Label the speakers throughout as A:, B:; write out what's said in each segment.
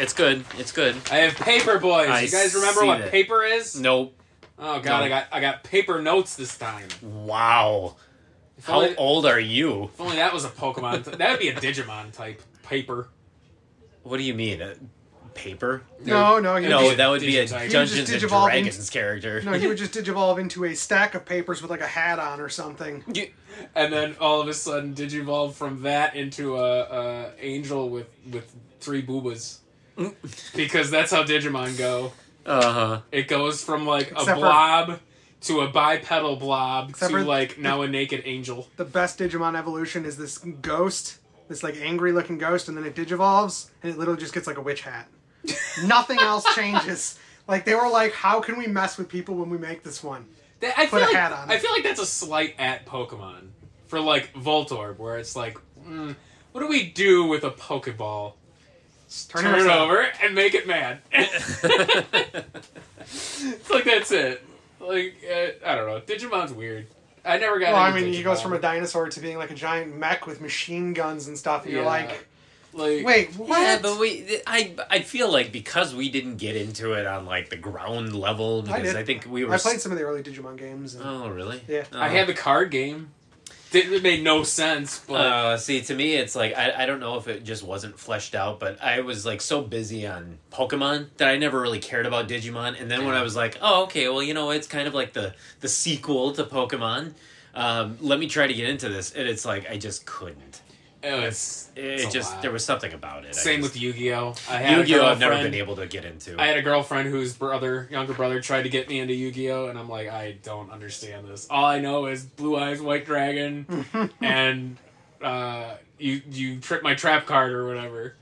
A: It's good. It's good.
B: I have paper, boys.
A: I
B: you guys remember
C: see
B: what
C: that.
B: paper is?
A: Nope.
B: Oh god,
A: No.
B: I got I got paper notes this time.
A: Wow.
B: If
A: How
B: only,
A: old are you?
B: if only that was a Pokemon. Th- that would be a Digimon type paper.
A: What do you mean? Uh, paper?
D: No, no, he
A: No,
D: would
A: that would be a
B: Digitype.
A: Dungeons and
D: He was just digivolving.
A: Dragons character.
D: just, no, he would just digivolve into a stack of papers with like a hat on or something.
B: And then all of a sudden, Digivolve from that into a, a angel with with three boobas. because that's how Digimon go.
A: Uh huh.
B: It goes from like a
D: Except for-
B: blob to a bipedal blob to
D: Except for-
B: like now a naked angel.
D: The best Digimon evolution is this ghost, this like angry looking ghost, and then it digivolves and it literally just gets like a witch hat. Nothing else changes. Like they were like, how can we mess with people when we make this one?
B: That- I feel
D: Put a
B: like
D: hat on
B: I
D: it.
B: feel like that's a slight at Pokemon for like Voltorb, where it's like, mm, what do we do with a Pokeball?
D: Turn,
B: Turn it
D: upside-
B: over and make it mad. it's like that's it. Like uh, I don't know. Digimon's weird. I never got.
D: Well, I
B: into
D: mean, he
B: Digimon.
D: goes from a dinosaur to being like a giant mech with machine guns and stuff. And You're
B: Yeah.
D: like,
B: like
D: wait, what?
A: Yeah, but we, th- I, I feel like because we didn't get into it on like the ground level, because
D: did.
A: I, think we were.
D: I played
A: s-
D: some of the early Digimon games. And,
A: Oh, really?
D: Yeah.
B: I had the card game. Didn't it made no sense, but
A: Uh, see, to me, it's like I, I don't know if it just wasn't fleshed out, but I was like so busy on Pokemon that I never really cared about Digimon. And then when I was like, oh, okay, well, you know, it's kind of like the the sequel to Pokemon. Um, let me try to get into this, and it's like I just couldn't.
B: it was
A: It,
B: it's a
A: just
B: lot.
A: there was something about it.
B: same with Yu-Gi-Oh. I had
A: Yu
B: a
A: Gi Oh. I've never
B: girlfriend-
A: been able to get into.
B: I had a girlfriend whose brother, younger brother, tried to get me into Yu-Gi-Oh, and I'm like, I don't understand this. All I know is Blue Eyes White Dragon, and uh, you you trick my trap card or whatever.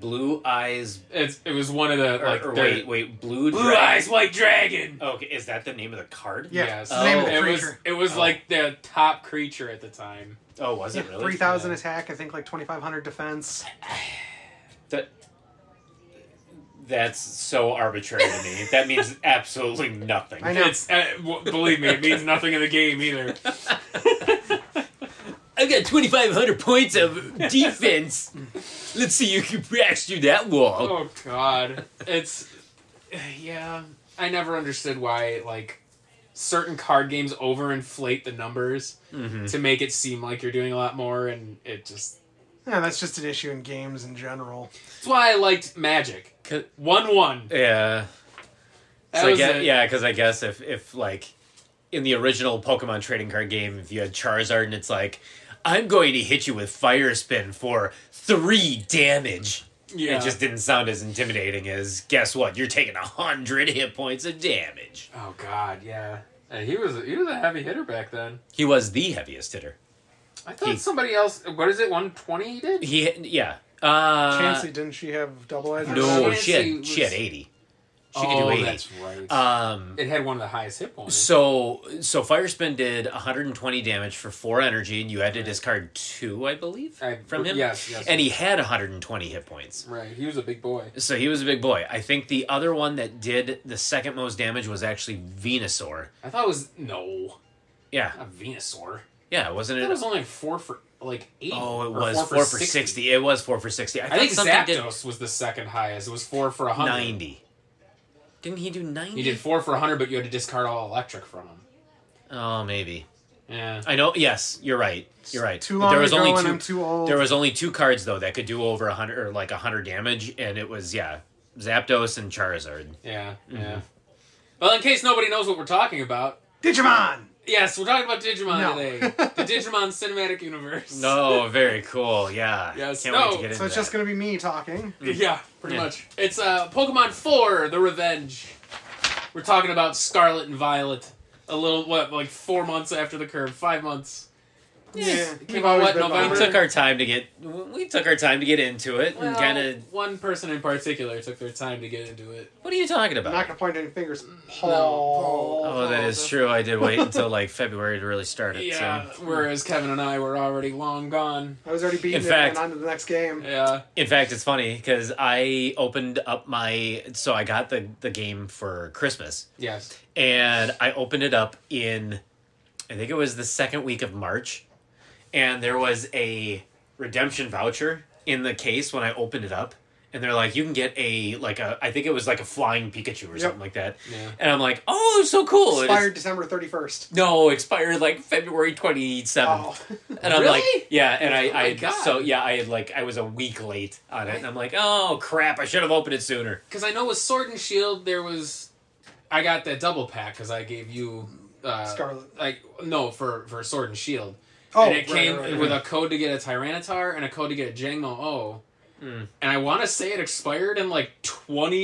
A: Blue eyes,
B: It's it was one of the
A: or,
B: like
A: or
B: their-
A: wait, wait, blue
B: Blue
A: dragon-
B: Eyes White Dragon.
A: Okay, is that the name of the card?
D: Yeah,
B: Yes,
A: Oh, the name of the
B: it was
D: creature.
B: it was
A: Oh.
B: like the top creature at the time.
A: Oh, was it really?
D: Three thousand
B: Yeah.
D: attack, I think like twenty five hundred defense.
A: That that's so arbitrary to me. That means absolutely nothing.
D: I know.
B: It's uh, w- believe me, it means nothing in the game either.
A: I've got twenty five hundred points of defense. Let's see you can pass through that wall.
B: Oh God, it's yeah. I never understood why like certain card games overinflate the numbers
A: Mm-hmm.
B: to make it seem like you're doing a lot more, and it just
D: Yeah, that's just an issue in games in general.
B: it's why I liked Magic one one.
A: Yeah.
B: That
A: So I
B: was
A: guess,
B: it.
A: yeah, because I guess if if like in the original Pokemon trading card game, if you had Charizard and it's like, I'm going to hit you with Fire Spin for three damage.
B: yeah.
A: It just didn't sound as intimidating as guess what? You're taking a hundred hit points of damage.
B: oh God, yeah. And he was he was a heavy hitter back then.
A: He was the heaviest hitter.
B: I thought
A: He-
B: somebody else. What is it? One twenty? He did.
A: He hit- yeah. Uh,
D: Chansey, didn't she have double edged?
A: no,
B: Chansey
A: she had,
B: was-
A: she had eighty. She could
B: oh,
A: do eighty.
B: that's right.
A: Um,
B: it had one of the highest hit points.
A: so so Firespin did 120 damage for four energy, and you had to discard two, I believe,
B: I-
A: from him.
B: yes, yes.
A: and he had 120 hit points.
B: right, he was a big boy.
A: So he was a big boy. I think the other one that did the second most damage was actually Venusaur.
B: I thought it was no,
A: Yeah,
B: not Venusaur.
A: yeah, wasn't
B: That
A: it?
B: was only four for like eight.
A: oh,
B: or
A: it was four, for 60. It was four for 60. I,
B: I think
A: thought something did
B: Zapdos was the second highest. It was four for a hundred.
A: 90. Didn't he do 90?
B: You did four for a hundred, but you had to discard all electric from him.
A: Oh, maybe.
B: Yeah.
A: I know. Yes, you're right. You're right.
D: Too long
A: there was
D: ago
A: only
D: and
A: two.
D: I'm too old.
A: There was only two cards though that could do over a hundred or like a hundred damage, and it was yeah, Zapdos and Charizard.
B: Yeah.
A: Mm-hmm.
B: Yeah. Well, in case nobody knows what we're talking about,
D: Digimon.
B: yes, we're talking about Digimon
D: No.
B: today, the Digimon cinematic universe.
A: No, very cool. Yeah.
B: Yes,
A: Can't
B: no.
A: wait to get into
D: So it's just
A: that.
D: gonna be me talking.
B: Yeah, pretty
A: Yeah.
B: much. It's uh, Pokemon Four: The Revenge. We're talking about Scarlet and Violet. A little what, like four months after the curve, five months.
D: Yeah,
B: It
D: we've
B: came out
D: always
B: what
D: been
B: November.
A: We took our time to get. We took our time to get into it and
B: Well,
A: kind of.
B: one person in particular took their time to get into it.
A: What are you talking
D: I'm
A: about?
D: not gonna point any fingers.
B: Paul.
D: Paul.
A: oh, that is true. I did wait until like February to really start it.
B: Yeah,
A: So.
B: whereas Kevin and I were already long gone.
D: I was already beaten
A: In
D: it
A: fact-
D: and on to the next game.
B: Yeah,
A: In fact, it's funny because I opened up my. So I got the the game for Christmas.
B: yes.
A: and I opened it up in I think it was the second week of March and there was a redemption voucher in the case when I opened it up and they're like, you can get a like a I think it was like a flying Pikachu or something like that.
B: Yeah.
A: And I'm like, oh, so cool. And it's-
D: Expired December 31st.
A: no, expired like February twenty
D: Oh.
A: seventh. And I'm
B: Really? Oh
A: like, yeah, and I, I
B: God.
A: so yeah, I had like I was a week late on it, and I'm like, oh crap, I should have opened it sooner.
B: Because I know with Sword and Shield there was, I got that double pack because I gave you uh,
D: Scarlet.
B: Like no, for for Sword and Shield.
D: Oh,
B: and it
D: right,
B: came
D: right, right.
B: with a code to get a Tyranitar and a code to get a Jango O.
A: Hmm.
B: And I want to say it expired in like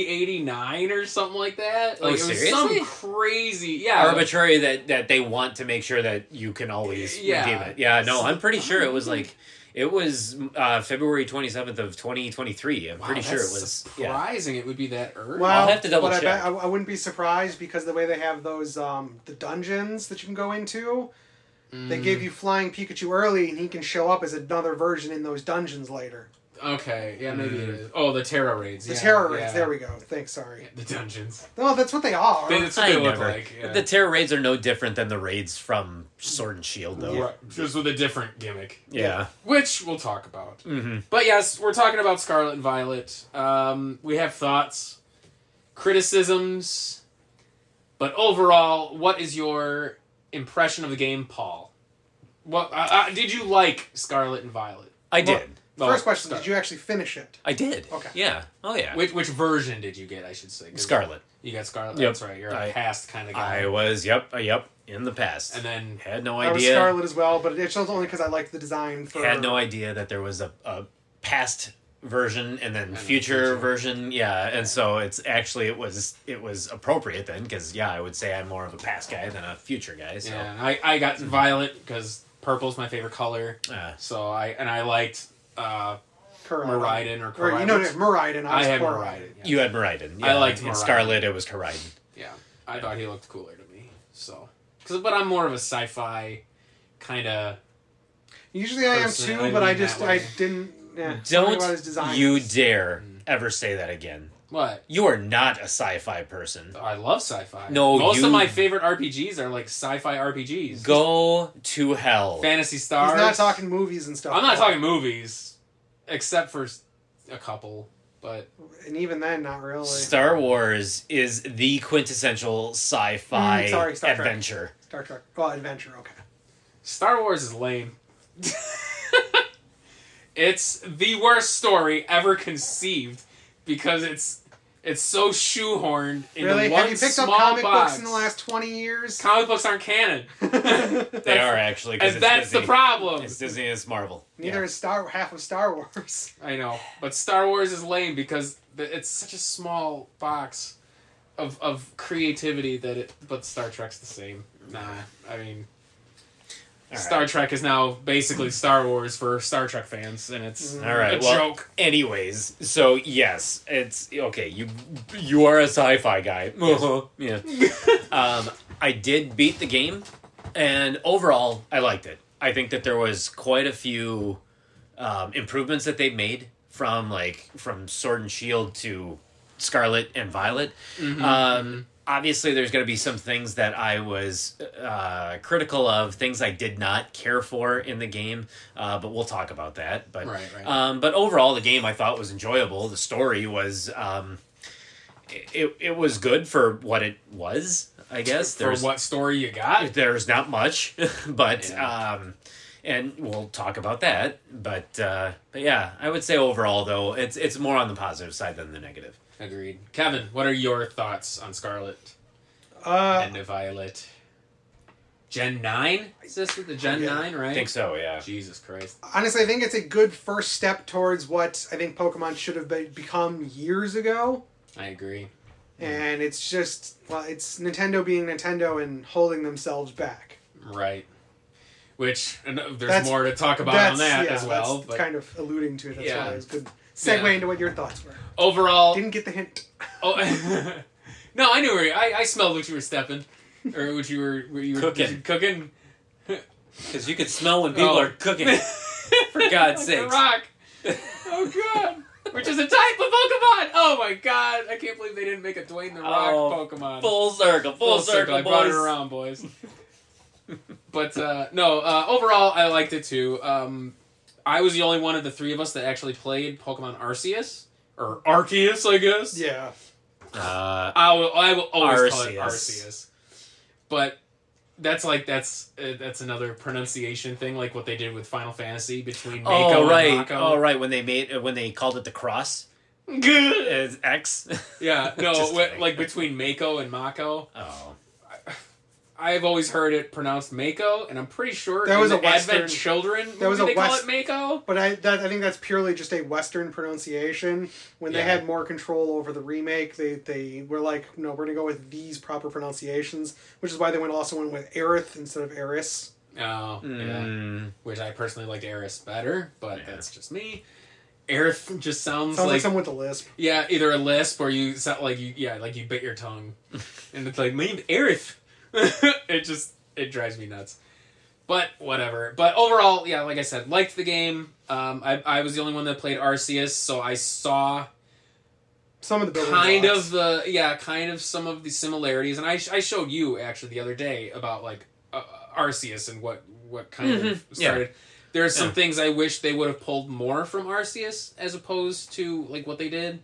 B: 2089 or something like that.
A: Oh,
B: Like it was some
A: seriously?
B: crazy, yeah.
A: Arbitrary that that they want to make sure that you can always
B: Yeah.
A: redeem it. Yeah, no, I'm pretty sure it was like it was uh, February twenty seventh of twenty twenty three. I'm
B: Wow,
A: pretty sure it was.
B: that's
A: Yeah.
B: surprising. It would be that early.
D: Well,
A: have to double
D: but I,
A: check.
D: bet, I, I wouldn't be surprised because the way they have those um, the dungeons that you can go into,
B: Mm.
D: they
A: Mm.
D: give you flying Pikachu early, and he can show up as another version in those dungeons later.
B: Okay, yeah, maybe
A: Mm.
B: it is. Oh, the terror raids.
D: The
B: yeah,
D: terror raids.
B: yeah.
D: There we go. Thanks. Sorry.
B: The dungeons.
D: No, that's what they are.
B: They- That's what
A: I
B: they look
A: never.
B: like. yeah.
A: The terror raids are no different than the raids from Sword and Shield, though. Yeah.
B: Right, Just with a different gimmick.
A: yeah.
B: which we'll talk about.
A: Mhm.
B: But yes, we're talking about Scarlet and Violet. Um, we have thoughts, criticisms, but overall, what is your impression of the game, Paul? What uh, uh, did you like, Scarlet and Violet?
A: I did.
B: Well,
D: First question:
B: Scar-
D: Did you actually finish it?
A: I did.
D: Okay.
A: Yeah. Oh yeah.
B: Which, which version did you get? I should say 'Cause
A: Scarlet.
B: You got Scarlet.
A: Yep.
B: That's right. You're a
A: I-
B: past kind of guy.
A: I was. Yep. uh, Yep. In the past.
B: and then
A: had no
D: I was
A: idea.
D: Scarlet as well, but it's only because I liked the design. For
A: Had no idea that there was a, a past version and then future,
B: future.
A: version. Yeah, and so it's actually it was it was appropriate then because yeah, I would say I'm more of a past guy than a future guy. So
B: yeah, and I, I got Violet because purple's my favorite color.
A: uh,
B: So I and I liked uh,
D: Koridon.
B: Maraiden or
D: Or,
B: Koridon.
D: you know, Maraiden. I,
B: I
D: was
B: had
D: Koridon.
B: Maraiden. Yeah.
A: you had Maridon.
B: I liked
A: in
B: Miraiden.
A: Scarlet. It was Karidon.
B: Yeah, I thought he looked cooler to me. So, 'Cause- but I'm more of a sci-fi kind of.
D: Usually I am
B: Personally,
D: too,
B: I
D: but I
B: lean that
D: just I
B: way.
D: didn't. Yeah, something about his
A: Don't
D: design.
A: you dare ever say that again.
B: What
A: You are not a sci-fi person.
B: I love sci-fi.
A: No,
B: most
A: you-
B: of my favorite RPGs are like sci-fi RPGs.
A: Go to hell.
B: Fantasy stars.
D: He's not talking movies and stuff.
B: I'm not talking movies, except for s- a couple. But
D: And even then, not really.
A: Star Wars is the quintessential sci-fi
D: Mm, sorry, Star Trek.
A: adventure.
D: Star Trek. Oh, adventure. Okay.
B: Star Wars is lame. it's the worst story ever conceived because it's it's so shoehorned into
D: Really?
B: one
D: Have you picked up
B: small
D: comic
B: box.
D: books in the last twenty years?
B: Comic books aren't canon.
A: They are actually, 'cause
B: and
A: it's
B: that's
A: Disney.
B: the problem.
A: It's Disney. and It's Marvel.
D: Neither is Star half of Star Wars.
B: I know, but Star Wars is lame because th- it's such a small box of of creativity that it. But Star Trek's the same. Nah, I mean,
A: All right.
B: Star Trek is now basically Star Wars for Star Trek fans, and
D: Mm-hmm.
B: it's
A: All right.
B: a
A: well,
B: joke.
A: Anyways, so yes, it's okay. You you are a sci-fi guy.
B: Uh-huh.
A: yeah. um, I did beat the game, and overall, I liked it. I think that there was quite a few um, improvements that they made from like from Sword and Shield to Scarlet and Violet.
B: Mm-hmm,
A: Um, obviously, there's going to be some things that I was uh, critical of, things I did not care for in the game, uh, but we'll talk about that. But
B: Right, right.
A: Um, but overall, the game I thought was enjoyable. The story was. Um, it- it, it was good for what it was, I guess.
B: For
A: There's
B: what story you got?
A: there's not much, but
B: Yeah.
A: um, and we'll talk about that. But uh, but yeah, I would say overall though, it's it's more on the positive side than the negative.
B: Agreed. Kevin, what are your thoughts on Scarlet
D: Uh,
B: and Violet? Gen nine? Is this the Gen
D: Yeah.
B: nine? Right.
A: I think so. Yeah.
B: Jesus Christ.
D: honestly, I think it's a good first step towards what I think Pokemon should have be- become years ago.
B: I agree.
D: And it's just well, it's Nintendo being Nintendo and holding themselves back.
B: Right. Which and there's
D: That's-
B: more to talk about on that as well.
D: That's
B: But
D: kind of alluding to it. That's
B: Yeah.
D: why it was good segue
B: Yeah.
D: into what your thoughts were.
B: overall,
D: Didn't get the hint.
B: oh, no, I knew where you, I I smelled what you were stepping, or what you were what you were
A: Cooking.
B: cooking.
A: Because you can smell when
B: people are
A: cooking.
B: For
A: God's
B: like
A: sakes.
B: a rock. Oh God. Which is a type of Pokemon. Oh my God! I can't believe they didn't make a Dwayne the Rock
A: Oh,
B: Pokemon.
A: full circle. Full, circle.
B: I brought it
A: boys.
B: around, boys. but uh, no, uh, overall, I liked it too. Um, I was the only one of the three of us that actually played Pokemon Arceus, or Arceus, I guess.
D: Yeah.
A: Uh,
B: I will. I will always call it
A: Arceus.
B: Arceus. But that's like that's uh, that's another pronunciation thing, like what they did with Final Fantasy between Mako
A: oh
B: and
A: right,
B: Mako.
A: oh right. When they made uh, when they called it the cross
B: Good.
A: as X.
B: Yeah, no,
A: Just
B: wh-
A: kidding.
B: like between Mako and Mako,
A: oh,
B: I've always heard it pronounced Mako, and I'm pretty sure
D: That
B: in
D: was
B: the
D: a Western-
B: Advent Children movie
D: that was a
B: they
D: West-
B: call it Mako.
D: But I, that, I think that's purely just a Western pronunciation. When they
B: Yeah.
D: had more control over the remake, they, they were like, no, we're going to go with these proper pronunciations, which is why they went also went with Aerith instead of Eris.
B: Oh, yeah.
A: Mm.
B: Which I personally liked Eris better, but
A: Yeah.
B: that's just me. Aerith just sounds,
D: Sounds like,
B: like
D: someone with a lisp.
B: Yeah, either a lisp or you sound like you yeah, like you bit your tongue. and it's like, my name's Aerith. it just it drives me nuts. But whatever. But overall, yeah, like I said, liked the game. Um, I, I was the only one that played Arceus, so I saw
D: Some of the building
B: kind
D: blocks.
B: of the yeah, kind of some of the similarities, and I, sh- I showed you actually the other day about like uh, Arceus and what what kind of
A: Mhm, yeah.
B: started. There are some
A: Yeah.
B: things I wish they would have pulled more from Arceus as opposed to like what they did.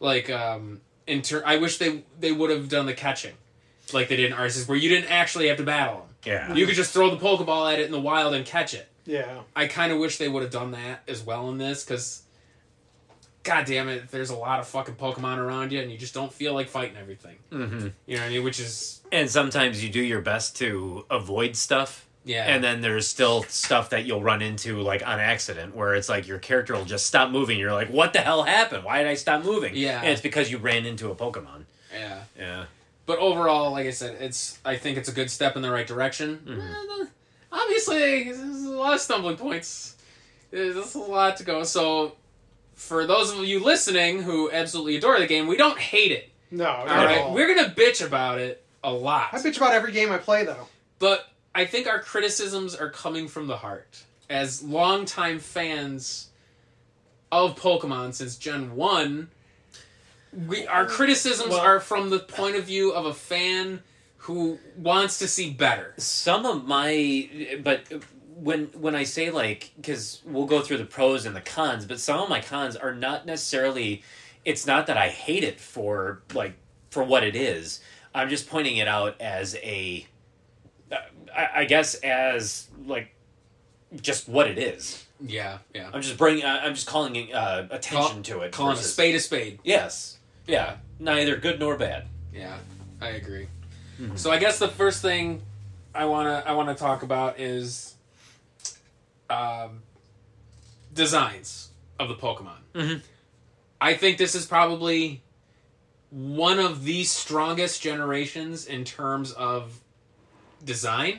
B: Like um, in ter- I wish they they would have done the catching, like they did in Arceus, where you didn't actually have to battle
A: yeah.
B: them. You could just throw the Pokeball at it in the wild and catch it.
D: Yeah.
B: I kind of wish they would have done that as well in this because, god damn it, there's a lot of fucking Pokemon around you and you just don't feel like fighting everything.
A: hmm
B: You know what I mean? Which is
A: And sometimes you do your best to avoid stuff.
B: yeah,
A: And then there's still stuff that you'll run into like on accident where it's like your character will just stop moving. You're like, what the hell happened? Why did I stop moving?
B: Yeah.
A: And it's because you ran into a Pokemon.
B: yeah.
A: Yeah.
B: But overall, like I said, it's I think it's a good step in the right direction. Eh, the- Obviously, there's a lot of stumbling points. There's there's a lot to go. So, for those of you listening who absolutely adore the game, we don't hate it.
D: No.
B: All
D: All
B: right? we're gonna bitch about it a lot.
D: I bitch about every game I play, though.
B: But I think our criticisms are coming from the heart. As longtime fans of Pokemon since Gen 1, we, our criticisms
A: Well-
B: are from the point of view of a fan who wants to see better.
A: some of my but when when i say like because we'll go through the pros and the cons but some of my cons are not necessarily it's not that i hate it for like for what it is i'm just pointing it out as a uh, i, I guess as like just what it is
B: Yeah, yeah.
A: i'm just bringing I- i'm just calling it, uh, attention to it
B: Calling a
A: versus-
B: spade a spade.
A: yes yeah neither good nor bad
B: Yeah, I agree.
D: Mm-hmm.
B: So I guess the first thing I wanna I wanna talk about is um, designs of the Pokemon.
D: Mm-hmm.
A: Mhm.
B: I think this is probably one of the strongest generations in terms of design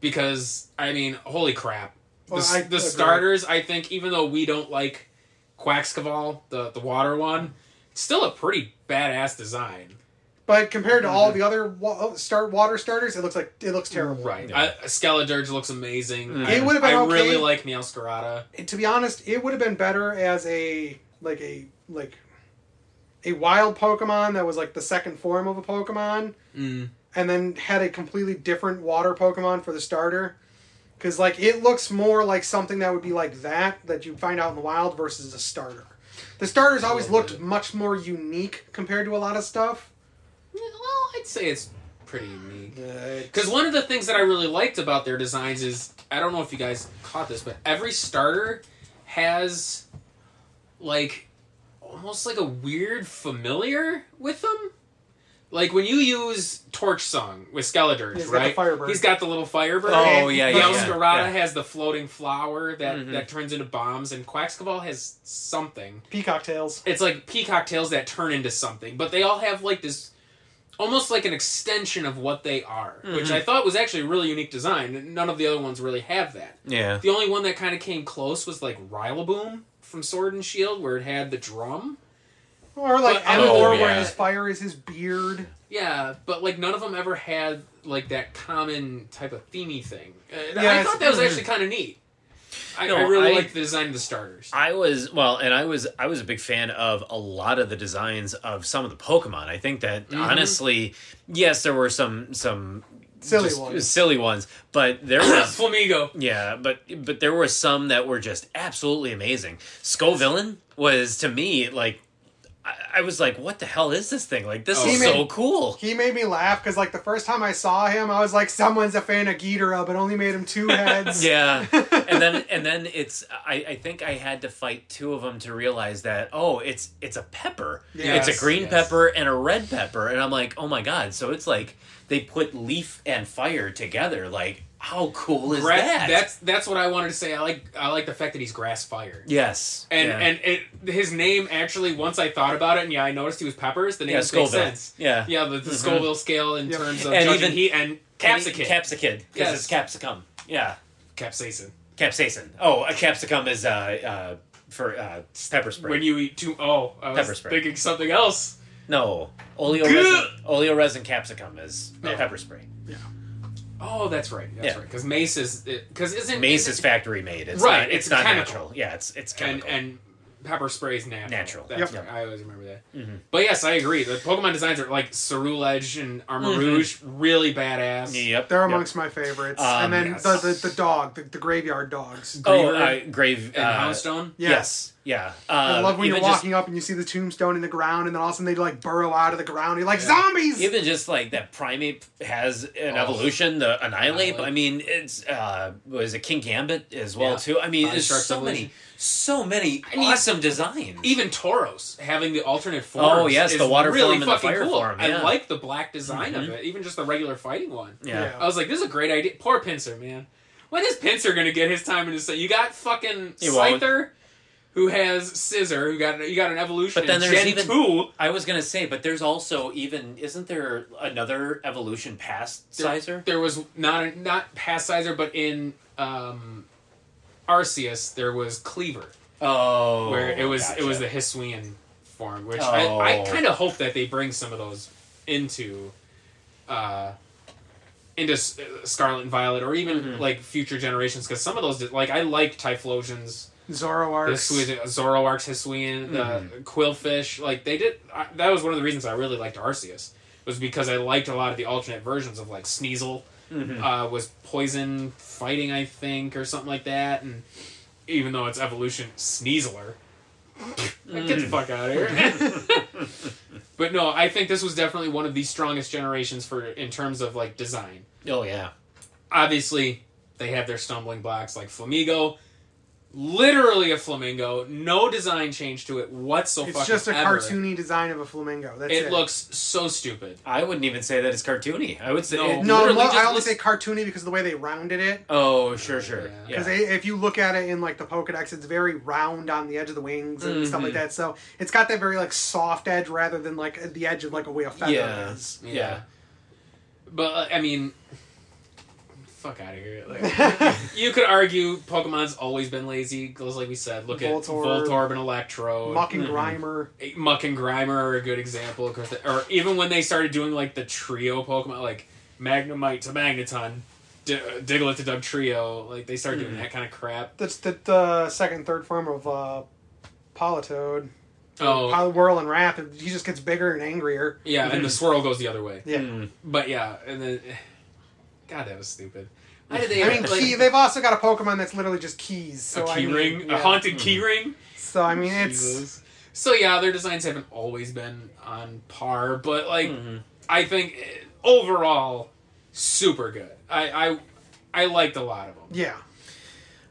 B: because I mean, holy crap! The,
D: Well,
B: s-
D: I
B: the
D: agree.
B: starters, I think, even though we don't like Quaxcaval, the the water one, it's still a pretty badass design.
D: But compared to
B: Mm-hmm.
D: all the other wa- oh, start water starters, it looks like it looks terrible.
B: Right.
A: Yeah.
B: I, Skeledurge looks amazing.
A: Mm.
B: I,
D: It would've been
B: I
D: okay-
B: really like Neil Scarada.
D: to be honest, it would have been better as a like a like a wild Pokemon that was like the second form of a Pokemon,
B: Mm.
D: and then had a completely different water Pokemon for the starter. Because like it looks more like something that would be like that that you find out in the wild versus a starter. The starters always
B: little
D: looked
B: bit.
D: much more unique compared to a lot of stuff.
B: Well, I'd say it's pretty unique.
D: Because
B: Because one of the things that I really liked about their designs is I don't know if you guys caught this, but every starter has like almost like a weird familiar with them. Like when you use Torch Song with Skeledurge,
D: He's got the
B: right?
D: Firebird.
B: He's got the little Firebird.
A: oh yeah yeah,
B: Neil
A: yeah,
B: Scarada
A: yeah.
B: has the floating flower that,
A: Mhm.
B: that turns into bombs, and Quaxcaval has something.
D: peacock tails.
B: It's like peacock tails that turn into something, but they all have like this almost like an extension of what they are, which
A: Mhm.
B: I thought was actually a really unique design. None of the other ones really have that.
A: yeah
B: The only one that kind of came close was like Rillaboom from Sword and Shield, where it had the drum.
D: Or like
B: But-
D: Emor,
A: oh,
D: where
A: yeah.
D: his fire is his beard.
B: Yeah, but like none of them ever had like that common type of themey thing. Uh, I
D: Yes.
B: thought that was
A: Mhm.
B: actually kind of neat. I,
A: No,
B: I really
A: I-
B: liked the design of the starters.
A: I was well, and I was I was a big fan of a lot of the
D: Mm-hmm.
A: designs of some of the Pokemon. I think that honestly, yes, there were some some
D: Silly
A: just
D: ones.
A: silly ones. But there was
B: Flamingo.
A: Yeah, but but there were some that were just absolutely amazing. Scovillain was to me like I, I was like, what the hell is this thing? Like this
B: Oh.
A: is
D: He made-
A: so cool.
D: He made me laugh because like the first time I saw him, I was like, someone's a fan of Ghidorah, but only made him two heads.
A: Yeah, and then and then it's I, I think I had to fight two of them to realize that oh it's it's a pepper
D: Yes,
A: it's a green
B: yes.
A: pepper and a red pepper and I'm like oh my god so it's like they put leaf and fire together like how cool is
B: Grass,
A: that
B: That's that's what I wanted to say. I like I like the fact that he's grass fire.
A: yes
B: And
A: yeah.
B: and it, his name actually once I thought about it and yeah I noticed he was Peppers. The name
A: yeah
B: makes
A: Scoville
B: sense.
A: yeah
B: Yeah, the, the
A: Mhm.
B: Scoville scale in
D: Yep.
B: terms of
A: And
B: judging
A: even-
B: heat and capsicum.
A: Capsicum. Because
B: Yes.
A: it's capsicum. Yeah.
B: capsaicin.
A: Capsaicin. Oh, a capsicum is uh, uh, for uh, pepper spray.
B: When you eat too, oh, I was
A: Pepper spray.
B: thinking something else.
A: no. Oleoresin, oleoresin capsicum is
B: No.
A: pepper spray.
B: Oh, that's right. That's
A: Yeah.
B: right. Because mace is because isn't
A: Mace
B: isn't-
A: is factory made. It's
B: Right,
A: Not, it's,
B: it's
A: not
B: chemical.
A: natural. Yeah, it's it's
B: and
A: chemical.
B: and pepper spray is natural.
A: Natural. Mm-hmm.
B: That's
A: Yep.
B: right. I always remember that. But yes, I agree. The Pokemon designs are like Cerulege and Armor
A: Mhm.
B: Rouge, really badass.
A: yep.
D: They're
A: yep.
D: amongst my favorites.
A: Um,
D: and then
B: yes.
D: the, the, the dog, the, the graveyard dogs.
A: Oh, uh,
B: Griever
A: grave.
B: And
A: uh,
B: Houndstone.
A: Yes. Yeah. Um,
D: I love when you're
A: even just-
D: walking up and you see the tombstone in the ground, and then all of a sudden they like burrow out of the ground. You're like
B: Yeah.
D: zombies.
A: even just like that primate has an
B: Oh.
A: evolution the annihilate
B: Annihilate.
A: i mean it's uh was it king gambit as well
B: Yeah.
A: too i mean
B: Body
A: there's
B: Shark's
A: so
B: evolution.
A: many so many
B: I mean, e-
A: awesome designs
B: Even Tauros having the alternate forms.
A: Oh, yes,
B: is
A: the water
B: really
A: form and the
B: fucking
A: fire
B: cool.
A: form,
B: I
A: yeah. Mm-hmm.
B: like the black design of it. Even just the regular fighting one.
A: yeah.
B: I was like, this is a great idea. Poor Pincer, man. When is Pincer gonna get his time in his? You got fucking
A: He won't.
B: Scyther, who has Scissor, who got you got an evolution.
A: But then
B: in
A: there's
B: Gen
A: even-
B: two.
A: i was gonna say but there's also even isn't there another evolution past
B: There-
A: sizer
B: There was not a, not past Sizer, but in um, Arceus there was Cleaver,
A: oh
B: where it was it was the
A: gotcha.
B: Hisuian form, which
A: Oh.
B: I, I kind of hope that they bring some of those into uh, into S- uh, Scarlet and Violet, or even
A: Mm-hmm.
B: like future generations, because some of those did- like I like Typhlosion's
D: Oh. Zoroark.
B: Hisuian, Zoroark's Hisuian, the Quillfish. Like they did. I, that was one of the reasons I really liked Arceus was because I liked a lot of the alternate versions of like Sneasel uh, was poison fighting, I think, or something like that. And even though it's evolution, Sneasler. Like, Get the fuck out of here. but no, I think this was definitely one of the strongest generations for in terms of like design
A: oh yeah
B: obviously they have their stumbling blocks like flamingo literally a flamingo no design change to it whatsoever
D: It's just a cartoony design of a flamingo. That's it.
B: it looks so stupid
A: i wouldn't even say that it's cartoony i would say
B: No.
A: it-
D: No,
B: literally
D: well,
B: just
D: I only
B: looks-
D: say cartoony because of the way they rounded it.
A: oh sure sure
B: Yeah.
A: yeah,
D: Because if you look at it in like the Pokedex, it's very round on the edge of the wings and stuff like
B: Mm-hmm.
D: that. So it's got that very like soft edge rather than like the edge of like a way a feather
A: Yeah.
D: is.
B: yeah,
A: Yeah.
B: but uh, i mean fuck out of here like, you could argue pokemon's always been lazy because like we said look
D: Voltorb.
B: at voltorb and electro
D: Muck and Grimer.
B: Muck and Grimer are a good example, of course. they- Or even when they started doing like the trio Pokemon, like Magnemite to Magneton, D- Diglett to Doug Trio, like they started
D: Hmm.
B: doing that kind of crap.
D: That's the, the second, third form of uh, Politoed.
B: Oh,
D: Pol- Whirl and Wrap. He just gets bigger and angrier.
B: yeah, and the swirl goes the other way.
D: Yeah.
A: Mm.
B: But yeah, and then God, that was stupid. Why did they?
D: I mean,
B: like,
D: key, they've also got a Pokemon that's literally just keys. So
B: a
D: I
B: key
D: mean,
B: ring,
D: yeah.
B: a haunted key ring.
D: So I mean, it's
B: Jesus. So yeah, their designs haven't always been on par, but like
D: Hmm.
B: I think eh, overall, super good. I I, I liked a lot of them.
D: yeah.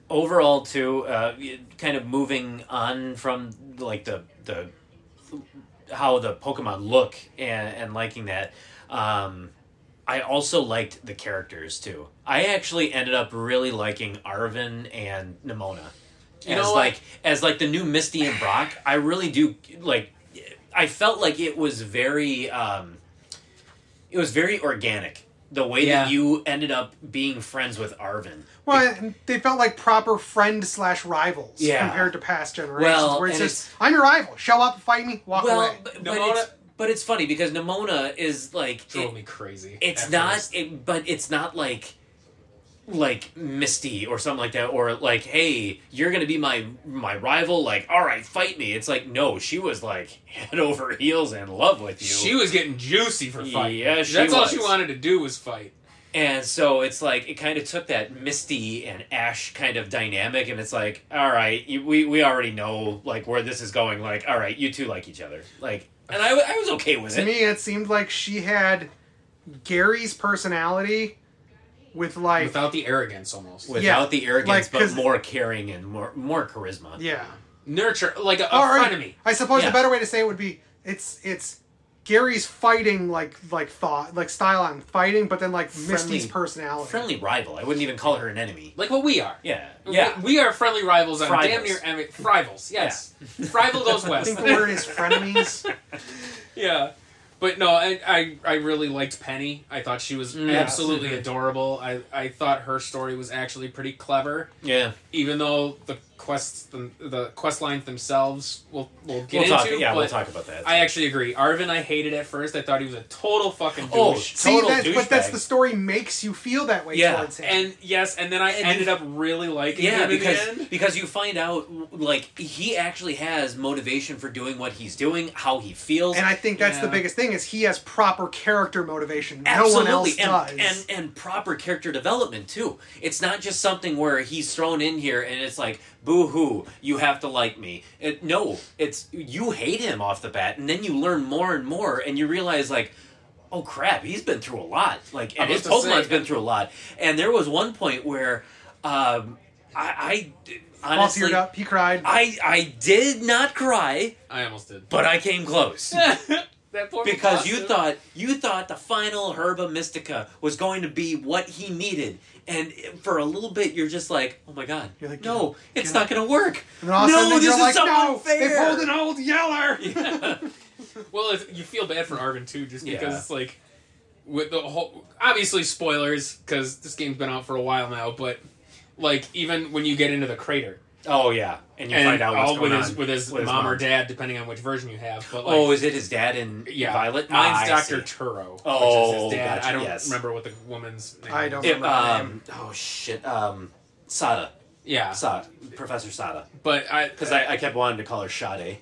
A: overall too uh, kind of moving on from like the the how the pokemon look and, and liking that um, i also liked the characters too i actually ended up really liking arvin and nimona
B: You
A: as
B: know what?
A: like as like the new misty and brock i really do like i felt like it was very um, it was very organic the way
B: Yeah.
A: that you ended up being friends with arvin
D: Well, they felt like proper friend slash rivals
A: Yeah.
D: compared to past generations,
A: Well,
D: where it's
A: and
D: just I'm your rival, show up, fight me, walk
A: Well,
D: away.
A: but, but
B: Nimona-
A: it's but it's funny because Nimona is like
B: drove
A: it-
B: me crazy.
A: it's
B: at
A: not,
B: first.
A: it, but it's not like like Misty or something like that, or like hey, you're gonna be my my rival. Like all right, fight me. It's like no, she was like head over heels in love with you.
B: She was getting juicy for fighting.
A: Yeah, she
B: That's all
A: was.
B: she wanted to do was fight.
A: And so it's like it kind of took that Misty and Ash kind of dynamic, and it's like, all right, you, we we already know like where this is going. Like, all right, you two like each other. Like, and I, w- I was okay with
D: to
A: it.
D: me it seemed like she had gary's personality with like
B: without the arrogance almost
A: Without
D: yeah,
A: the arrogance,
D: like,
A: but
D: 'cause-
A: more caring and more more charisma.
D: yeah
B: nurture like a, a
D: Or-
B: frenemy.
D: i suppose
A: Yeah.
D: the better way to say it would be it's it's gary's fighting like like thought like style on fighting but then like misty's
A: Friendly-
D: personality
A: friendly rival. I wouldn't even call her an enemy.
B: like what we are.
A: Yeah,
B: We-
A: yeah.
B: we, are friendly rivals on damn
A: Frivals.
B: near enemy. Rivals, yes. Rival goes
D: i
B: west.
D: think the word is frenemies
B: yeah, but no, I, I I really liked Penny. I thought she was
A: Yes.
B: absolutely adorable. I I thought her story was actually pretty clever,
A: Yeah,
B: even though the quests the, the quest lines themselves will will get
A: we'll talk.
B: into.
A: Yeah,
B: but
A: we'll talk about that.
B: I actually agree. Arvin, I hated at first. I thought he was a total fucking
A: Oh,
B: douche.
D: see
A: Total
D: that's but that's
A: douchebag.
D: the story makes you feel that way
A: Yeah,
D: towards him
B: and yes, and then I
A: And-
B: ended up really liking
A: yeah,
B: him in the
A: because
B: end.
A: because you find out like he actually has motivation for doing what he's doing, how he feels,
D: And I think that's the
B: Yeah.
D: biggest thing is he has proper character motivation.
A: Absolutely.
D: No one else
A: and,
D: does.
A: And, and proper character development too. It's not just something where he's thrown in here and it's like, boo hoo, you have to like me. It, no, it's you hate him off the bat, and then you learn more and more, and you realize like, oh crap, he's been through a lot. Like, and
B: was
A: his
B: to say-
A: Pokemon's been through a lot. And there was one point where, um, I, I
D: all
A: honestly,
D: teared up. He cried.
A: I I did not cry,
B: I almost did.
A: but I came close.
B: that poor
A: because you
B: bastard.
A: thought you thought the final herba mystica was going to be what he needed and for a little bit you're just like oh my god
D: You're like, get
A: no
D: out,
A: it's
D: get
A: not
D: out."
A: going to work
D: and then all of a
A: no
D: sudden
A: this
D: you're
A: is
D: like,
A: so
D: no,
A: unfair
D: they pulled an old yeller.
B: Well, it's, you feel bad for Arvin too, just because
A: Yeah.
B: it's like with the whole. Obviously, spoilers because this game's been out for a while now. But like, even when you get into the crater,
A: oh yeah and you
B: and
A: find out what's
B: all
A: going
B: with his
A: on
B: with his mom, or dad, depending on which version you have. But like,
A: oh is it his dad and
B: yeah,
A: violet
B: Mine's
A: Ah, I
B: Doctor
A: see.
B: Turo. which is
A: Oh,
B: his dad.
A: gotcha,
B: I don't
A: yes.
B: remember what the woman's. name
D: I don't
B: is.
A: It-
D: remember her
A: um,
D: name.
A: oh shit um sada
B: Yeah,
A: sada professor sada
B: but I
A: because I, I kept wanting to call her Sade.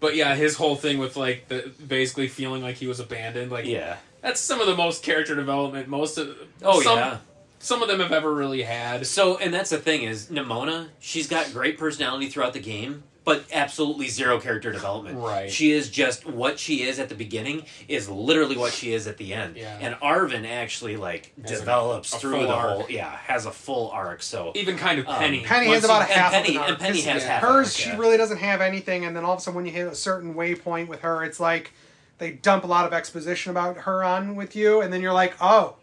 B: but yeah, his whole thing with like the basically feeling like he was abandoned, like
A: Yeah.
B: that's some of the most character development most of
A: Oh,
B: some,
A: yeah.
B: some of them have ever really had.
A: So, and that's the thing is, Nimona, she's got great personality throughout the game, but absolutely zero character development.
B: Right.
A: She is just what she is at the beginning is literally what she is at the end.
B: Yeah.
A: And Arvin actually like
B: Has a-
A: develops
B: a
A: through
B: full
A: the
B: arc.
A: whole yeah has a full arc. So
B: Even kind of
A: Um,
B: Penny.
D: Penny
B: Once
D: has about a
B: he-
A: and
D: half. of
A: Penny-
D: an arc.
A: and Penny
D: It's-
A: has
B: yeah.
A: half an
D: Hers,
A: arc,
D: she
A: yeah.
D: really doesn't have anything, and then all of a sudden, when you hit a certain waypoint with her, it's like they dump a lot of exposition about her on with you, and then you're like, oh,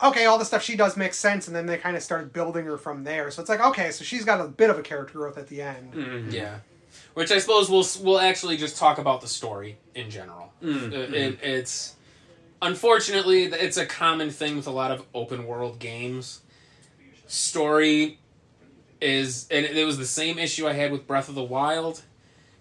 D: okay, all the stuff she does makes sense, and then they kind of started building her from there. So it's like, okay, so she's got a bit of a character growth at the end.
A: Mm-hmm.
B: Yeah, which I suppose we'll we'll actually just talk about the story in general. Uh,
A: Mm-hmm.
B: it- it's unfortunately it's a common thing with a lot of open world games. Story is and it was the same issue I had with Breath of the Wild.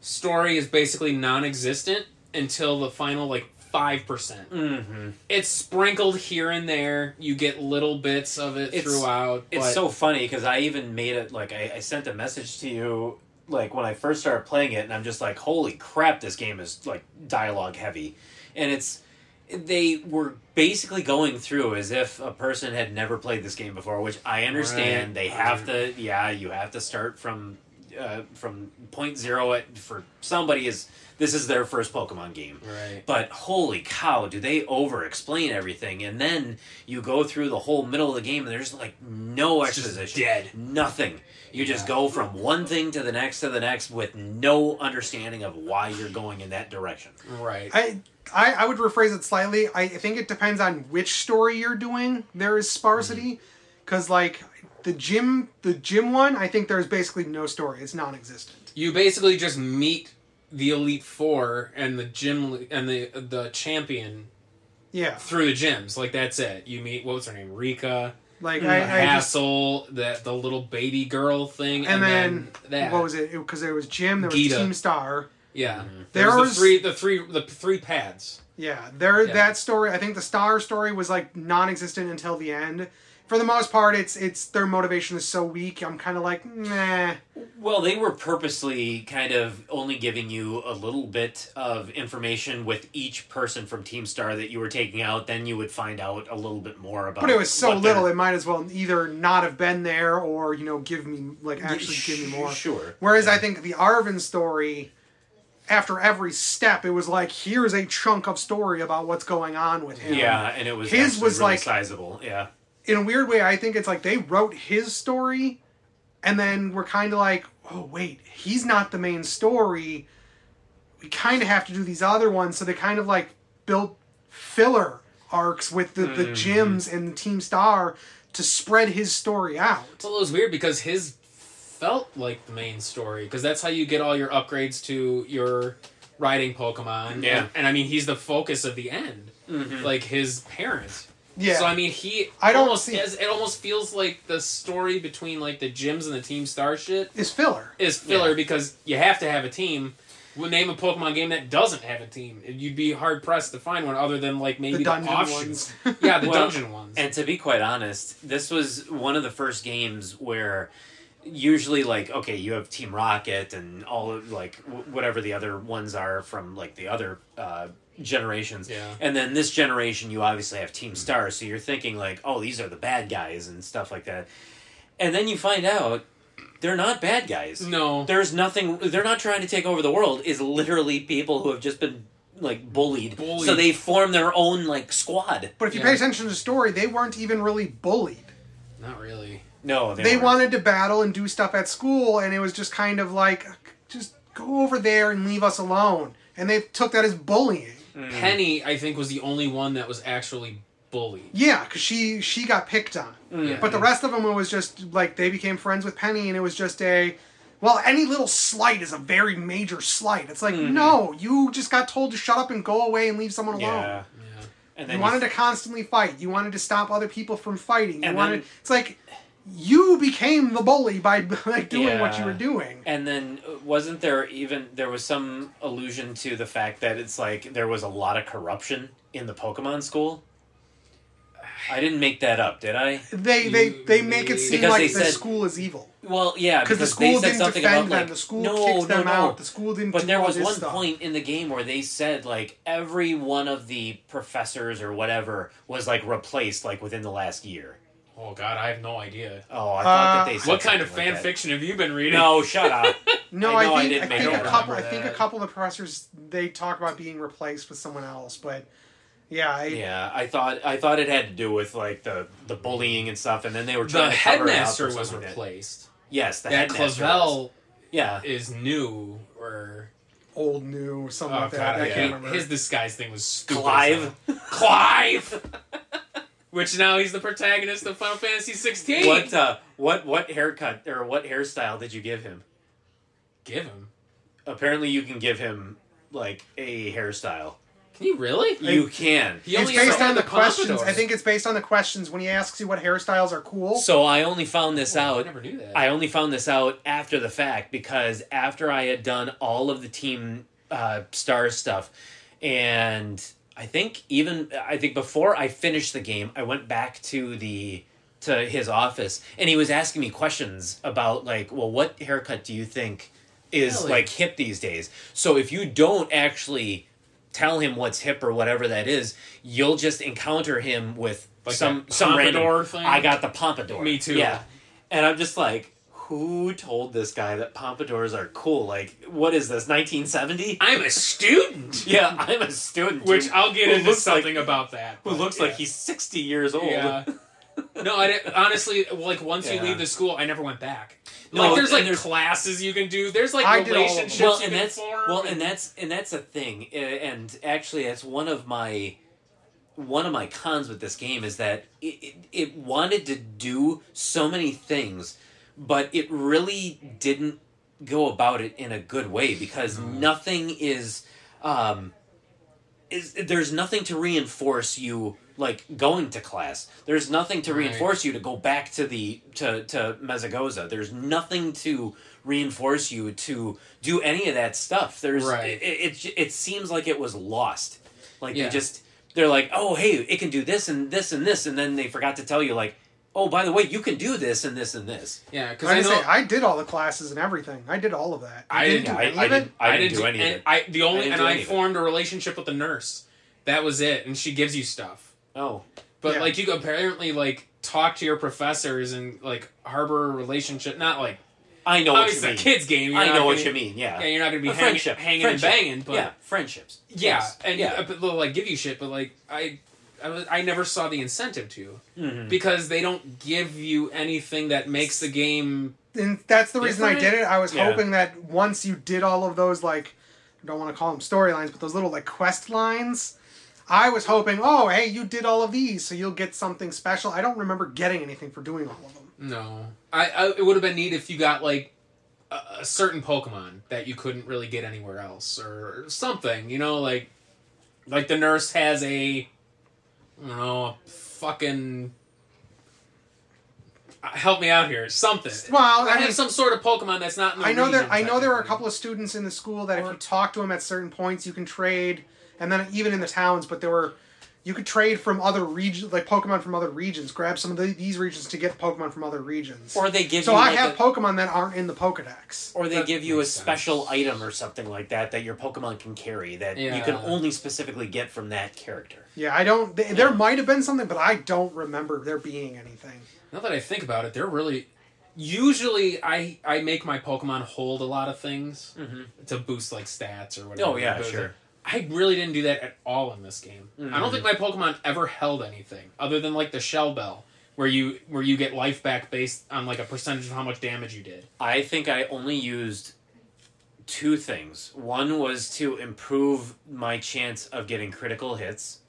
B: Story is basically non-existent until the final like five percent.
A: Mhm.
B: It's sprinkled here and there. You get little bits of it
A: It's-
B: throughout.
A: It's
B: but-
A: so funny because I even made it like I, I sent a message to you like when I first started playing it, and I'm just like, holy crap, this game is like dialogue heavy, and it's they were basically going through as if a person had never played this game before, which I understand.
B: Right.
A: They have to, yeah, you have to start from uh, from point zero at, for somebody is this is their first Pokemon game,
B: right.
A: but holy cow, do they over explain everything? And then you go through the whole middle of the game and there's like no
B: It's just
A: exposition.
B: dead.
A: Nothing. You just
B: Yeah.
A: go from one thing to the next to the next with no understanding of why you're going in that direction.
B: Right.
D: I, I I would rephrase it slightly. I think it depends on which story you're doing. There is
B: Mm-hmm.
D: sparsity, because like the gym, the gym one, I think there's basically no story. It's non-existent.
B: you basically just meet the elite four and the gym le- and the the champion
D: Yeah,
B: through the gyms like that's it you meet what was her name rika
D: like
B: the
D: I, I just
B: hassle that the little baby girl thing
D: and,
B: and,
D: then,
B: that
D: what was it? Because there was gym, there was
B: Gita.
D: Team Star.
B: yeah
D: There
B: there was
D: was-
B: the three the three the three pads
D: Yeah, there
B: Yeah.
D: that story. I think the Star story was like non-existent until the end, for the most part, it's it's their motivation is so weak. I'm kind of like, nah.
A: Well, they were purposely kind of only giving you a little bit of information with each person from Team Star that you were taking out. Then you would find out a little bit more about.
D: But it was so
A: what their-
D: little, it might as well either not have been there or you know give me like actually give me more.
A: Sure.
D: Whereas I think the Arvin story, after every step, it was like here's a chunk of story about what's going on with him.
A: Yeah, and it was
D: His
A: his
D: was
A: was really
D: like-
A: sizable. Yeah.
D: In a weird way, I think it's like they wrote his story, and then we're kind of like, oh wait, he's not the main story. We kind of have to do these other ones, so they kind of like built filler arcs with the
B: Mm-hmm.
D: the gyms and Team Star to spread his story out.
B: Well, it was weird because his felt like the main story because that's how you get all your upgrades to your riding Pokemon.
A: Yeah.
B: and, and I mean he's the focus of the end,
A: Mm-hmm.
B: like his parent.
D: Yeah.
B: So I mean he.
D: I don't
B: almost
D: see-
B: has, it. Almost feels like the story between like the gyms and the Team Star shit
D: is filler.
B: is filler
A: Yeah.
B: because you have to have a team. Well, name a Pokemon game that doesn't have a team. You'd be hard pressed to find one other than like maybe the,
D: dungeon
B: offshoots. yeah, the
A: Well,
B: dungeon ones.
A: And to be quite honest, this was one of the first games where usually like okay, you have Team Rocket and all of like w- whatever the other ones are from like the other uh generations.
B: Yeah.
A: And then this generation you obviously have Team Star, so you're thinking like, "Oh, these are the bad guys" and stuff like that. And then you find out they're not bad guys.
B: no,
A: There's nothing they're not trying to take over the world is literally people who have just been like bullied.
B: Bullied.
A: So they form their own like squad.
D: But if you
B: Yeah.
D: pay attention to the story, they weren't even really bullied.
B: not really.
A: No, they,
D: They
A: weren't.
D: wanted to battle and do stuff at school, and it was just kind of like, just go over there and leave us alone. And they took that as bullying.
A: Mm.
B: Penny, I think, was the only one that was actually bullied.
D: Yeah, because she she got picked on.
A: Mm.
B: Yeah.
D: But the rest of them it was just like they became friends with Penny, and it was just a, well, any little slight is a very major slight. It's like
A: Mm-hmm.
D: no, you just got told to shut up and go away and leave someone alone.
A: Yeah.
B: Yeah.
A: And
D: You
A: then
D: wanted
A: you-
D: to constantly fight. You wanted to stop other people from fighting. You
A: And
D: wanted.
A: then-
D: It's like you became the bully by like doing what you
A: Yeah.
D: were doing.
A: and then uh, wasn't there even there was some allusion to the fact that it's like there was a lot of corruption in the Pokemon school? I didn't make that up, did I?
D: They they they make it seem
A: Because
D: like
A: they
D: the
A: said-
D: school is evil
A: Well, yeah,
D: because
A: because
D: the
A: they
D: school
A: said
D: didn't
A: something
D: defend
A: about
D: them.
A: like
D: the school
A: no,
D: kicked
A: no,
D: them
A: no.
D: out. The school didn't.
A: But
D: do
A: there
D: all
A: was
D: this
A: one
D: stuff.
A: point in the game where they said like every one of the professors or whatever was like replaced like within the last year.
B: Oh God, I have no idea.
A: Oh, I thought
D: Uh,
A: that they. Said
B: What kind of
A: something
B: fan
A: like that.
B: fiction have you been reading?
A: No, shut up.
D: No,
A: I
D: I,
A: know I
D: think I,
A: didn't make
D: think a
A: that.
D: couple. I
B: Remember
D: think a
B: that.
D: couple of the professors they talk about being replaced with someone else, but yeah, I,
A: Yeah, I thought I thought it had to do with like the the bullying and stuff, and then they were
B: the
A: trying to cover it up or
B: headmaster was
A: something like that.
B: replaced.
A: Yes, the
B: That
A: headmaster. was.
B: Clavel
A: Yeah,
B: is new, or
D: old new
B: oh
D: something
B: God,
D: like that. I
B: I
D: can't
B: hate-
D: remember.
B: his disguise thing was stupid.
A: Clive.
B: Clive. Which now he's the protagonist of Final Fantasy 16.
A: What uh, what what haircut or what hairstyle did you give him?
B: Give him.
A: Apparently, you can give him like a hairstyle.
B: Can you really?
A: You can.
B: He
D: it's
B: only
D: based
B: ever had
D: on the questions.
B: pompadour.
D: I think it's based on the questions when he asks you what hairstyles are cool.
A: So I only found this
B: Oh, I
A: out
B: never knew that.
A: I only found this out after the fact because after I had done all of the team uh, star stuff, and I think even I think before I finished the game, I went back to the to his office and he was asking me questions about like, well, what haircut do you think is
B: Really?
A: like hip these days? So if you don't actually tell him what's hip or whatever that is, you'll just encounter him with
B: Like
A: some
B: that
A: some
B: pompadour
A: random.
B: thing?
A: I got the pompadour.
B: Me too.
A: Yeah. And I'm just like, who told this guy that pompadours are cool? Like, what is this, 1970?
B: I'm a student.
A: Yeah, I'm a student.
B: Which
A: dude,
B: I'll get
A: who
B: into
A: looks like-
B: something about that.
A: who
B: but
A: looks
B: yeah.
A: like he's 60 years old.
B: Yeah. No, I didn't, honestly, like once you
A: Yeah.
B: leave the school, I never went back.
A: No,
B: like there's
A: and
B: like
A: there's-
B: classes you can do. There's like
D: I did all of them.
B: relationships
A: Well,
B: you
A: and
B: can
A: that's
B: form.
A: well, and that's and that's a thing. Uh, And actually, that's one of my one of my cons with this game is that it, it, it wanted to do so many things, but it really didn't go about it in a good way because nothing is um is there's nothing to reinforce you like going to class there's nothing to
B: Right.
A: reinforce you to go back to the to to mezagoza there's nothing to reinforce you to do any of that stuff there's
B: Right.
A: it, it, it, it seems like it was lost like
B: Yeah.
A: they just they're like, oh hey, it can do this and this and this, and then they forgot to tell you like, oh, by the way, you can do this and this and this.
B: Yeah, because
D: Like
B: I
D: I
B: know
D: say, I did all the classes and everything. I did all of that.
B: I
D: You
B: didn't do
A: I,
D: any
A: I
D: of it?
A: didn't. I didn't do any of
B: and
A: it.
B: I the only
A: didn't
B: and
A: do
B: I
A: any of it.
B: formed a relationship with the nurse. That was it, and she gives you stuff.
A: oh,
B: But
D: Yeah.
B: like you apparently like talk to your professors and like harbor a relationship. Not like
A: I know what you
B: obviously
A: mean.
B: it's a kids game. you're
A: I
B: not
A: know what
B: gonna-
A: you mean. Yeah.
B: Yeah, you're not gonna be
A: A
B: hanging, hanging
A: Friendship.
B: and banging, but
A: yeah,
B: yeah,
A: friendships. Yes.
B: and
A: yeah.
B: uh, but they'll like give you shit. But like I, I, was, I never saw the incentive to
A: Mm.
B: because they don't give you anything that makes the game.
D: and that's the reason I
B: Different?
D: did it. I was
A: Yeah.
D: hoping that once you did all of those, like, I don't want to call them storylines, but those little, like, quest lines, I was hoping, oh, hey, you did all of these, so you'll get something special. I don't remember getting anything for doing all of them.
B: No, I, I it would have been neat if you got like a, a certain Pokemon that you couldn't really get anywhere else or something. You know, like like the nurse has a, I don't know, a fucking. uh, Help me out here. Something.
D: Well, I
B: I
D: mean-
B: have some sort of Pokemon that's not. in the
D: I know there.
B: region,
D: I know there are a
B: technically.
D: couple of students in the school that if
B: Or-
D: you talk to them at certain points, you can trade, and then even in the towns. But there were, you could trade from other regions, like Pokemon from other regions. Grab some of the, these regions to get Pokemon from other regions.
A: or they give
D: so
A: you
D: I
A: like
D: have
A: a-
D: Pokemon that aren't in the Pokedex.
A: or they
B: That
A: give you a
B: makes sense.
A: special item or something like that that your Pokemon can carry that you can
B: Yeah.
A: only specifically get from that character.
D: Yeah, I don't. Th- There might have been something, but I don't remember there being anything.
B: Now that I think about it, they're really. Usually, I I make my Pokemon hold a lot of things to boost like stats or whatever.
A: Oh, yeah,
B: But
A: sure.
B: I really didn't do that at all in this game. I don't think my Pokemon ever held anything other than like the Shell Bell, where you where you get life back based on like a percentage of how much damage you did.
A: I think I only used two things. One was to improve my chance of getting critical hits.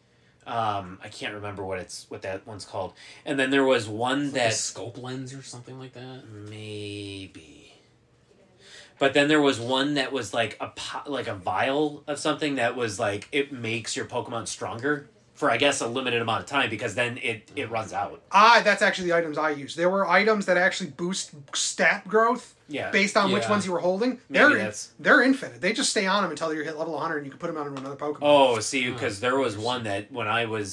A: Um, I can't remember what it's what that one's called. And then there was one
B: Like a
A: that
B: scope lens or something like that.
A: maybe. But then there was one that was like a po- like a vial of something that was like it makes your Pokemon stronger for I guess a limited amount of time because then it it runs out.
D: Ah, that's actually the items I used. There were items that actually boost stat growth.
A: Uh, Yeah.
D: Based on which
B: Yeah.
D: ones you were holding, they're
A: that's-
D: they're infinite. They just stay on them until you hit level 100, and you can put them on another Pokemon.
A: Oh, see, because there was one that when I was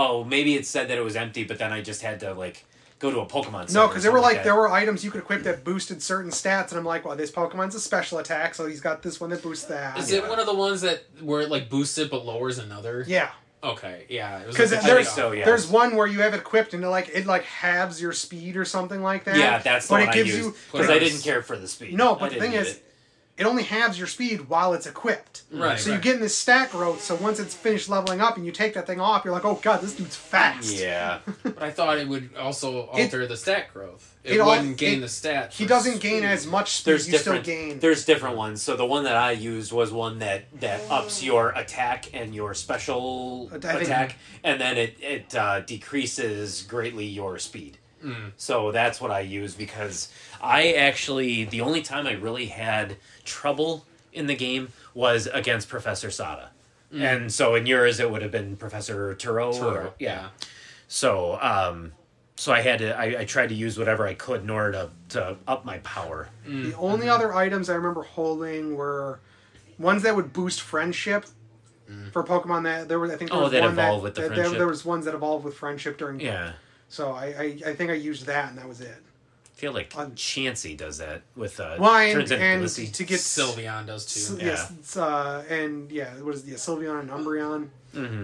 A: oh maybe it said that it was empty, but then I just had to like go to a Pokemon. Center
D: No,
A: or
D: because there
A: something
D: were like
A: that.
D: there were items you could equip that boosted certain stats, and I'm like, well, this Pokemon's a special attack, so he's got this one that boosts that.
B: Is
A: Yeah.
B: it one of the ones that where it like boosts it but lowers another?
D: yeah,
B: Okay. Yeah. it was
D: because
B: like a
D: there's
B: trade-off.
A: so, yeah.
D: there's one where you have it equipped and it like it like halves your speed or something like that.
A: yeah, that's the
D: but
A: one
D: it
A: I
D: gives
A: used,
D: you
A: because
B: but
A: I
B: it
A: didn't
B: was-
A: care for the speed. I
D: no. But the
A: didn't
D: thing
A: need
D: is,
A: it. Mm,
D: it only halves your speed while it's equipped.
B: Right.
D: So
B: right.
D: you get in this stat growth. So once it's finished leveling up and you take that thing off, you're like, oh god, this dude's fast.
A: yeah,
B: But I thought it would also
D: It-
B: alter the stat growth. It,
D: it al-
B: wouldn't gain
D: it-
B: the stat.
D: He
B: for
D: doesn't
B: speed.
D: gain as much speed.
A: there's
D: you
A: different
D: still gain.
A: there's different ones. So the one that I used was one that that
D: Oh.
A: ups your attack and your special
D: I think-
A: attack, and then it it uh, decreases greatly your speed. So that's what I use because I actually the only time I really had trouble in the game was against Professor Sada. And so in yours it would have been Professor Mm. Turo,
B: True,
A: or yeah. So um so I had to I, I tried to use whatever I could in order to, to up my power.
D: The
A: mm-hmm.
D: only other items I remember holding were ones that would boost friendship for Pokemon. That there was, I think, there
A: Mm. Oh,
D: was
A: that
D: one
A: evolve
D: that,
A: with the
D: that- there-
A: friendship.
D: there was ones that evolved with friendship during.
A: Yeah.
D: So I, I, I think I used that, and that was it.
A: I feel like
D: On-
A: Chansey does that with uh
D: Wine
A: turns
D: and,
A: into Blissey.
D: to get
B: Sylveon does
D: S-
B: too.
A: Yeah.
D: Yes, it's, uh, and yeah, what is it? Yeah, Sylveon and Umbreon.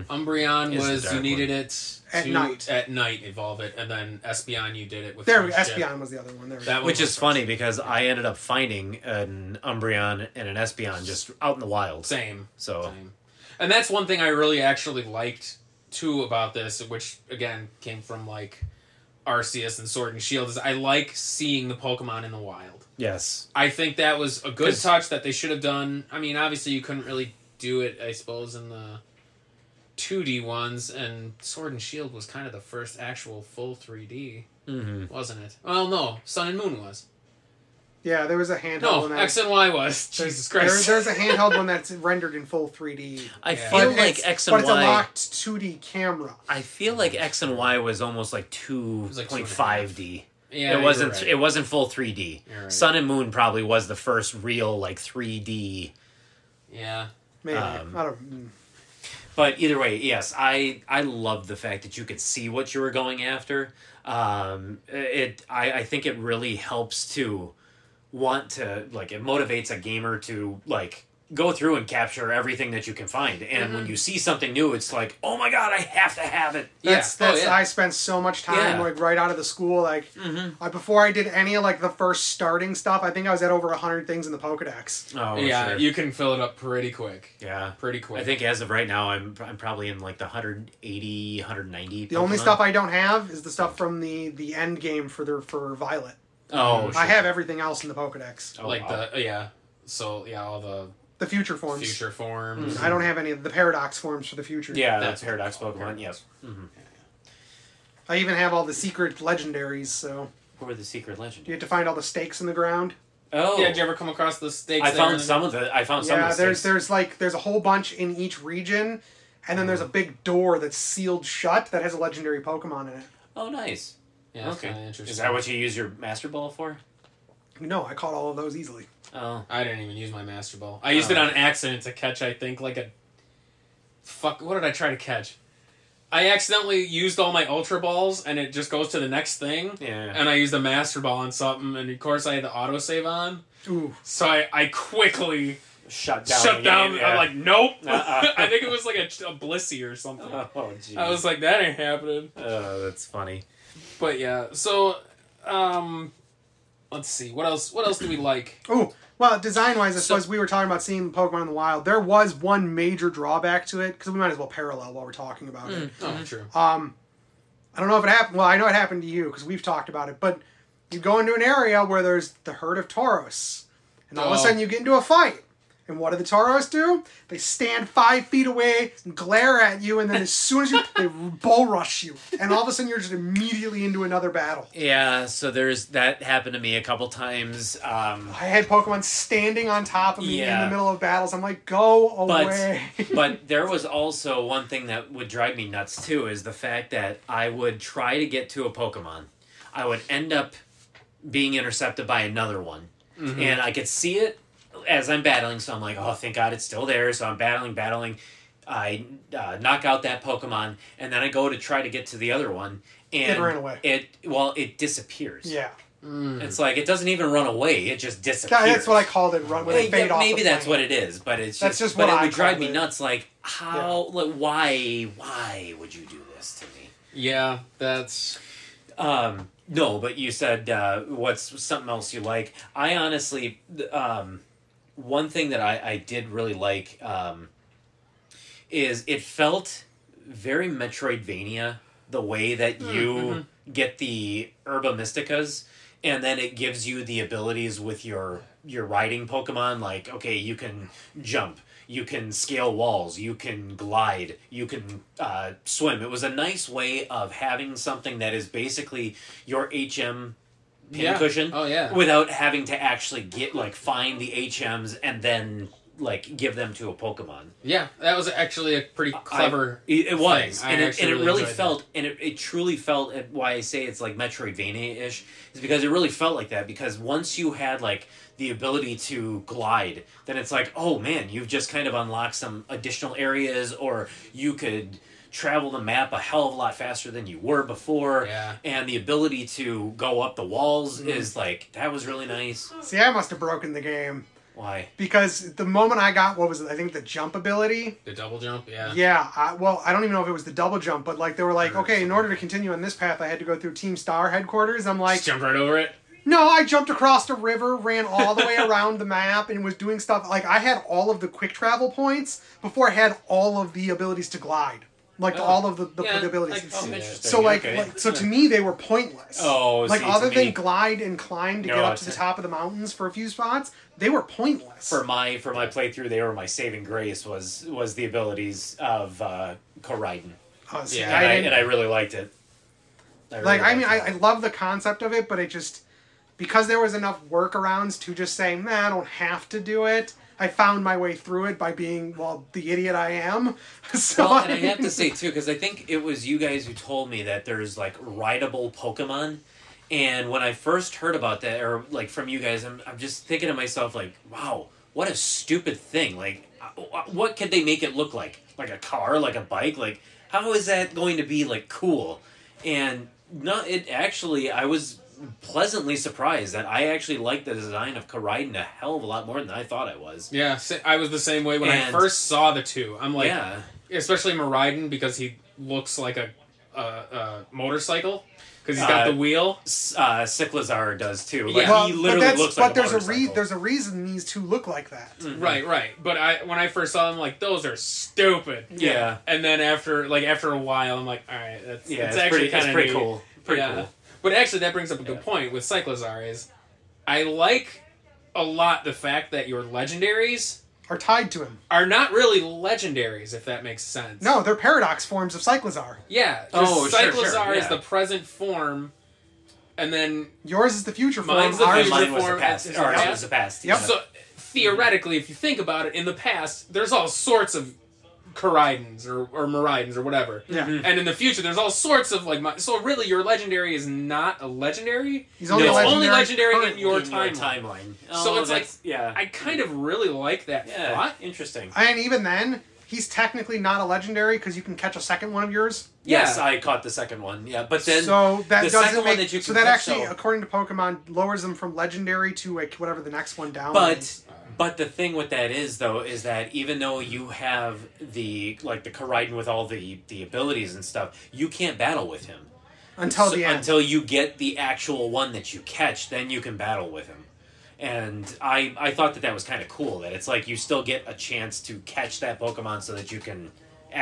B: Umbreon
A: Is the
B: was you
A: dark
B: needed it
D: At
B: to-
D: night.
B: At night, evolve it, and then Espeon you did it with.
A: Oh,
D: There, we-
B: friendship.
D: Espeon was the other one. There, we
B: That
D: go.
B: was-
A: Which is funny because I ended up finding an Umbreon and an Espeon just out in the wild.
B: Same.
A: So-
B: Same. And that's one thing I really actually liked too about this, which again came from like Arceus and Sword and Shield. Is I like seeing the Pokemon in the wild.
A: Yes.
B: I think that was a good
A: 'Cause-
B: touch that they should have done. I mean, obviously you couldn't really do it, I suppose, in the 2D ones, and Sword and Shield was kind of the first actual full 3D,
A: Mm-hmm.
B: wasn't it? Well, no, Sun and Moon was.
D: yeah, there was a handheld.
B: No,
D: one that-
B: X and Y was.
D: there's-
B: Jesus Christ.
D: There, there's a handheld one that's rendered in full 3D.
A: I
B: Yeah.
A: feel
D: But
A: like
D: it's-
A: X
D: but
A: and
D: it's a
A: Y.
D: locked 2D camera.
A: I feel like X and Y was almost like two
B: was like two
A: point
B: and a
A: five D.
B: yeah,
A: it
B: you're
A: wasn't.
B: right.
A: It wasn't full three D.
B: You're right.
A: Sun and Moon probably was the first real like three D.
B: yeah.
D: Maybe
A: Um,
D: I don't. mm.
A: But either way, yes, I I love the fact that you could see what you were going after. Um, it I, I think it really helps to want to like it motivates a gamer to like go through and capture everything that you can find. And when you see something new, it's like, oh my god, I have to have it.
D: That's
B: Yeah. Oh,
D: that's
B: yeah.
D: I spent so much time
A: Yeah. Mm-hmm.
D: like right out of the school like I, before I did any of like the first starting stuff. I think I was at over hundred things in the Pokedex.
A: Oh
B: yeah,
A: sure.
B: you can fill it up pretty quick.
A: yeah.
B: Pretty quick.
A: I think as of right now, I'm I'm probably in like the 180, 190.
D: The only
A: Pokemon.
D: stuff I don't have is the stuff from the the end game for the for Violet.
A: oh
D: I
A: sure.
D: have everything else in the Pokedex.
A: Oh,
B: Um, like
A: wow.
B: the yeah. So yeah, all the
D: The future forms.
B: future forms. Hmm.
D: I don't have any of the paradox forms for the future.
A: yeah
B: That's
A: that's paradox
B: what it's called,
A: Pokemon. Yes. Mm-hmm.
D: I even have all the secret legendaries, so
A: What were the secret legend?
D: you have to find all the stakes in the ground.
A: Oh,
B: Yeah, did you ever come across the stakes?
A: I
B: there
A: found
B: and-
A: some of the. I found Oh, some.
D: yeah,
A: of the
D: there's
A: stakes.
D: there's like there's a whole bunch in each region, and then
A: Uh-huh.
D: there's a big door that's sealed shut that has a legendary Pokemon in it.
A: Oh, nice.
B: Yeah, that's
A: okay.
B: kinda interesting.
A: Is that what you use your master ball for?
D: No, I caught all of those easily.
A: Oh,
B: I didn't even use my master ball. I used
A: Oh.
B: it on accident to catch. I think like a fuck. What did I try to catch? I accidentally used all my ultra balls, and it just goes to the next thing.
A: yeah.
B: And I used a master ball on something, and of course I had the autosave on,
D: Ooh,
B: so I, I quickly
A: shut down.
B: shut
A: the
B: down.
A: game, yeah.
B: I'm like, nope.
A: Uh-uh.
B: I think it was like a, a blissey or something.
A: Oh, geez.
B: I was like, that ain't happening.
A: oh, that's funny.
B: But yeah, so um let's see. What else what else do we like?
D: ooh. Well, design wise, I
B: So-
D: suppose we were talking about seeing Pokemon in the wild. There was one major drawback to it because we might as well parallel while we're talking about
A: Hmm.
D: it.
A: Mm-hmm.
B: Oh, true.
D: Um, I don't know if it happened. Well, I know it happened to you because we've talked about it. But you go into an area where there's the herd of toros, and all of a
B: Oh.
D: sudden you get into a fight. And what do the toros do? They stand five feet away and glare at you, and then as soon as you they bull rush you, and all of a sudden you're just immediately into another battle.
A: Yeah, so there's that happened to me a couple times. Um,
D: I had Pokemon standing on top of me in
A: Yeah.
D: the middle of battles. I'm like, go
A: But-
D: away.
A: but there was also one thing that would drive me nuts too is the fact that I would try to get to a Pokemon, I would end up being intercepted by another one,
B: Mm-hmm.
D: Mm-hmm.
A: and I could see it as I'm battling. So I'm like, oh, thank God it's still there. So I'm battling, battling. I uh, knock out that Pokemon, and then I go to try to get to the other one, and
D: ran away.
A: It well, it disappears.
D: yeah,
B: Mm,
A: it's like it doesn't even run away; it just disappears.
D: That- that's what I called it. Run when they
A: Well,
D: fade
A: yeah,
D: off. the
A: maybe that's
D: plane.
A: what it is, but it's
D: That's
A: just,
D: just
A: but
D: what
A: it
D: I
A: would drive
D: called
A: me
D: it.
A: nuts. Like how, like why, why would you do this to me?
B: Yeah, that's
A: Um, no, but you said uh, what's something else you like. I honestly, th- um, one thing that I, I did really like um, is it felt very Metroidvania the way that
B: Hmm,
A: you
B: mm-hmm.
A: get the Herba Mysticas, and then it gives you the abilities with your your riding Pokemon. Like, okay, you can jump. You can scale walls. You can glide. You can uh, swim. It was a nice way of having something that is basically your HM
B: yeah.
A: pincushion
B: Oh yeah.
A: without having to actually get like find the HMs and then like give them to a Pokemon.
B: yeah, that was actually a pretty clever
A: I- it, it was,
B: thing. I
A: and it,
B: actually
A: and it
B: really
A: really
B: enjoyed
A: felt, and it, it truly felt. and Why I say it's like Metroidvania ish is because it really felt like that. Because once you had like the ability to glide, then it's like, oh man, you've just kind of unlocked some additional areas, or you could travel the map a hell of a lot faster than you were before.
B: Yeah. Mm-hmm.
A: And the ability to go up the walls is like that was really nice.
D: See, I must have broken the game.
A: Why?
D: because the moment I got what was it? I think the jump ability.
B: the double jump, yeah.
D: Yeah, I, well, I don't even know if it was the double jump, but like they were like,
B: Or
D: okay, in order to continue on this path, I had to go through Team Star headquarters. I'm like,
B: Just jump right over it.
D: no, I jumped across the river, ran all the way around the map, and was doing stuff. Like I had all of the quick travel points before I had all of the abilities to glide, like
B: Oh.
D: all of the, the,
B: Yeah,
D: the abilities.
B: I can
A: Oh,
B: see that.
A: interesting.
D: So like,
A: Okay.
D: like so to me they were pointless.
A: Oh,
D: like
A: see, to
D: other than
A: me-
D: glide and climb to
A: No,
D: get up
A: it's-
D: to the top of the mountains for a few spots, they were pointless.
A: for my for my playthrough, they were my saving grace was was the abilities of uh, Koraiden.
D: Uh, see,
B: Yeah,
A: and I,
D: didn't-
A: and I really liked it. really
D: like I mean, I,
A: liked
D: I
A: it.
D: love the concept of it, but it just because there was enough workarounds to just say, man, I don't have to do it. I found my way through it by being well the idiot I am. so
A: well, and I
D: I mean,
A: have to say too, because I think it was you guys who told me that there's like rideable Pokemon, and when I first heard about that, or like from you guys, I'm I'm just thinking to myself like, wow, what a stupid thing! Like uh, what could they make it look like? Like a car, like a bike, like how is that going to be like cool? And no, it actually I was pleasantly surprised that I actually liked the design of Karaiden a hell of a lot more than I thought I was.
B: Yeah, sa- I was the same way when I
A: And-
B: first saw the two. I'm like,
A: yeah,
B: especially Maridon because he looks like a, a, a motorcycle because he's got
A: Uh,
B: the wheel.
A: S- uh, Siklazar does too. Like
B: Yeah.
D: Well,
A: he
D: but
A: literally
D: that's,
A: looks
D: but
A: like
D: there's
A: a
D: a re-
A: motorcycle. Hmm.
D: there's a reason these two look like that.
A: mm-hmm.
B: Right, right. But I when I first saw them, like those are stupid.
A: Yeah.
B: And then after like after a while, I'm like, all right, that's
A: yeah,
B: that's
A: it's,
B: actually
A: pretty, it's
B: kind of
A: pretty cool. Pretty
B: Yeah.
A: cool.
B: But actually, that brings up a good
A: Yeah.
B: point with Cyclozar is I like a lot the fact that your legendaries
D: Are tied to him.
B: are not really legendaries, if that makes sense.
D: No, they're paradox forms of Cyclozar.
B: Yeah. 'cause
A: Oh, sure,
B: Cyclozar
A: sure,
B: is
A: yeah.
B: the present form, and then
D: Yours is the future form.
B: Mine's the
D: ours
A: And
D: is
B: future
A: mine was the
B: form-
A: past.
B: is-
A: Or
B: yeah.
A: it was the past.
D: Yep.
A: yeah.
B: so theoretically, if you think about it, in the past there's all sorts of Karaidens or or Maraidens or whatever.
D: Yeah. Mhm.
B: And in the future, there's all sorts of like. My, so really, your legendary is not a legendary.
D: He's only
A: No,
B: it's
A: legendary
B: only legendary in
D: currently.
B: your
A: In
B: timeline.
A: timeline.
B: So
A: Oh,
B: it's like-
A: that's- yeah,
B: I kind of really like that
A: yeah,
B: thought.
A: interesting.
D: And even then, he's technically not a legendary because you can catch a second one of yours.
A: Yes,
B: Yeah.
A: I caught the second one. Yeah, but then
D: so that
A: the
D: doesn't
A: second one
D: make
A: that you
D: so
A: can
D: that
A: catch,
D: actually,
A: though-
D: according to Pokemon, lowers them from legendary to like whatever the next one down.
A: But
D: is.
A: but the thing with that is though is that even though you have the like the Karaiden with all the the abilities and stuff, you can't battle with him
D: until
A: So-
D: the end,
A: until you get the actual one that you catch. Then you can battle with him. And I I thought that that was kind of cool that it's like you still get a chance to catch that Pokemon so that you can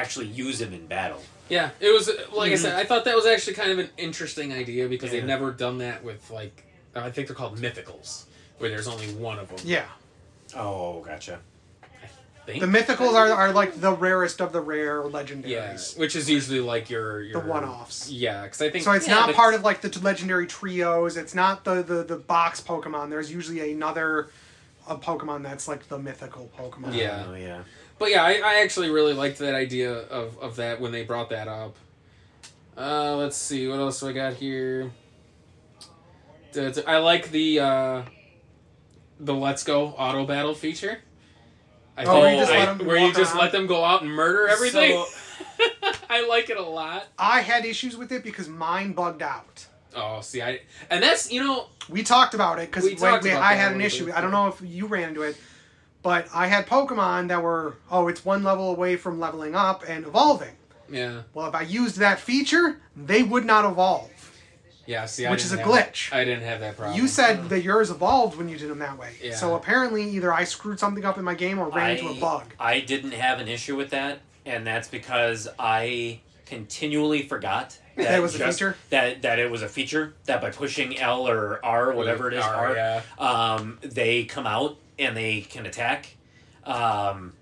A: actually use him in battle.
B: Yeah, it was like I
D: Mm-hmm.
B: said. I thought that was actually kind of an interesting idea because
A: Yeah.
B: they've never done that with like uh, I think they're called mythicals, where there's only one of them.
D: yeah,
A: Oh, gotcha.
B: I think.
D: the mythicals are, are like the rarest of the rare legendaries.
B: yeah, which is usually like your, your
D: one-offs.
B: Yeah, because I think
D: So it's
A: Yeah,
D: not
A: but-
D: part of like the t- legendary trios. It's not the, the the box Pokemon. There's usually another a Pokemon that's like the mythical Pokemon.
B: Yeah.
A: Oh, yeah.
B: But yeah, I, I actually really liked that idea of, of that when they brought that up. Uh, let's see, what else do I got here? Da- da- I like the uh, the Let's Go auto battle feature. I
D: Oh, where
A: you just
B: I-
D: let 'em
B: where you
D: walk
B: just
D: around?
B: let them go out and murder everything.
A: So-
B: I like it a lot.
D: I had issues with it because mine bugged out.
B: Oh, see, I and that's you know
D: We talked about it because
B: We talked about
D: I
B: that
D: had an
B: a little
D: issue.
B: bit,
D: I don't
B: yeah.
D: know if you ran into it, but I had Pokemon that were oh, it's one level away from leveling up and evolving.
B: yeah
D: Well, if I used that feature, they would not evolve.
B: yeah see I
D: Which is
B: didn't
D: a
B: have-
D: glitch.
B: I didn't have that problem.
D: You said that yours evolved when you did them that way.
B: Yeah.
D: So apparently, either I screwed something up in my game or ran into a bug.
A: I didn't have an issue with that, and that's because I continually forgot that,
D: it was a feature?
A: That that it was a feature that by pushing L or R, whatever it is,
B: R,
A: R,
B: yeah.
A: um, they come out and they can attack. Um,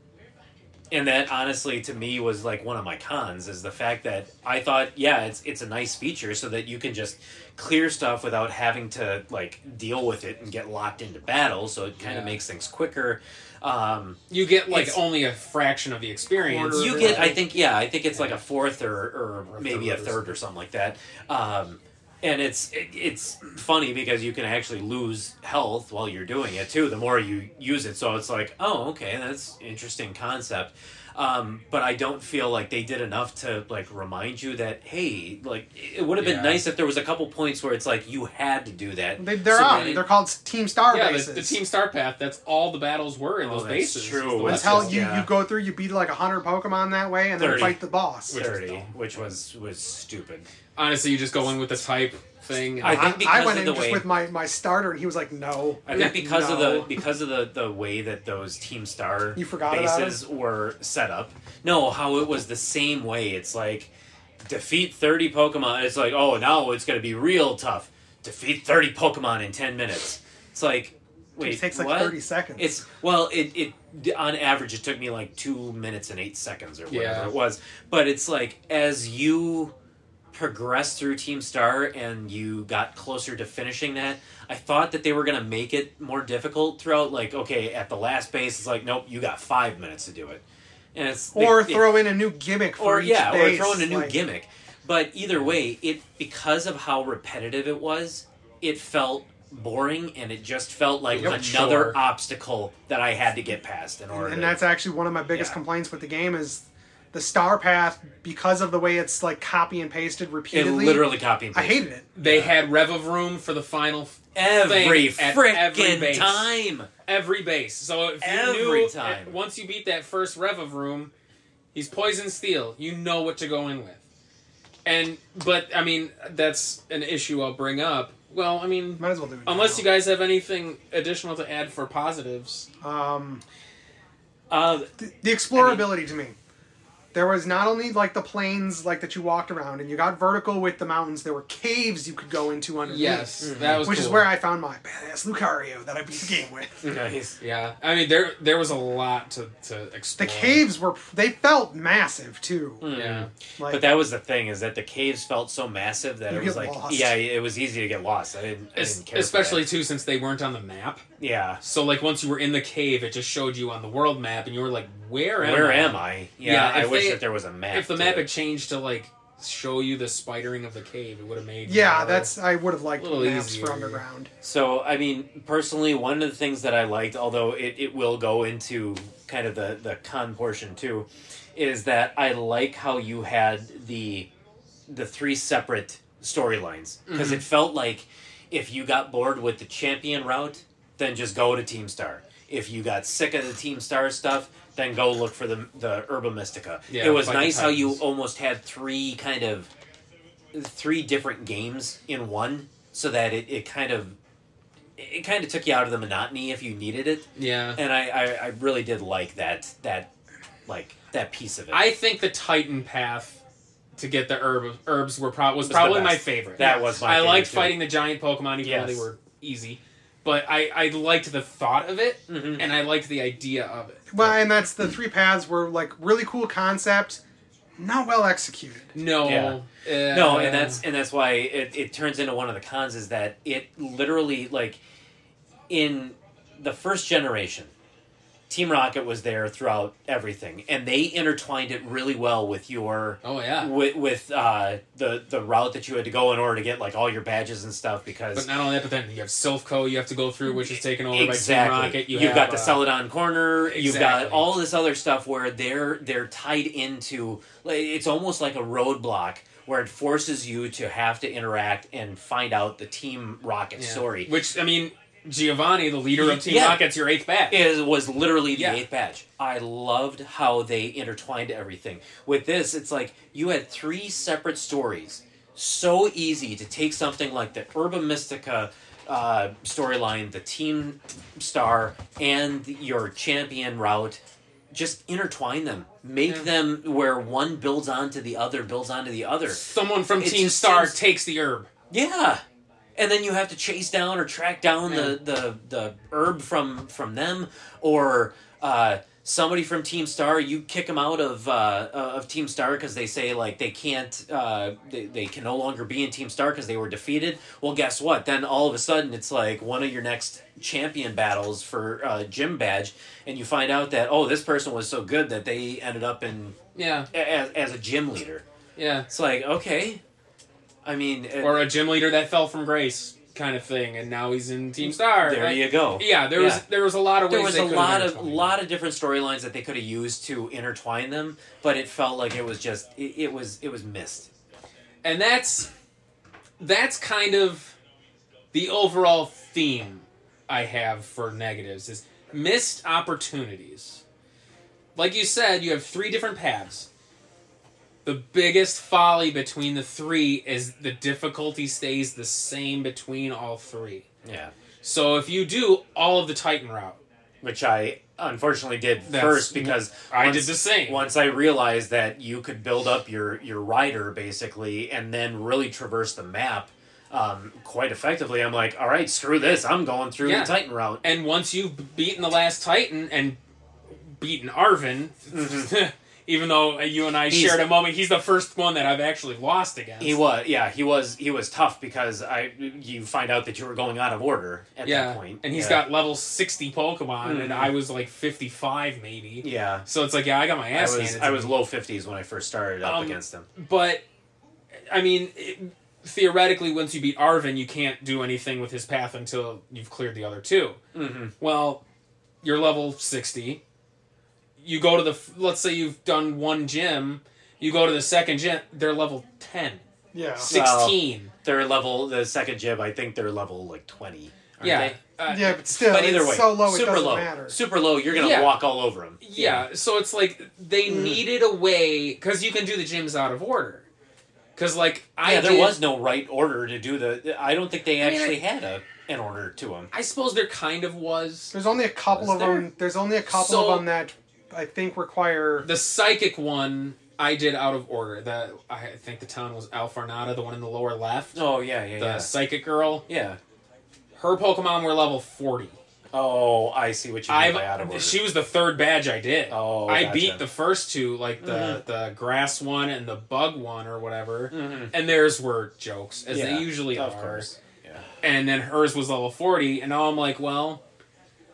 A: and that honestly to me was like one of my cons is the fact that I thought yeah it's it's a nice feature so that you can just clear stuff without having to like deal with it and get locked into battle so it kind
B: Yeah.
A: of makes things quicker. Um,
B: you get like
A: It's-
B: only a fraction of the experience.
A: you
D: Quarter
A: get,
D: or-
A: I think, yeah, I think it's like a fourth or, or
B: Or a
A: maybe a
B: third or
A: third or something like that. Um, and it's it, it's funny because you can actually lose health while you're doing it too. The more you use it, so it's like, oh, okay, that's interesting concept. Um, but I don't feel like they did enough to like remind you that hey, like it would have been
B: Yeah.
A: nice if there was a couple points where it's like you had to do that.
D: They, they're
A: So
D: on.
A: that it-
D: They're called Team Star
B: yeah,
D: bases.
B: the, the team star path. That's all the battles were in
A: Oh,
B: those
A: that's
B: bases.
A: true.
B: was the
A: That's
B: West
D: Until
A: just-
D: you,
A: yeah.
D: you go through, you beat like hundred Pokemon that way, and then
A: 30.
D: fight the boss.
B: Which is
A: 30,
B: dumb.
A: which was was stupid.
B: Honestly, you just go in with the type thing.
A: I think because
D: I, went
A: of
D: in
A: the
D: just
A: way-
D: with my, my starter, and he was like, "No."
A: I think because of
D: No.
A: the because of the the way that those Team Star
D: You forgot about
A: bases were set up. No, how it was the same way. It's like defeat thirty Pokemon. It's like oh now it's gonna be real tough. Defeat thirty Pokemon in ten minutes. It's like wait
D: it takes like
A: what?
D: thirty seconds.
A: It's well, it it on average it took me like two minutes and eight seconds or whatever
B: Yeah.
A: it was. But it's like as you progressed through Team Star and you got closer to finishing that, I thought that they were gonna make it more difficult throughout. Like okay, at the last base, it's like nope, you got five minutes to do it, and it's they-
D: or
A: they-
D: throw in a new gimmick for
A: or
D: each
A: yeah,
D: base.
A: or throw in a new
D: like-
A: gimmick. But either way, it because of how repetitive it was, it felt boring, and it just felt like
B: Yep,
A: another
B: sure.
A: obstacle that I had to get past in order.
D: and
A: to-
D: that's actually one of my biggest
A: Yeah.
D: complaints with the game is the star path because of the way it's like copy and pasted
A: it
D: repeatedly.
A: literally copy and
D: I
A: paste.
D: hated it.
B: They had Rev of Room for the final f-
A: every
B: thing at every
A: freaking
B: base.
A: time.
B: every base. So if you
A: Every
B: knew
A: time.
B: eh, once you beat that first Rev of Room, he's poison steel. You know what to go in with. And but I mean that's an issue I'll bring up. Well, I mean
D: Might as well do it.
B: unless you
D: now.
B: guys have anything additional to add for positives.
D: um,
A: Uh,
D: the, the explorability to me. There was not only like the plains like that you walked around and you got vertical with the mountains. There were caves you could go into underneath.
B: Yes, that was
D: Which is
B: cool.
D: where I found my badass Lucario that I beat the game with.
A: nice.
B: yeah. I mean there there was a lot to to
D: The
B: explore.
D: caves were they felt massive too.
A: Mm-hmm.
B: Yeah.
D: Like
A: Hmm. But that was the thing is that the caves felt so massive that
D: You
A: it was
D: get
A: like
D: lost.
A: yeah, it was easy to get lost. I didn't, I
B: Es-
A: didn't care. for
B: especially
A: that.
B: too since they weren't on the map.
A: yeah.
B: So like once you were in the cave, it just showed you on the world map, and you were like, "Where am
A: Where
B: I?"
A: am I? Yeah,
B: Yeah,
A: I wish
B: if they-
A: that there was a map.
B: If the
A: to
B: map
A: it.
B: had changed to like show you the spidering of the cave, it would have made
D: yeah,
B: more-
D: that's I would have liked
B: Little
D: maps
B: easier.
D: for underground.
A: So, I mean, personally, one of the things that I liked, although it, it will go into kind of the, the con portion too, is that I like how you had the the three separate storylines because
B: Mm-hmm.
A: it felt like if you got bored with the champion route, then just go to Team Star. If you got sick of the Team Star stuff, then go look for the the Herba Mystica.
B: Yeah,
A: it was
B: fight the
A: nice how you
B: Titans.
A: almost had three kind of three different games in one, so that it, it kind of it kind of took you out of the monotony if you needed it.
B: yeah.
A: And I, I, I really did like that that like that piece of it.
B: I think the Titan path to get the herb herbs were pro- was
A: the
B: probably
A: best.
B: my favorite.
A: that was my
B: I
A: favorite,
B: liked
A: too.
B: fighting the giant Pokemon, even though they
A: Yes.
B: were easy. But I, I liked the thought of it,
A: Mm-hmm.
B: and I liked the idea of it.
D: Well, and that's the three paths were like really cool concept, not well executed.
B: No, uh,
A: No, and that's and that's why it, it turns into one of the cons is that it literally like in the first generation, Team Rocket was there throughout everything, and they intertwined it really well with your
B: oh yeah.
A: with with uh, the the route that you had to go in order to get like all your badges and stuff because
B: But not only that, but then you have Silphco you have to go through, which is taken over
A: exactly.
B: by Team Rocket. You
A: have
B: have
A: got the
B: uh,
A: Celadon corner. You've got
B: Exactly.
A: all this other stuff where they're they're tied into. like, It's almost like a roadblock where it forces you to have to interact and find out the Team Rocket
B: yeah.
A: story.
B: Which I mean, Giovanni, the leader of Team
A: Yeah.
B: Rocket's your eighth bat.
A: It was literally the
B: Yeah.
A: eighth batch. I loved how they intertwined everything. With this, it's like you had three separate stories. So easy to take something like the Urba Mystica uh, storyline, the Team Star, and your champion route. Just intertwine them. Make
B: Yeah.
A: them where one builds onto the other, builds onto the other.
B: Someone from
A: It
B: Team
A: just
B: Star
A: seems-
B: takes the herb.
A: Yeah. And then you have to chase down or track down
B: Yeah.
A: the, the the herb from from them or uh, somebody from Team Star. You kick them out of uh, of Team Star because they say like they can't uh, they, they can no longer be in Team Star because they were defeated. Well, guess what? Then all of a sudden it's like one of your next champion battles for uh, gym badge, and you find out that oh this person was so good that they ended up in
B: Yeah,
A: as, as a gym leader.
B: yeah.
A: It's like okay, I mean it-
B: Or a gym leader that fell from grace kind of thing, and now he's in Team Star.
A: there
B: Like,
A: you go.
B: Yeah, there was
A: Yeah.
B: there was a lot of
A: there
B: ways
A: was
B: they
A: a
B: could've
A: lot of
B: intertwined.
A: lot of different storylines that they could have used to intertwine them, but it felt like it was just it, it was it was missed.
B: and that's that's kind of the overall theme I have for negatives is missed opportunities. Like you said, you have three different paths. The biggest folly between the three is the difficulty stays the same between all three.
A: Yeah,
B: So if you do all of the Titan route,
A: which I unfortunately did
B: That's-
A: first because
B: I
A: once-
B: did the same.
A: Once I realized that you could build up your your rider basically and then really traverse the map um, quite effectively, I'm like, all right, screw this, I'm going through
B: Yeah.
A: the Titan route.
B: And once you've beaten the last Titan and beaten Arvin, even though you and I
A: Mm-hmm. He's-
B: shared a moment, he's the first one that I've actually lost against.
A: He was, yeah, he was, he was tough because I, you find out that you were going out of order at
B: yeah,
A: that point,
B: and he's
A: he's
B: got level sixty Pokemon, and
A: Mhm.
B: I was like fifty-five maybe.
A: yeah,
B: So it's like, yeah, I got my
A: I
B: ass
A: was,
B: handed.
A: I
B: to
A: was
B: me.
A: low 50s when I first started up
B: Um,
A: against him.
B: but I mean, it, theoretically, once you beat Arvin, you can't do anything with his path until you've cleared the other 2
A: Mhm.
B: Well, you're level 60. You go to the, f- let's say you've done one gym, you go to the second gym, they're level 10,
A: Oh.
D: Yeah.
B: 16.
A: They're level the second jib. I think they're level like twenty. Aren't
B: yeah.
A: they?
B: Uh,
D: yeah, but still,
A: but either
D: it's
A: way,
D: so low it
A: super
D: doesn't
A: low,
D: matter.
A: super low. You're gonna
B: Yeah.
A: walk all over them.
B: Yeah, so it's like they
A: Mm.
B: needed a way because you can do the gyms out of order. Because like I
A: yeah, there
B: did-
A: was no right order to do the. I don't think they
B: I mean,
A: actually
B: I-
A: had a an order to them.
B: I suppose there kind of was
D: There's only a couple
A: Was
D: of
A: there?
D: them. There's only a couple
B: So-
D: of them that I think require.
B: the psychic one I did out of order. That I think the town was Alfarnada, the one in the lower left.
A: Oh yeah, yeah,
B: the
A: yeah,
B: psychic girl.
A: yeah.
B: Her Pokemon were level forty.
A: Oh, I see what you mean by out of order.
B: I've she was the third badge I did.
A: Oh,
B: I
A: gotcha.
B: beat the first two, like the
A: Mhm.
B: the grass one and the bug one or whatever.
A: Mhm.
B: And theirs were jokes, as
A: Yeah,
B: they usually
A: of
B: are.
A: course. Yeah.
B: and then hers was level 40 and now i'm like well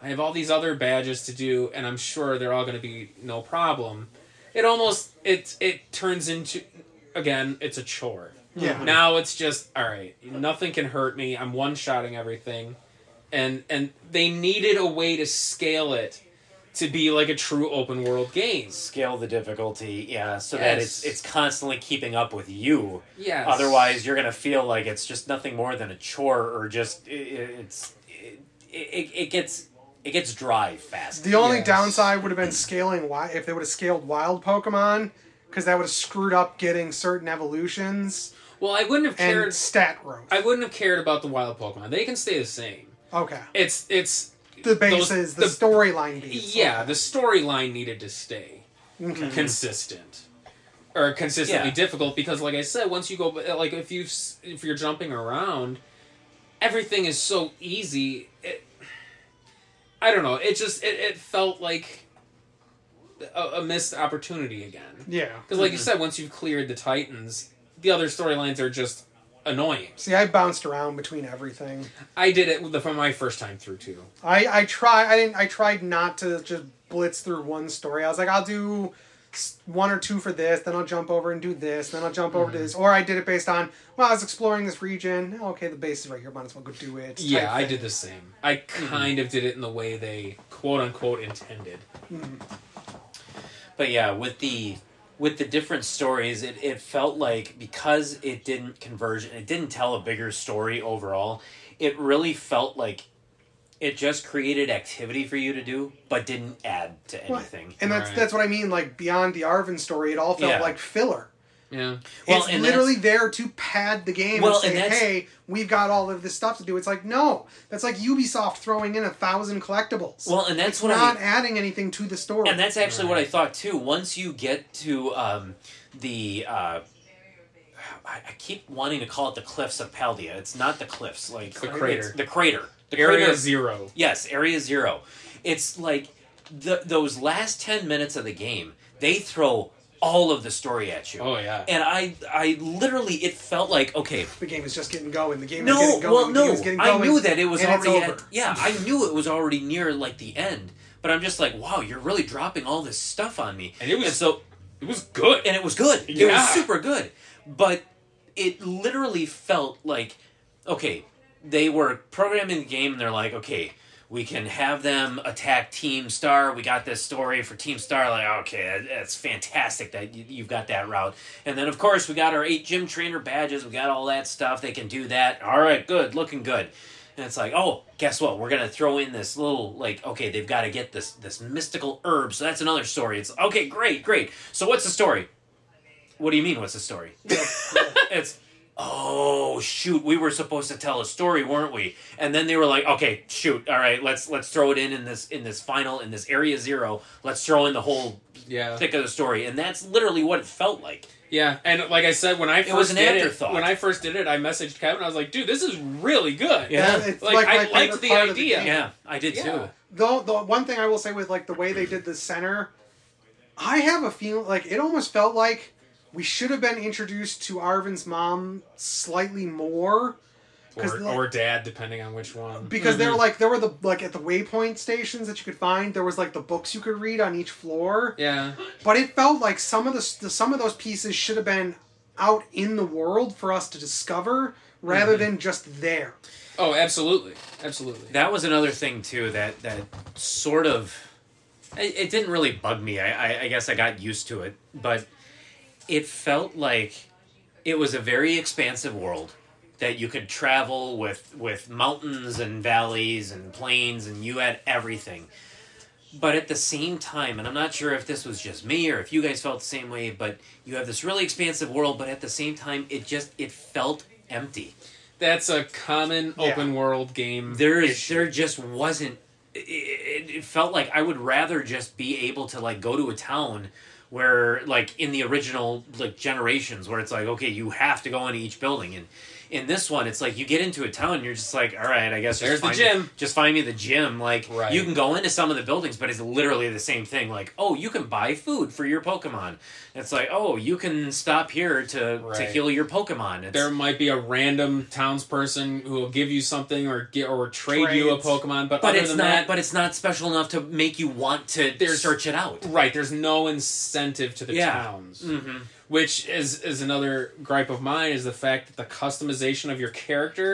B: i have all these other badges to do and i'm sure they're all going to be no problem it almost it it turns into again it's a chore
D: Yeah.
B: now it's just all right nothing can hurt me i'm one shotting everything and and they needed a way to scale it to be like a true open world game
A: Scale the difficulty, yeah, so that
B: Yes.
A: it's it's constantly keeping up with you.
B: yeah
A: Otherwise, you're gonna feel like it's just nothing more than a chore, or just it, it- it's it, it, it gets it gets dry fast.
D: The only
B: Yes.
D: downside would have been scaling wild if they would have scaled wild Pokemon, because that would have screwed up getting certain evolutions
B: well i wouldn't have
D: and
B: cared
D: stat growth.
B: i wouldn't have cared about the wild pokemon they can stay the same
D: okay,
B: it's it's
D: the
B: Those-
D: bases,
B: the-
D: the storyline beats.
B: Yeah, the storyline needed to stay consistent or consistently
A: Yeah.
B: difficult because, like I said, once you go, like if you s- if you're jumping around, everything is so easy. It, I don't know. It just it, it felt like a, a missed opportunity again.
D: Yeah.
B: Because, like you said, once you've cleared the Titans, the other storylines are just annoying.
D: See, I bounced around between everything.
B: I did it with the, from my first time through too.
D: I I try I didn't I tried not to just blitz through one story. I was like I'll do s- one or two for this, then I'll jump over and do this, then I'll jump over to
B: Mm-hmm.
D: this. Or I did it based on well, I was exploring this region. Eh, Okay, the base is right here. Might as well go do it. type
B: Yeah, I
D: thing.
B: did the same. I kind of did it in the way they quote unquote intended.
A: but yeah with the with the different stories it, it felt like because it didn't converge and it didn't tell a bigger story overall it really felt like it just created activity for you to do but didn't add to
D: Well,
A: anything
D: And that's
B: Right.
D: that's what I mean. Like beyond the Arvin story, it all felt
A: Yeah.
D: like filler.
B: Yeah.
A: Well,
D: it's
A: and
D: literally there to pad the game
A: Well,
D: and say,
A: and that's-
D: "Hey, we've got all of this stuff to do." It's like no, that's like Ubisoft throwing in a thousand collectibles.
A: well and that's
D: it's
A: what
D: not
A: i
D: adding anything to the story.
A: and that's actually what i thought too once you get to um, the uh, I, I keep wanting to call it the cliffs of Paldea. It's not the cliffs, like
B: The crater.
A: it's the crater, the
B: Area
A: crater
B: zero.
A: Yes, Area Zero. It's like the, those last ten minutes of the game. They throw all of the story at you,
B: Oh yeah.
A: and I, I literally, it felt like okay.
D: the game is just getting going. The game is
A: No,
D: getting going.
A: well,
D: the game
A: no.
D: is getting
A: I
D: going,
A: knew that it was
D: and it's
A: already.
D: over.
A: At, yeah, I knew it was already near like the end. But I'm just like, wow, you're really dropping all this stuff on me.
B: And it was-
A: so
B: It was good.
A: and it was good. It
B: Yeah.
A: was super good. But it literally felt like okay, they were programming the game and they're like, okay, we can have them attack Team Star. We got this story for Team Star. Like, okay, that, that's fantastic that you, you've got that route. And then, of course, we got our eight gym trainer badges. We got all that stuff. They can do that. All right, good, looking good. And it's like, oh, guess what? We're gonna throw in this little like, okay, they've got to get this this mystical herb. So that's another story. It's okay, great, great. So what's the story? What do you mean? What's the story? it's oh shoot, we were supposed to tell a story, weren't we? And then they were like, okay, shoot, all right, let's let's throw it in in this in this final in this area zero. Let's throw in the whole
B: yeah.
A: thick of the story, and that's literally what it felt like.
B: Yeah. And like I said, when I first
A: was an
B: did
A: afterthought.
B: it, when I first did it, I messaged Kevin. I was like, "Dude, this is really good."
A: Yeah.
D: That- it's
B: Like,
D: my
B: I
D: favorite
B: liked the
D: part of
B: idea.
D: game.
A: Yeah, I did
B: Yeah.
A: too.
D: Though the one thing I will say with like the way they did the center, I have a feeling like it almost felt like we should have been introduced to Arvin's mom slightly more
B: Or,
D: 'Cause the-
B: or dad, depending on which one.
D: because
A: Mm-hmm.
D: there were like there were the like at the waypoint stations that you could find there was like the books you could read on each floor
B: yeah.
D: but it felt like some of the, the some of those pieces should have been out in the world for us to discover rather
A: Mm-hmm.
D: than just there.
B: Oh, absolutely, absolutely.
A: That was another thing too that that sort of it, it didn't really bug me. I, I I guess I got used to it, but it felt like it was a very expansive world that you could travel with with mountains and valleys and plains and you had everything. But at the same time, and I'm not sure if this was just me or if you guys felt the same way, but you have this really expansive world, but at the same time it just it felt empty
B: That's a common
D: Yeah.
B: open world game.
A: there is
B: issue.
A: there just wasn't it, it- it felt like i would rather just be able to like go to a town where like in the original like generations where it's like okay you have to go into each building and in this one it's like you get into a town and you're just like all right i guess just
B: There's the
A: find
B: gym.
A: just find me the gym like
B: Right.
A: you can go into some of the buildings but it's literally the same thing like oh you can buy food for your pokemon it's like oh you can stop here to to
B: Right.
A: heal your pokemon it's
B: there might be a random townsperson who will give you something or get or trade you a
D: Trades.
B: Pokemon, but,
A: but
B: other
A: it's
B: than
A: not
B: that,
A: but it's not special enough to make you want to
B: There's-
A: search it out
B: right, there's no incentive to the
A: Yeah.
B: towns.
A: hmm
B: Which is is another gripe of mine is the fact that the customization of your character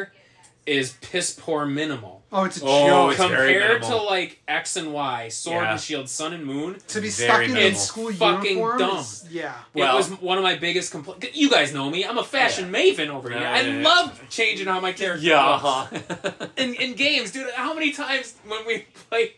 B: is piss poor minimal.
D: Oh, it's a
A: Oh,
D: joke.
A: it's very
B: Compared to
A: minimal.
B: like X and Y, Sword
A: Yeah.
B: and Shield, Sun and Moon,
D: to
A: Very
D: be stuck in a
A: minimal.
D: school
B: It's fucking
D: uniform.
B: dumb.
D: is- yeah.
A: Well-
B: it was one of my biggest complaints. You guys know me; I'm a fashion maven over here.
A: Yeah,
B: I
A: yeah, yeah.
B: love changing how my character
A: yeah uh-huh.
B: looks. in, in games, dude. How many times when we play,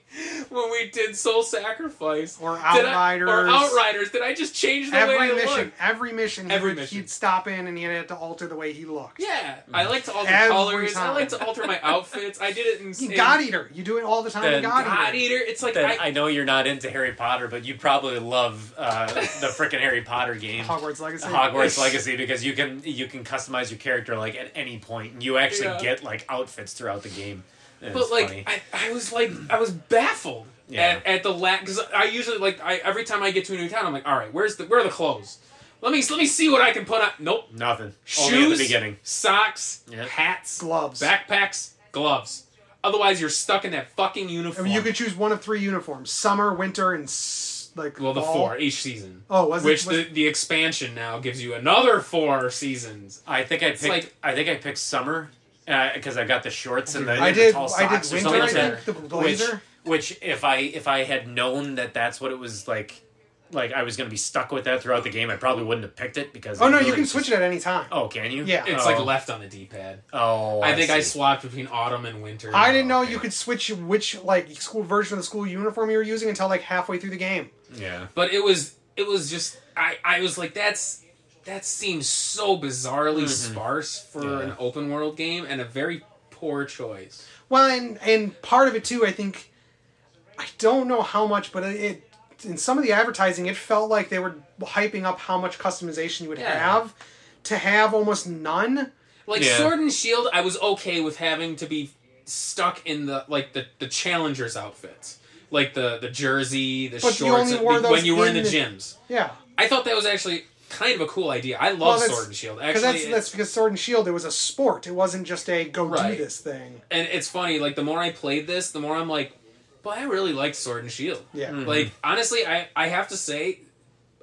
B: when we did Soul Sacrifice
D: Or
B: did I-
D: Outriders.
B: or Outriders, did I just change the
D: Every
B: way I
D: mission,
B: look?
D: every mission, he
B: Every
D: would,
B: mission.
D: he'd stop in and he'd have to alter the way he looked.
B: Yeah, I
A: Mm.
B: like to alter
D: Every
B: colors. I
D: time.
B: like to alter my outfits. I did it in, in
D: God Eater, you do it all the time.
A: Then
D: in God,
B: God
D: Eater.
B: Eater. It's like
A: Then
B: I,
A: I know you're not into Harry Potter, but you probably love uh, the freaking Harry Potter game,
D: Hogwarts Legacy.
A: Hogwarts Legacy, because you can you can customize your character like at any point, and you actually
B: Yeah.
A: get like outfits throughout the game. And
B: but
A: it's
B: like
A: funny.
B: I, I was like I was baffled
A: Yeah.
B: at, at the lack because I usually like I every time I get to a new town I'm like all right where's the where are the clothes let me let me see what I can put on nope
A: nothing. Only at
B: shoes
A: Oh, the beginning.
B: socks
A: Yeah.
B: hats
D: gloves.
B: backpacks, gloves. Otherwise, you're stuck in that fucking
D: I
B: uniform.
D: mean, you could choose one of three uniforms: summer, winter, and s- like
B: well, the
D: fall.
B: four each season.
D: Oh, was it-
B: which
D: was-
B: the, the expansion now gives you another four seasons.
A: I think I picked.
B: like-
A: I think I picked summer because I got the shorts and the,
D: I
A: the
D: did.
A: tall
D: I
A: socks
D: did winter.
A: or something
D: I
A: like that.
D: think the blazer.
A: Which, which if I if I had known that that's what it was like, like I was gonna be stuck with that throughout the game, I probably wouldn't have picked it because.
D: oh
A: it
D: no, you
A: really
D: can
A: just-
D: switch it at any time.
A: Oh, can you?
D: Yeah.
B: It's
A: oh.
B: like left on the D-pad.
A: Oh,
B: I think I
A: see.
B: swapped between autumn and winter.
D: I didn't know
B: Oh, Okay.
D: you could switch which like school version of the school uniform you were using until like halfway through the game.
A: Yeah.
B: But it was it was just I I was like that's that seems so bizarrely sparse for
A: Mm-hmm. Yeah.
B: an open world game and a very poor choice.
D: Well, and and part of it too, I think, I don't know how much, but it, it in some of the advertising, it felt like they were hyping up how much customization you would
B: Yeah.
D: have. To have almost none.
B: Like
A: Yeah.
B: Sword and Shield, I was okay with having to be stuck in the like the the challengers outfits, like the the jersey, the
D: But you
B: shorts,
D: only
B: and-
D: wore those
B: when you were in the
D: in-
B: gyms.
D: Yeah,
B: I thought that was actually kind of a cool idea. I love
D: Well, that's-
B: Sword and Shield. Actually,
D: because that's
B: it-
D: that's because Sword and Shield it was a sport. It wasn't just a go
B: Right.
D: do this thing.
B: and it's funny. Like the more I played this, the more I'm like, but I really liked Sword and Shield.
D: Yeah. Mm-hmm.
A: Mm.
B: Like honestly, I I have to say,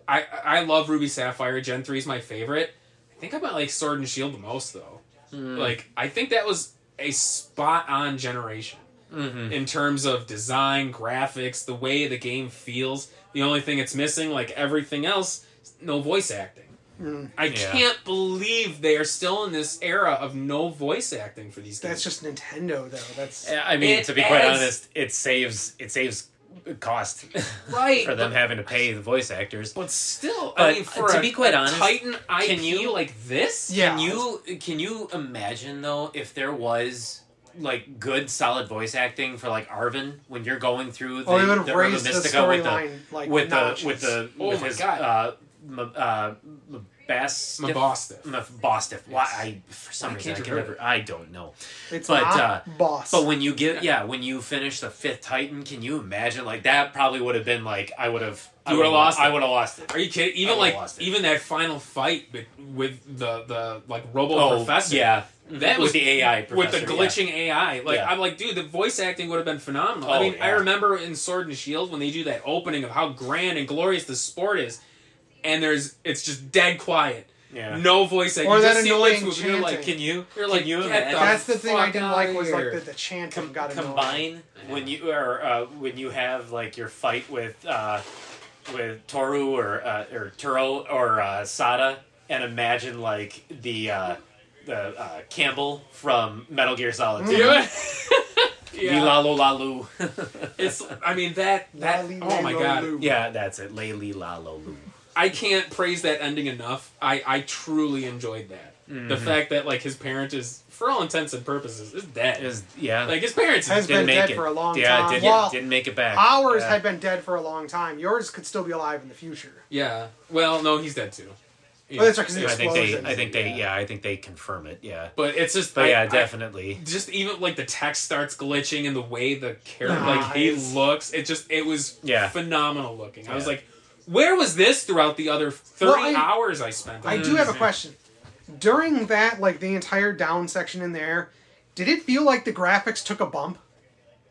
B: I I love Ruby Sapphire. Gen three is my favorite. I think I might like Sword and Shield the most though.
D: Mm.
B: Like I think that was a spot on generation.
A: Mm-hmm.
B: in terms of design, graphics, the way the game feels. The only thing it's missing, like everything else, is no voice acting.
D: Mm.
B: I
A: Yeah.
B: can't believe they are still in this era of no voice acting for these games.
D: That's just Nintendo, though. That's
A: I mean,
B: It
A: to be quite
B: adds-
A: honest, it saves it saves cost
B: right.
A: for them
B: but,
A: having to pay the voice actors.
B: but still, I
A: But,
B: mean, for
A: to
B: a,
A: be quite
B: a
A: honest,
B: Titan IP
A: can you-
B: like this,
D: Yeah.
A: Can you can you imagine though if there was like good solid voice acting for like Arvin when you're going through the,
D: Oh, they would
A: the
D: have
A: Urban
D: raised the
A: Mystica with the
D: storyline like
A: with the
D: notches.
A: with the
B: Oh
A: with
B: my
A: his
B: God.
A: uh m- uh m- Bastiff?
B: Mabostiff.
A: M- Bostiff. Why I for some
B: Why
A: reason
B: can't
A: I
B: you
A: can
B: remember
A: never I don't know.
D: it's
A: but,
D: not
A: uh,
D: boss.
A: But when you get yeah, when you finish the fifth Titan, can you imagine like that probably would have been like I would have I
B: You would've
A: would've-
B: lost
A: I
B: it.
A: would have lost it.
B: Are you kidding?
A: I
B: Even
A: would've
B: like
A: lost it.
B: even that final fight with, with the the like Robo Professor.
A: Oh, yeah.
B: That
A: With
B: was-
A: the AI
B: with the
A: professor, yeah.
B: glitching AI. Like
A: Yeah.
B: I'm like, dude, the voice acting would have been phenomenal. I
A: Oh,
B: mean, I
A: yeah.
B: remember in Sword and Shield when they do that opening of how grand and glorious the sport is, and there's it's just dead quiet.
A: Yeah.
B: No voice acting.
D: Or
B: You
D: that
B: just see
D: annoying
B: lips move, You're like,
D: chanting.
B: can
A: Can you?
B: You're like,
A: can you
B: get
A: imagine?
B: the
D: That's the thing I
B: fuck
D: didn't
B: outta
D: like was like
B: here.
D: the, the chanting
A: Com-
D: got annoying.
A: combine when you or uh, when you have like your fight with uh, with Toru or uh, or Turo or uh, Sada, and imagine like the uh, the uh, Campbell from Metal Gear Solid
B: Do
A: Two,
B: it. yeah.
A: Lalo Lalu.
B: It's. I mean that. That.
D: Lally,
B: oh my
D: lalo,
B: god.
D: loo.
A: yeah, that's it. Layli Lalo Lu.
B: I can't praise that ending enough. I I truly enjoyed that.
A: Mm-hmm.
B: The fact that like his parent is, for all intents and purposes, is dead.
A: Is yeah.
B: like his parents
D: Has
B: is
A: didn't make
D: been dead
A: it
D: for a long
A: yeah,
D: time.
A: Didn't,
D: Well,
A: didn't make it back.
D: Ours
A: yeah.
D: had been dead for a long time. Yours could still be alive in the future.
B: Yeah. Well, no, he's dead too. Yeah.
D: Oh, that's right, 'cause
A: I
D: it's-
A: think they.
D: explosions,
A: I think they.
B: yeah.
A: Yeah. I think they confirm it. Yeah.
B: But it's just.
A: But
B: I-
A: yeah,
B: I-
A: definitely.
B: just even like the text starts glitching and the way the character
D: Nice.
B: like he looks, it just it was
A: Yeah.
B: phenomenal looking. I was
A: Yeah.
B: like, where was this throughout the other thirty
D: Well, I-
B: hours I spent? on
D: I do
B: this?
A: Mm-hmm.
D: have a question. During that, like the entire down section in there, did it feel like the graphics took a bump?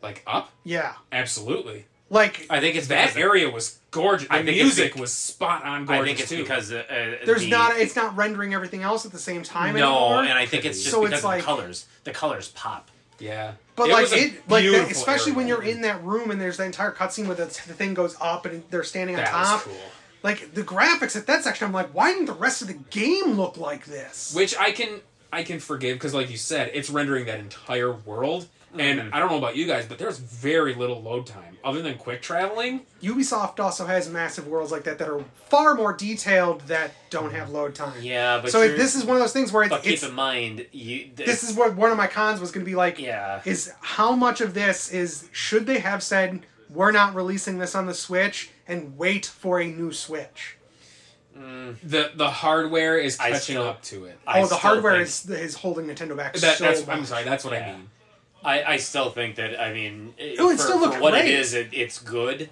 B: Like up,
D: Yeah.
B: absolutely.
D: Like
A: I think it's
B: That
A: because-
B: area was gorgeous.
A: I
B: The
A: think it's
B: music
A: bec-
B: was spot on gorgeous
A: I think it's
B: too.
A: because uh, uh,
D: there's
A: the-
D: not it's not rendering everything else at the same time
A: No,
D: anymore.
A: and I think it's just
D: So it's
A: because
D: like-
A: of the colors. The colors pop.
B: yeah,
D: but
B: It
D: like
B: was a
D: it, like that,
B: beautiful
D: especially when
B: area.
D: you're in that room and there's the entire cutscene where the, the thing goes up and they're standing on
B: that
D: top.
B: was cool.
D: Like the graphics at that section, I'm like, why didn't the rest of the game look like this?
B: which I can I can forgive because, like you said, it's rendering that entire world.
A: Mm-hmm.
B: And I don't know about you guys, but there's very little load time other than quick traveling.
D: Ubisoft also has massive worlds like that that are far more detailed that don't have load time.
A: Yeah, but
D: so
A: you're-
D: this is one of those things where it's,
A: But keep
D: it's
A: in mind, you
D: this is what one of my cons was going to be like
A: yeah.
D: is how much of this is should they have said we're not releasing this on the switch and wait for a new switch
B: The the hardware is
A: I
B: catching
A: still-
B: up to it.
A: I
D: oh the
A: still
D: hardware
A: think-
D: is is holding nintendo back
B: That,
D: so
B: that's
D: much.
B: I'm sorry, that's what I
A: Yeah.
B: mean.
A: I, I still think that I mean it,
D: Oh, it
A: for,
D: still looked
A: for what
D: great.
A: it is, it, it's good.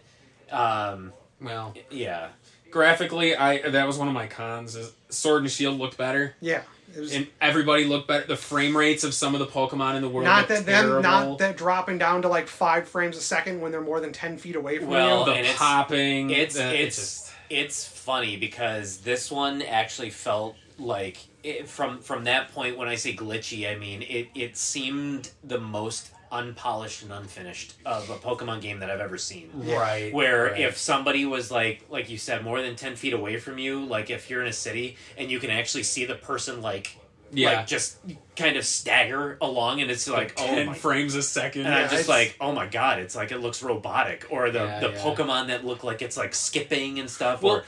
A: Um,
B: Well,
A: yeah,
B: graphically, I that was one of my cons. Is Sword and Shield looked better,
D: yeah it was
B: and everybody looked better. The frame rates of some of the Pokemon in the world
D: not
B: looked
D: that them
B: terrible.
D: not that dropping down to like five frames a second when they're more than 10 feet away from
A: Well,
D: you
B: the
A: and it's-
B: popping.
A: it's
B: that-
A: it's
B: just-
A: it's funny because this one actually felt like it, from from that point when I say glitchy, I mean it it seemed the most unpolished and unfinished of a Pokemon game that I've ever seen.
B: right.
A: where
B: right.
A: if somebody was like like you said more than 10 feet away from you like if you're in a city and you can actually see the person like
B: yeah,
A: like just kind of stagger along and it's like oh
B: ten
A: my
B: frames a second.
A: and
D: Yeah,
A: i'm just
D: it's-
A: like oh my god it's like it looks robotic or the
B: Yeah,
A: the
B: yeah.
A: pokemon that look like it's like skipping and stuff
B: Well-
A: or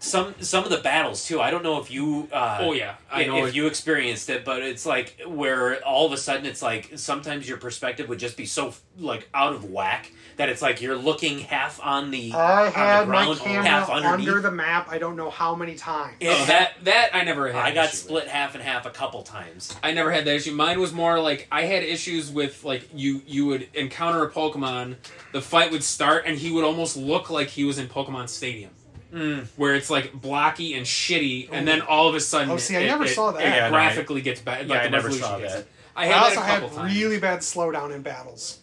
A: some some of the battles too i don't know if you uh
B: Oh yeah, I
A: if-
B: know.
A: if you experienced it, but it's like where all of a sudden it's like sometimes your perspective would just be so like out of whack that it's like you're looking half on the
D: i
A: on
D: had
A: the
D: my
A: ground, half
D: camera
A: underneath.
D: under the map i don't know how many times
A: It
B: oh,
A: had-
B: that that I never had.
A: I
B: an
A: got
B: issue with.
A: split half and half a couple times.
B: I never had that issue. Mine was more like I had issues with like you you would encounter a Pokemon, the fight would start, and he would almost look like he was in Pokemon Stadium,
A: Mm.
B: where it's like blocky and shitty, and then all of a sudden,
D: Oh, see, I
B: it-
D: never
B: it-
D: saw that.
B: It
A: Yeah, no, I-
B: graphically gets better.
A: Yeah,
B: like,
A: I
B: the
A: never
B: resolution
A: saw
B: gets-
A: that.
B: I had
D: i also
B: that a
D: had
B: couple times.
D: really bad slowdown in battles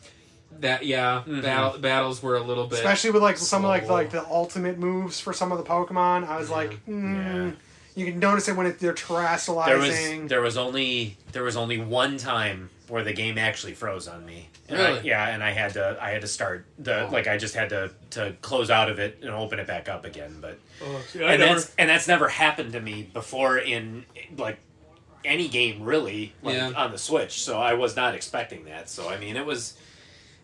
B: that yeah
A: Mm-hmm.
B: battle, battles were a little bit
D: especially with like some of like the,
B: slow.
D: like the ultimate moves for some of the Pokemon. I was like, mm. you can notice it when it, they're
A: There was
D: terrestrializing.
A: there was only there was only one time where the game actually froze on me. And I-
B: Really?
A: yeah, and I had to I had to start the
B: Oh.
A: like I just had to to close out of it and open it back up again. But
B: Oh,
A: and that's and that's never happened to me before in like any game really like
B: Yeah.
A: on the switch so i was not expecting that so i mean it was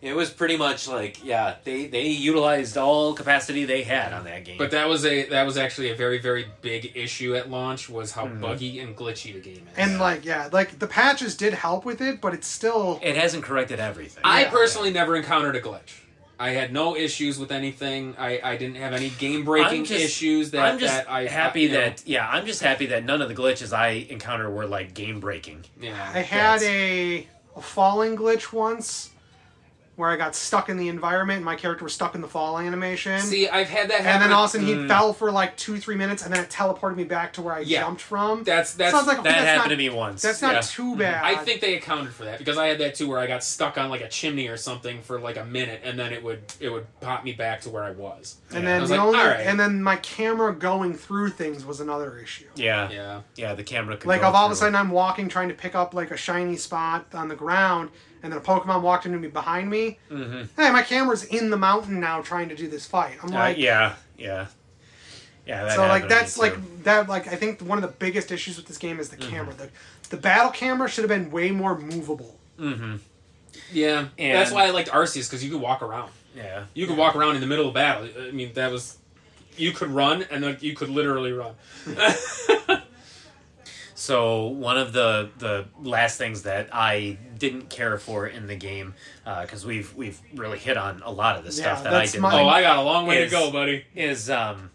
A: it was pretty much like yeah they they utilized all capacity they had on that game
B: But that was a that was actually a very very big issue at launch was how buggy and glitchy the game is.
D: Mm-hmm. and like yeah, like the patches did help with it, but it's still
A: it hasn't corrected everything
B: I
D: Yeah.
B: personally never encountered a glitch. I had no issues with anything. I, I didn't have any game breaking
A: I'm just-
B: issues that
A: i'm just
B: that I
A: happy
B: you know,
A: that yeah i'm just happy that none of the glitches i encounter were like game breaking
B: yeah.
D: I had
B: that's-
D: a, a falling glitch once where I got stuck in the environment and my character was stuck in the fall animation.
B: See, I've had that happen.
D: and then all of a sudden he fell for like two, three minutes, and then it teleported me back to where I
B: Yeah.
D: jumped from.
B: That's- that's-
D: Sounds like, oh,
A: That
D: that's
A: happened
D: not,
A: to me once.
D: That's not
B: Yeah. Mm-hmm.
D: too bad.
B: I think they accounted for that because I had that too, where I got stuck on like a chimney or something for like a minute, and then it would it would pop me back to where I was.
D: And
A: Yeah.
D: then
B: I
D: the
B: was like,
D: only,
B: "All right."
D: and then my camera going through things was another issue.
A: yeah, yeah,
B: Yeah,
A: The camera could
D: Like
A: go
D: of all of
A: through.
D: a sudden I'm walking trying to pick up like a shiny spot on the ground, and then a Pokemon walked into me behind me. Mm-hmm. Hey, my camera's in the mountain now trying to do this fight. I'm
A: Uh,
D: like,
A: yeah, yeah, yeah. That
D: so
A: happened
D: like
A: to
D: that's
A: me,
D: like
A: too. Mm-hmm.
D: that like I think one of the biggest issues with this game is the camera. The the battle camera should have been way more movable.
B: yeah.
A: And-
B: That's why I liked Arceus because you could walk around.
A: yeah.
B: You could walk around in the middle of battle. I mean, that was you could run and like, you could literally run.
A: So one of the the last things that I didn't care for in the game, because we've we've really hit on a lot of the
D: Yeah,
A: stuff that I
D: that's
A: didn't
D: my-
A: like,
B: Oh, I got a long way
A: Is-
B: to go, buddy.
A: is um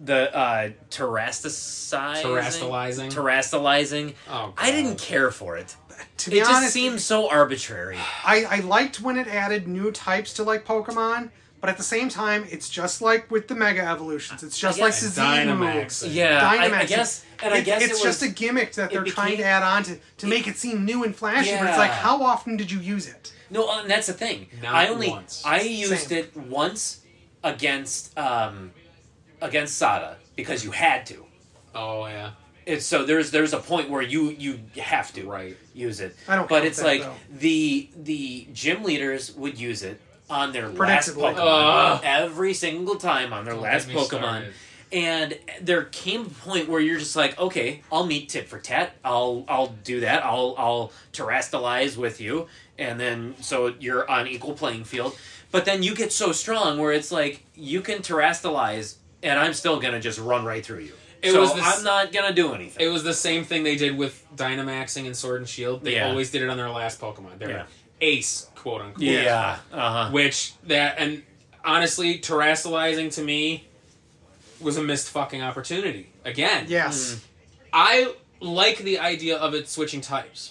A: the uh terasticizing
B: Terastalizing?
A: terastalizing.
B: Oh,
A: I didn't
B: God.
A: care for it.
D: To
A: It
D: be honest,
A: just seemed so arbitrary.
D: I, I liked when it added new types to like Pokemon, but at the same time, it's just like with the Mega Evolutions. It's just like
A: guess-
D: Suzaru
B: Dynamax.
D: moves.
A: Yeah, I, I
D: Dynamax.
A: guess, and I
D: It-
A: guess
D: it's
A: it was,
D: just a gimmick that they're trying to
A: became-
D: add on to, to make it seem new and flashy. But it's
A: Yeah.
D: like, how often did you use it?
A: No, uh, and that's the thing.
B: Not
A: I only
B: once.
A: I used
D: Same.
A: it once against um against Sada because you had to.
B: Oh yeah,
A: It's so there's there's a point where you you have to
B: Right.
A: use it.
D: I don't
A: But
D: count
A: it's
D: that,
A: like
D: though.
A: the the gym leaders would use it on their last
D: Predictably.
A: Pokemon
B: Ugh.
A: every single time on their
B: Uh. Don't
A: last
B: get me
A: Pokemon.
B: started.
A: And there came a point where you're just like, okay, I'll meet tit for tat. I'll I'll do that. I'll I'll terastalize with you, and then so you're on equal playing field. But then you get so strong where it's like you can terastalize, and I'm still gonna just run right through you.
B: It
A: so
B: was the s-
A: I'm not gonna do anything.
B: it was the same thing they did with Dynamaxing and Sword and Shield. They
A: Yeah.
B: always did it on their last Pokemon. Their
A: Yeah.
B: ace, quote unquote.
A: Yeah.
B: Uh-huh.
A: Uh huh.
B: Which that and honestly, terrestrializing to me was a missed fucking opportunity. Again,
D: Yes,
B: I like the idea of it switching types.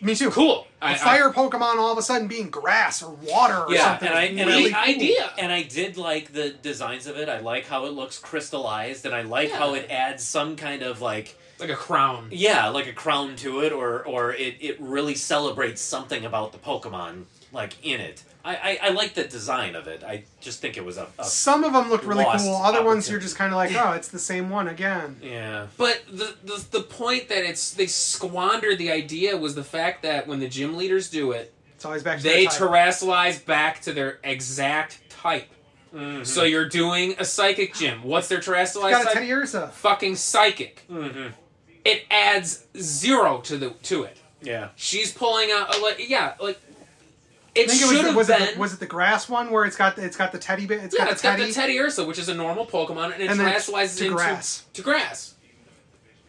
D: me too.
B: Hmm. Cool.
D: A
B: I,
D: fire Pokemon all of a sudden being grass or water or
A: Yeah,
D: something.
A: and I
D: is
A: and I-
D: really
B: neat idea.
A: and I did like the designs of it. I like how it looks crystallized, and I like
B: Yeah.
A: how it adds some kind of like
B: I, like a crown.
A: yeah, like a crown to it, or or it it really celebrates something about the Pokemon like in it. I I, I like the design of it. I just think it was a, a
D: Some of them look really
A: Lost
D: cool. Other ones you're
A: opportunity.
D: just kind of like, oh, it's the same one again.
A: yeah.
B: But the, the the point that it's they squandered the idea was the fact that when the gym leaders do it,
D: It's always back to
B: they
D: their type.
B: terrestrialize back to their exact type.
D: Mm-hmm.
A: Mhm.
B: So you're doing a psychic gym. What's their terrestrialized
D: Got a
B: type?
D: Teddy Ursa.
B: Fucking psychic.
A: Mm-hmm.
B: It adds zero to the to it.
A: Yeah.
B: She's pulling out, uh, like, yeah, like it
D: I think it
B: should
D: was, the-
B: have
D: was,
B: been.
D: it the, was it the grass one where it's got the, it's got the teddy bit? It's
B: yeah,
D: got
B: it's
D: the teddy.
B: got the Teddy Ursa, which is a normal Pokemon, and it
D: And then
B: translates
D: to
B: into
D: grass.
B: to grass.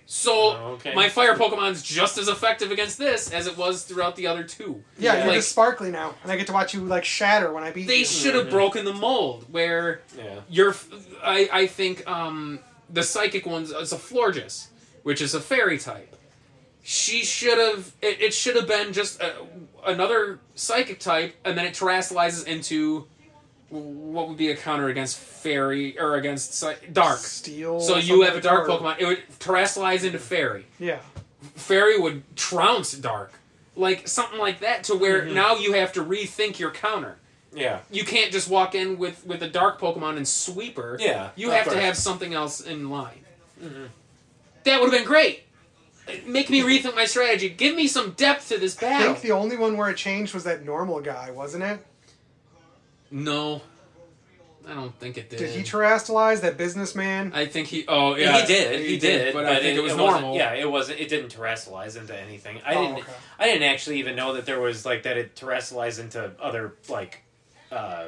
B: So
A: Okay.
B: my fire Pokemon's just as effective against this as it was throughout the other two.
D: yeah, you're
B: like
D: just sparkly now, and I get to watch you like shatter when I beat
B: they
D: you.
B: should have broken the mold where
A: Yeah.
B: Your, f- I, I think um, the psychic one's is a Florges, which is a fairy type. She should have. It, it should have been just a, another psychic type, and then it terrestrializes into what would be a counter against fairy or against psy- dark.
D: Steel.
B: So
D: or
B: you have a
D: something,
B: dark
D: or-
B: Pokemon. It would terrestrialize into fairy.
D: Yeah,
B: Fairy would trounce dark, like something like that. To where now you have to rethink your counter
A: Yeah.
B: you can't just walk in with with a dark Pokemon and sweeper.
A: Yeah, Mm-hmm.
B: you
A: of
B: have to
A: course.
B: have something else in line. That would have been great. Make me rethink my strategy. Give me some depth to this
D: I
B: battle.
D: think the only one where it changed was that normal guy, wasn't it?
B: no, I don't think it did.
D: Did he terrestrialize that businessman?
B: I think he. Oh yeah,
A: he did. He, did,
B: But, I think it, was
A: wasn't-
B: normal.
A: Yeah, it wasn't. It didn't terrestrialize into anything. I
D: Oh,
A: didn't.
D: okay.
A: I didn't actually even know that there was like that. It terrestrialized into other like, uh,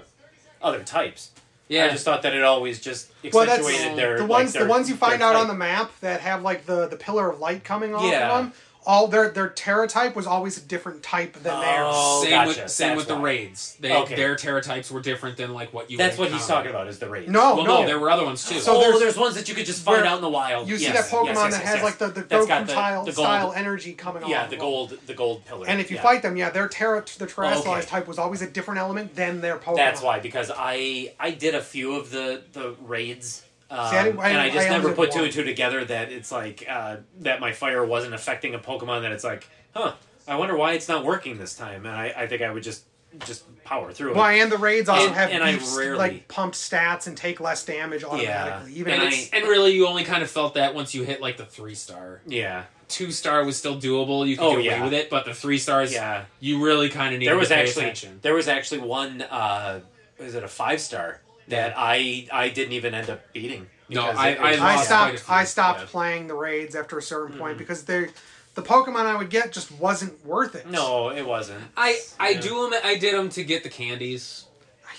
A: other types.
B: yeah.
A: I just thought that it always just
D: well,
A: accentuated
D: that's
A: their
D: the
A: like,
D: ones
A: their-
D: the ones you find
A: their
D: out
A: type.
D: on the map that have like the the pillar of light coming off
A: Yeah.
D: of them. all their their Terra type was always a different type than
A: Oh,
B: same
A: gotcha,
B: with same
A: that's
B: with the
A: why.
B: raids. They
A: Okay.
B: their terror types were different than like what you.
A: That's what
B: would
A: he's
B: encounter.
A: talking about is the race.
D: theirs. No,
B: well,
D: no.
B: no, there were other ones too.
D: So
A: oh,
D: there's-
A: there's, ones that you could just find
D: where
A: out in the wild.
D: you see that
A: Yes,
D: Pokemon
A: yes, yes,
D: that
A: yes,
D: has
A: yes.
D: like the the
A: That's
D: Goku
A: got the-
D: tile
A: the gold-
D: style energy coming off.
A: Yeah,
D: of
A: the
D: them.
A: gold, the gold pillar.
D: And if you
A: yeah.
D: fight them, yeah, their terra the terrestrialized
A: okay.
D: type was always a different element than their Pokemon.
A: That's why, because I I did a few of the the raids, um,
D: See, I didn't- I-
A: and I just
D: I only
A: never
D: did
A: put two
D: one.
A: and two together that it's like uh, that my fire wasn't affecting a Pokemon. That it's like, huh, I wonder why it's not working this time. And I, I think I would just just power through
D: Why
A: it.
D: and the raids also
A: And-
D: have
A: and I
D: beefs,
A: rarely-
D: like pump stats and take less damage automatically. Even
A: And
D: if
A: I-
D: it's-
B: and really, you only kind of felt that once you hit like the three star.
A: Yeah,
B: Two star was still doable. You could
A: Oh,
B: get away
A: yeah.
B: with it, but the three stars,
A: yeah.
B: you really kind of needed.
A: There was
B: to pay
A: actually
B: attention.
A: there was actually one. Uh, was it a five star that I I didn't even end up beating?
B: No,
A: because
B: I-
A: it- it
B: I
A: was-
D: I
B: lost quite
D: stopped.
B: a few,
D: I stopped
A: yeah.
D: playing the raids after a certain point because they, the Pokemon I would get just wasn't worth it.
A: No, it wasn't.
B: I I
A: Yeah.
B: do 'em- I did them to get the candies.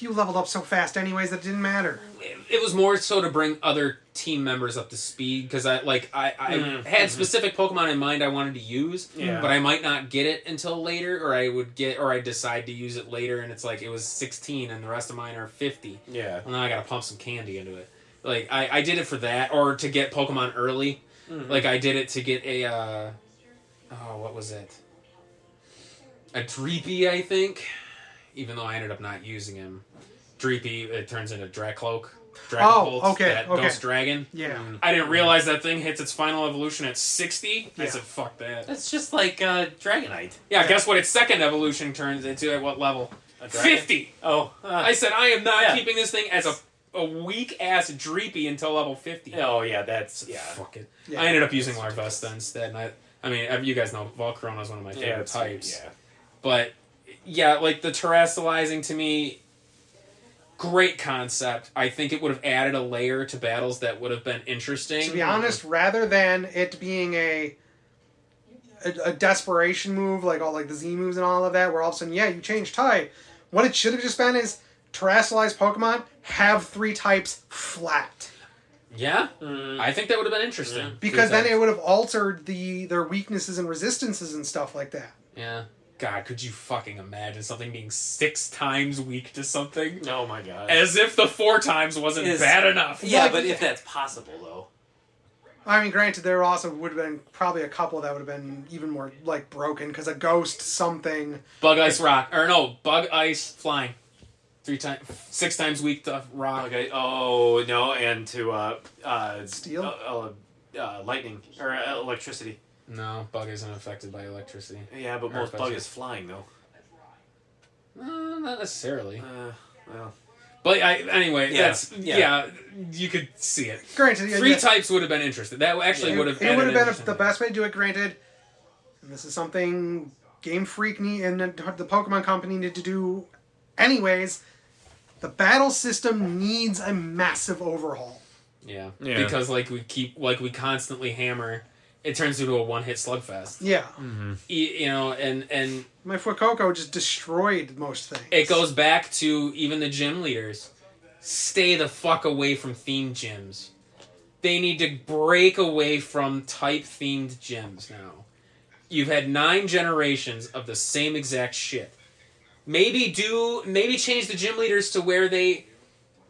D: you leveled up so fast, anyways, that it didn't matter.
B: it was more so to bring other team members up to speed because I like I, I
A: Mm,
B: had specific Pokemon in mind I wanted to use,
A: Yeah.
B: but I might not get it until later, or I would get or I decide to use it later, and it's like it was sixteen, and the rest of mine are fifty.
A: Yeah.
B: Well, now I got to pump some candy into it. Like I, I did it for that, or to get Pokemon early.
D: Mm-hmm.
B: Like I did it to get a uh, oh what was it? A Dreepy, I think. Even though I ended up not using him, Dreepy it turns into Dracloak. Dracapult,
D: Oh, okay,
B: that
D: okay.
B: Ghost dragon.
D: Yeah.
B: I didn't realize that thing hits its final evolution at sixty. I
D: Yeah.
B: said, "Fuck that."
A: That's just like uh, Dragonite.
B: Yeah, guess what? Its second evolution turns into at what level?
A: A dragon?
B: Fifty.
A: Oh, uh,
B: I said I am not
A: Yeah.
B: keeping this thing as a a weak ass dreepy until level fifty.
A: oh yeah, that's yeah.
B: Fuck it.
D: Yeah.
B: I ended up using Larvest then instead, and I I mean you guys know Volcarona is one of my favorite
A: Yeah, it's-
B: types.
A: yeah.
B: But yeah, like the terrestrializing to me great concept. I think it would have added a layer to battles that would have been interesting.
D: To be honest, rather than it being a, a a desperation move like all like the Z moves and all of that, where all of a sudden, yeah, you change type. What it should have just been is terrestrialized Pokemon have three types flat.
B: Yeah.
A: Mm.
B: I think that would have been interesting.
D: Because then
B: Three
D: it would have altered the their weaknesses and resistances and stuff like that.
B: times. Yeah. God, could you fucking imagine something being six times weak to something?
A: Oh my god.
B: As if the four times wasn't
A: Is-
B: bad enough.
A: yeah,
D: like-
A: but if that's possible though.
D: I mean, granted, there also would have been probably a couple that would have been even more like broken because a ghost something.
B: Bug ice rock, or no, bug ice flying, three times, six times weak to rock.
A: Okay. Oh no, and to uh, uh,
D: Steel?
A: uh, uh, uh, lightning or uh, electricity.
B: No, bug isn't affected by electricity.
A: Yeah, but
B: Or
A: most
B: if I
A: bug
B: see-
A: is flying though.
B: No, Uh, not necessarily.
A: Uh, well,
B: But I, anyway,
A: Yeah,
B: that's yeah.
A: yeah.
B: You could see it.
D: Granted, yeah,
B: Three
D: yeah,
B: types would have been interesting. That actually
A: Yeah.
B: would have.
D: It would have been a,
B: added
D: the best way to do it. Granted, and this is something Game Freak nee- and the Pokemon Company need to do, anyways. The battle system needs a massive overhaul.
B: Yeah.
A: Yeah.
B: because like we keep like we constantly hammer, it turns into a one-hit slugfest.
D: Yeah,
B: E- you know, and and
D: my Fuecoco just destroyed most things.
B: it goes back to even the gym leaders. Stay the fuck away from themed gyms. They need to break away from type themed gyms now. You've had nine generations of the same exact shit. Maybe do maybe change the gym leaders to where they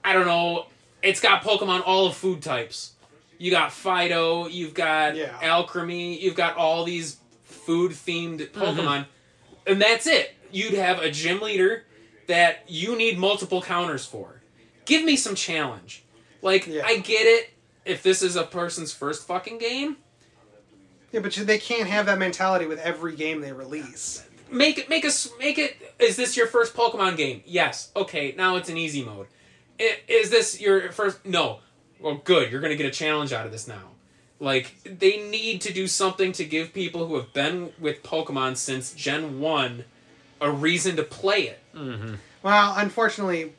B: I don't know, it's got Pokemon all of food types. You got Fido, you've got
D: Yeah.
B: Alchemy, you've got all these food themed Pokemon and that's it. You'd have a gym leader that you need multiple counters for. Give me some challenge. Like
D: Yeah.
B: I get it if this is a person's first fucking game,
D: Yeah, but they can't have that mentality with every game they release.
B: make it make us make it is this your first pokemon game yes okay now it's an easy mode I- is this your first no well good you're gonna get a challenge out of this now like they need to do something to give people who have been with pokemon since gen 1 a reason to play it
D: Well, unfortunately,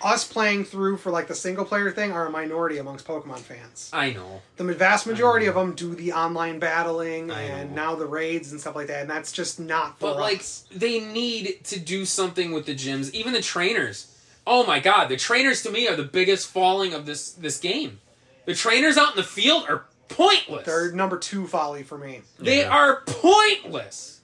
D: us playing through for like the single player thing are a minority amongst Pokemon fans.
B: i know
D: The vast majority of them do the online battling
B: I
D: and
B: know.
D: now the raids and stuff like that, and that's just not for
B: But like
D: us.
B: they need to do something with the gyms, even the trainers. Oh my god, the trainers to me are the biggest falling of this this game. The trainers out in the field are pointless.
D: They're number two folly for me.
B: They
A: Yeah.
B: are pointless.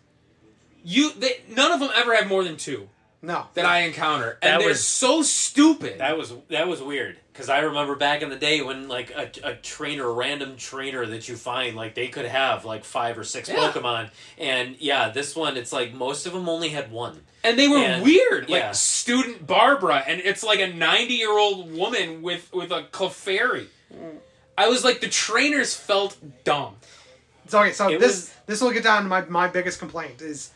B: You, they, none of them ever have more than two
D: No.
B: that I encounter, and
A: That
B: they're
A: was-
B: so stupid.
A: That was that was weird because I remember back in the day when like a, a trainer, random trainer that you find, like they could have like five or six
B: Yeah.
A: Pokemon, and yeah, this one it's like most of them only had one.
B: and they were
A: And-
B: weird,
A: yeah.
B: like student Barbara, and it's like a ninety-year-old woman with with a Clefairy. I was like, the trainers felt dumb.
D: So, okay, so
A: It
D: this
A: was-
D: this will get down to my, my biggest complaint is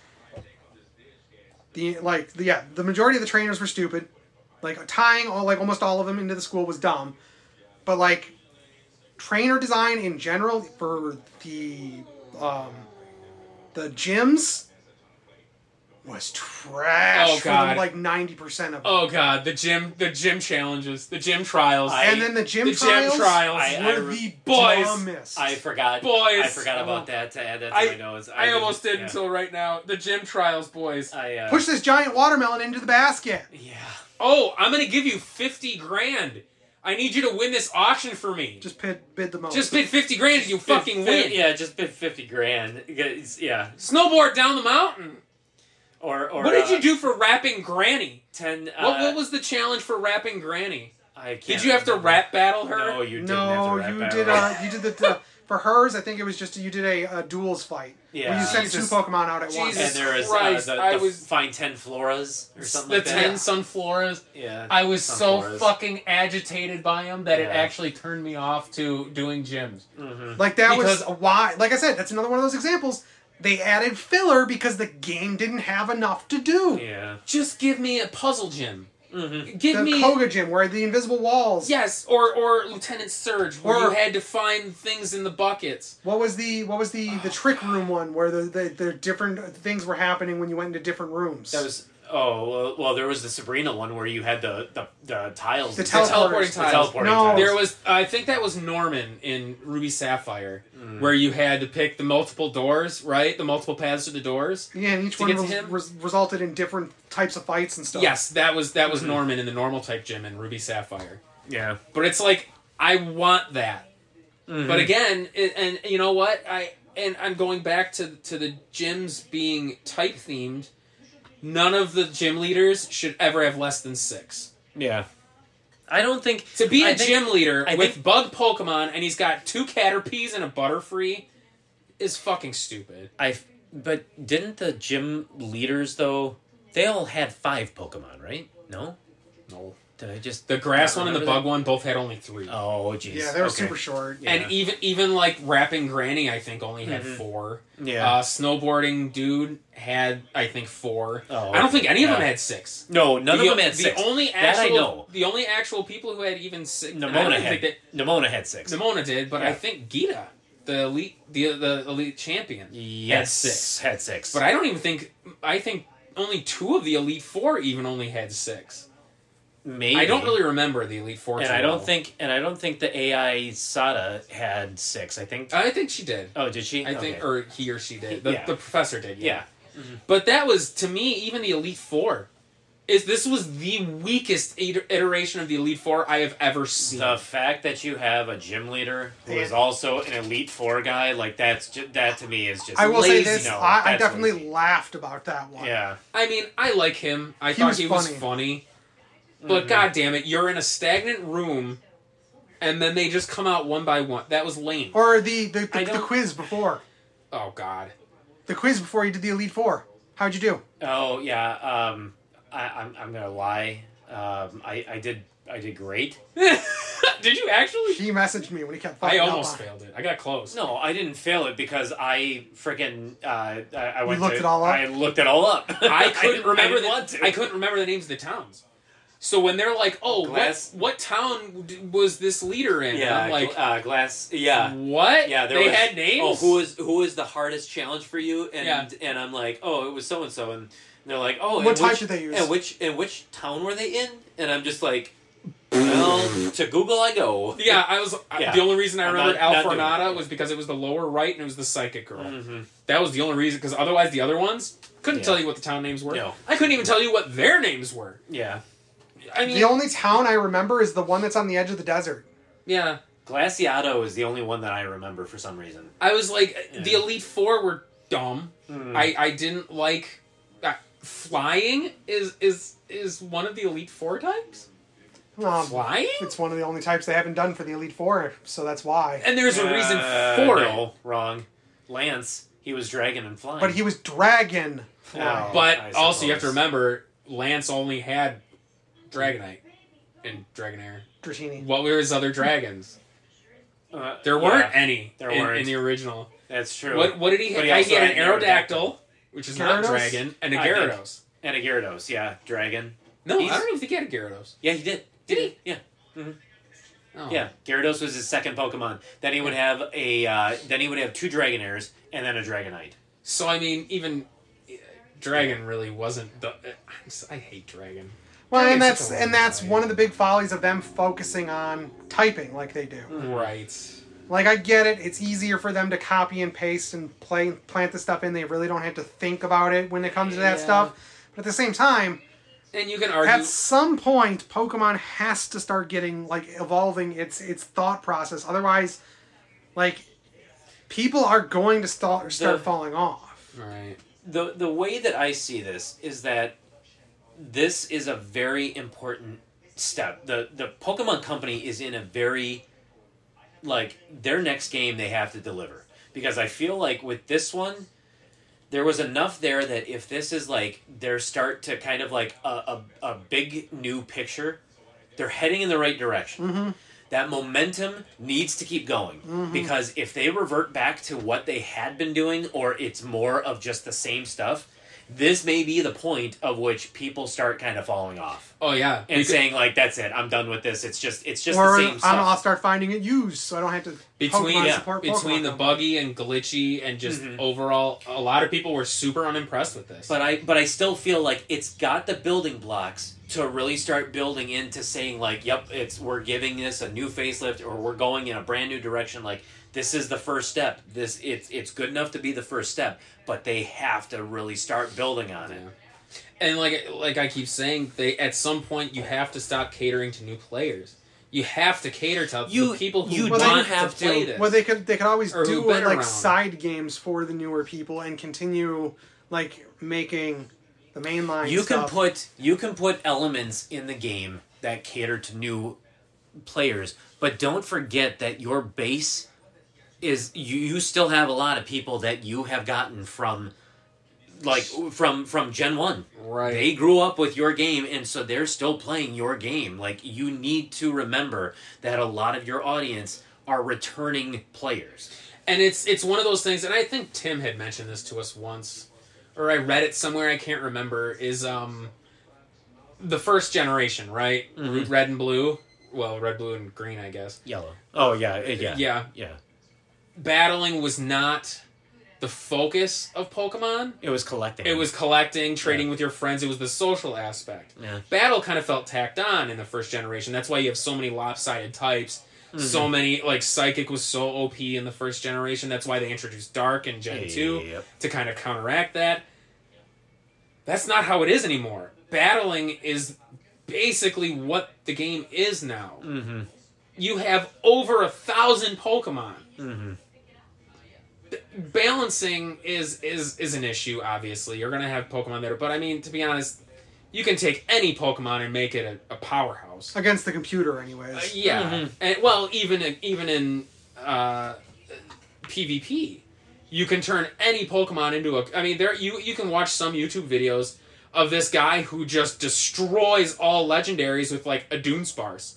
D: the like the, yeah the majority of the trainers were stupid, like tying all like almost all of them into the school was dumb, but like trainer design in general for the um the gyms was trash
B: Oh,
D: for
B: God.
D: like ninety percent of them.
B: Oh god, the gym, the gym challenges, the gym trials,
A: I-
D: and then the gym
B: the
D: trials,
B: gym trials.
A: I-
D: were
A: re-
D: the
B: Boys,
D: dumbest.
A: I forgot.
B: Boys.
A: I forgot
B: Oh.
A: about that to add that to
B: I-
A: my notes.
B: I,
A: didn't-
B: almost did
A: yeah.
B: until right now. The gym trials, boys.
A: I uh,
D: Push this giant watermelon into the basket.
A: Yeah,
B: Oh, I'm gonna give you fifty grand. I need you to win this auction for me. Just,
D: Just bid, bid the most.
B: bid fifty grand and you fucking
A: Fif- fif-
B: win.
A: Yeah, just bid fifty grand. It's- Yeah,
B: Snowboard down the mountain.
A: or or
B: what did
A: uh,
B: you do for rapping Granny?
A: Ten. Uh,
B: what what was the challenge for rapping Granny?
A: I can't
B: Did you have to
A: remember.
B: rap battle her?
A: No, you didn't. have to
D: No,
A: rap
D: you
A: battle
D: did.
A: her.
D: Uh, you did the, the for hers. I think it was just you did a, a duels fight. where
A: Yeah.
D: you sent
B: Jesus.
D: two Pokemon out
A: And
D: at
B: Jesus.
D: once.
A: there is
B: Christ,
A: uh, the, the
B: I was-
A: find ten floras or
B: the
A: something like that.
B: ten sunfloras.
A: Yeah,
B: I was
A: some
B: so
A: floras.
B: fucking agitated by them that
A: Yeah.
B: it actually turned me off to doing gyms.
A: Mm-hmm.
D: Like that was
B: Because-
D: a why. Like I said, that's another one of those examples. They added filler because the game didn't have enough to do.
A: Yeah,
B: Just give me a puzzle gym. Mm-hmm. Give
D: The
B: me
D: Koga Gym, where the invisible walls.
B: Yes, or or Lieutenant Surge, where
D: Or-
B: you had to find things in the buckets.
D: What was the what was the the trick room one where the, the the different things were happening when you went into different rooms?
A: that was. Oh well, well, there was the Sabrina one where you had the the, the tiles.
D: The
A: The
D: teleporters.
B: teleporting
A: the
B: tiles.
A: teleporting
D: No.
A: tiles.
B: There was, I think that was Norman in Ruby Sapphire, where you had to pick the multiple doors, right? The multiple paths to the doors.
D: yeah, and each
B: To
D: one
B: get to
D: res-
B: him?
D: res- resulted in different types of fights and stuff.
B: Yes, that was that was Norman in the normal type gym in Ruby Sapphire.
A: yeah.
B: But it's like I want that.
A: Mm-hmm.
B: But again, it, and you know what? I and I'm going back to to the gyms being type themed. None of the gym leaders should ever have less than six.
A: Yeah. I don't think
B: To be
A: a
B: a gym leader
A: I
B: with
A: think-
B: bug Pokemon and he's got two Caterpies and a Butterfree is fucking stupid.
A: I but didn't the gym leaders though? They all had five Pokemon, right? No,
B: No.
A: did I just
B: The grass
A: I
B: one and the
A: remember
B: bug one both had only three.
A: that. Oh jeez.
D: Yeah, they were
A: Okay.
D: super short.
A: Yeah.
B: and even even like rapping Granny, I think only had
A: Mhm.
B: four.
A: Yeah.
B: Uh, snowboarding dude had I think four.
A: Oh,
B: I don't think
A: okay.
B: any of
A: Yeah.
B: them had six.
A: no, none
B: the,
A: of them had
B: the
A: six.
B: only
A: That I
B: actual
A: know.
B: the only actual people who had even six. and I
A: Nimona
B: don't
A: had
B: think
A: Nimona had six.
B: that, Nimona did, but I
A: Yeah.
B: think Gita, the elite the the elite champion,
A: yes,
B: had six.
A: Had six.
B: But I don't even think I think only two of the Elite Four even only had six.
A: Maybe
B: I don't really remember the Elite Four.
A: And
B: too
A: I don't
B: well.
A: think and I don't think the AI Sada had six. I think.
B: I think she did.
A: oh, did she?
B: I think,
A: Okay.
B: or he or she did. The,
A: Yeah.
B: the professor did. Yeah.
A: yeah.
B: But that was to me even the Elite Four. Is this was the weakest iter- iteration of the Elite Four I have ever seen.
A: The fact that you have a gym leader who is
D: Yeah.
A: also an elite four guy, like that's ju- that to me is just.
D: I will
A: lazy.
D: say this:
A: No,
D: I, I
A: that's
D: definitely
A: lazy.
D: laughed about that one.
A: Yeah.
B: I mean, I like him. I
D: He
B: thought
D: was
B: he was
D: funny.
B: funny.
A: Mm-hmm.
B: But god damn it, you're in a stagnant room, and then they just come out one by one. That was lame.
D: Or the the,
A: I
D: the, the
A: don't-
D: quiz before
B: oh god.
D: the quiz before you did the Elite Four. How'd you do?
A: Oh yeah. Um, I, I'm I'm gonna lie. Um, I I did I did great.
B: Did you actually?
D: He messaged me when he kept.
B: I
D: fucking up
B: almost
D: on it.
B: failed it. I got close.
A: No, I didn't fail it because I freaking uh, I, I went.
D: looked
A: to-
D: it all up?
A: I looked it all up.
B: I couldn't
A: didn't- I
B: remember
A: didn't want
B: the,
A: to.
B: I couldn't remember the names of the towns. So when they're like, "Oh, what,
A: Glass-
B: what town d- was this leader in?"
A: Yeah.
B: and I'm like,
A: uh, glass. Yeah.
B: "What?
A: Yeah, there
B: they
A: was-
B: had names."
A: Oh, who was who was the hardest challenge for you? And
B: Yeah.
A: and I'm like, oh, it was so and so, and they're like, oh, and
D: What type
A: which-
D: did they use?
A: And which and which town were they in? And I'm just like, well, to Google I go.
B: Yeah, I was. I-
A: Yeah.
B: The only reason I
A: I'm
B: remembered
A: not- not doing
B: Alfornada
A: it.
B: was because it was the lower right and it was the psychic girl.
A: Mhm.
B: That was the only reason. Because otherwise, the other ones couldn't
A: Yeah.
B: tell you what the town names were.
A: No.
B: I couldn't even tell you what their names were.
A: Yeah.
B: I mean,
D: The only town I remember is the one that's on the edge of the desert.
B: yeah,
A: Glaciato is the only one that I remember for some reason.
B: I was like, the
A: Yeah. Mm.
B: Elite Four were dumb. I, I didn't like uh, flying is is is one of the Elite Four types.
D: Um,
B: Flying,
D: it's one of the only types they haven't done for the Elite Four, so that's why.
B: and there's a reason
A: Uh,
B: for it.
A: no, wrong. Lance, he was dragon and flying.
D: But he was
A: Oh.
D: dragon. flying.
B: But
A: I
B: also, you have to
A: suppose.
B: remember, Lance only had Dragonite and Dragonair.
D: Dratini.
B: What were his other dragons?
A: Uh,
B: There weren't
A: yeah,
B: any
A: there
B: in,
A: weren't.
B: in the original.
A: That's true.
B: What what did he have?
A: But he
B: He,
A: also
B: had an
A: had an
B: Aerodactyl, which is not
D: Gyarados?
B: a dragon, and a
A: I think.
B: Gyarados.
A: And a Gyarados, yeah, dragon.
B: No,
A: He's-
B: I don't even think he had a Gyarados.
A: Yeah, he did.
B: Did he?
A: Yeah,
B: Oh.
A: yeah. Gyarados was his second Pokemon. Then he would have a. Uh, then he would have two Dragonairs and then a Dragonite.
B: So I mean, even uh, Dragon really wasn't the. uh, I'm s- I hate Dragon.
D: Well, and
B: Dragon's
D: that's
B: such a
D: and
B: long
D: that's
B: fight.
D: one of the big follies of them focusing on typing like they do.
B: Right.
D: Like I get it, it's easier for them to copy and paste and play plant the stuff in. They really don't have to think about it when it comes to that
B: Yeah.
D: stuff. But at the same time,
B: And you can argue.
D: at some point, Pokemon has to start getting like evolving its its thought process. Otherwise, like people are going to start start
A: The-
D: falling off.
B: Right.
A: the the way that I see this is that this is a very important step. The the Pokemon company is in a very like their next game they have to deliver because I feel like with this one there was enough there that if this is like their start to kind of like a, a, a big new picture they're heading in the right direction that momentum needs to keep going because if they revert back to what they had been doing or it's more of just the same stuff this may be the point of which people start kind of falling off
B: Oh yeah.
A: and
B: Because,
A: saying like that's it i'm done with this it's just it's just
D: Or
A: the same
D: I'm, I'll
A: stuff
D: start finding it used, so I don't have to
B: between
D: Pokemon
A: yeah,
D: support Pokemon Mm-hmm.
B: between the
D: company.
B: buggy and glitchy and just overall, a lot of people were super unimpressed with this.
A: but i but i still feel like it's got the building blocks to really start building into saying like yep it's we're giving this a new facelift or we're going in a brand new direction like this is the first step this it's it's good enough to be the first step but they have to really start building on it
B: Yeah. And like like I keep saying, they at some point you have to stop catering to new players. You have to cater to
A: You-
B: the people who
A: you
B: want
A: don't
B: to
A: have to-
B: play this.
D: Well, they could they could always
B: Or
D: do uh,
B: who've been
D: like
B: around.
D: side games for the newer people and continue like making the mainline.
A: you can
D: stuff.
A: put you can put elements in the game that cater to new players but don't forget that your base is you, you still have a lot of people that you have gotten from like from from gen 1
B: right.
A: they grew up with your game and so they're still playing your game like you need to remember that a lot of your audience are returning players
B: and it's it's one of those things and i think tim had mentioned this to us once or i read it somewhere i can't remember is um the first generation right
A: Mm-hmm.
B: red and blue well red blue and green i guess
A: yellow oh yeah yeah
B: yeah
A: yeah
B: battling was not the focus of pokemon
A: it was collecting
B: it was collecting trading with your friends it was the social aspect
A: yeah
B: battle kind of felt tacked on in the first generation. That's why you have so many lopsided types. So many like psychic was so OP in the first generation. That's why they introduced dark in Gen two
A: Yep.
B: to kind of counteract that. That's not how it is anymore. Battling is basically what the game is now.
A: mm-hmm
B: You have over a thousand Pokemon.
A: Mhm.
B: B- balancing is is is an issue. Obviously, you're gonna have Pokemon there, but I mean, to be honest, you can take any Pokemon and make it a, a powerhouse.
D: against the computer,
B: Uh,
D: anyways.
B: yeah,
A: Mhm.
B: and well, even even in uh, PvP, you can turn any Pokemon into a. I mean, there you you can watch some YouTube videos of this guy who just destroys all legendaries with like a Dunsparce,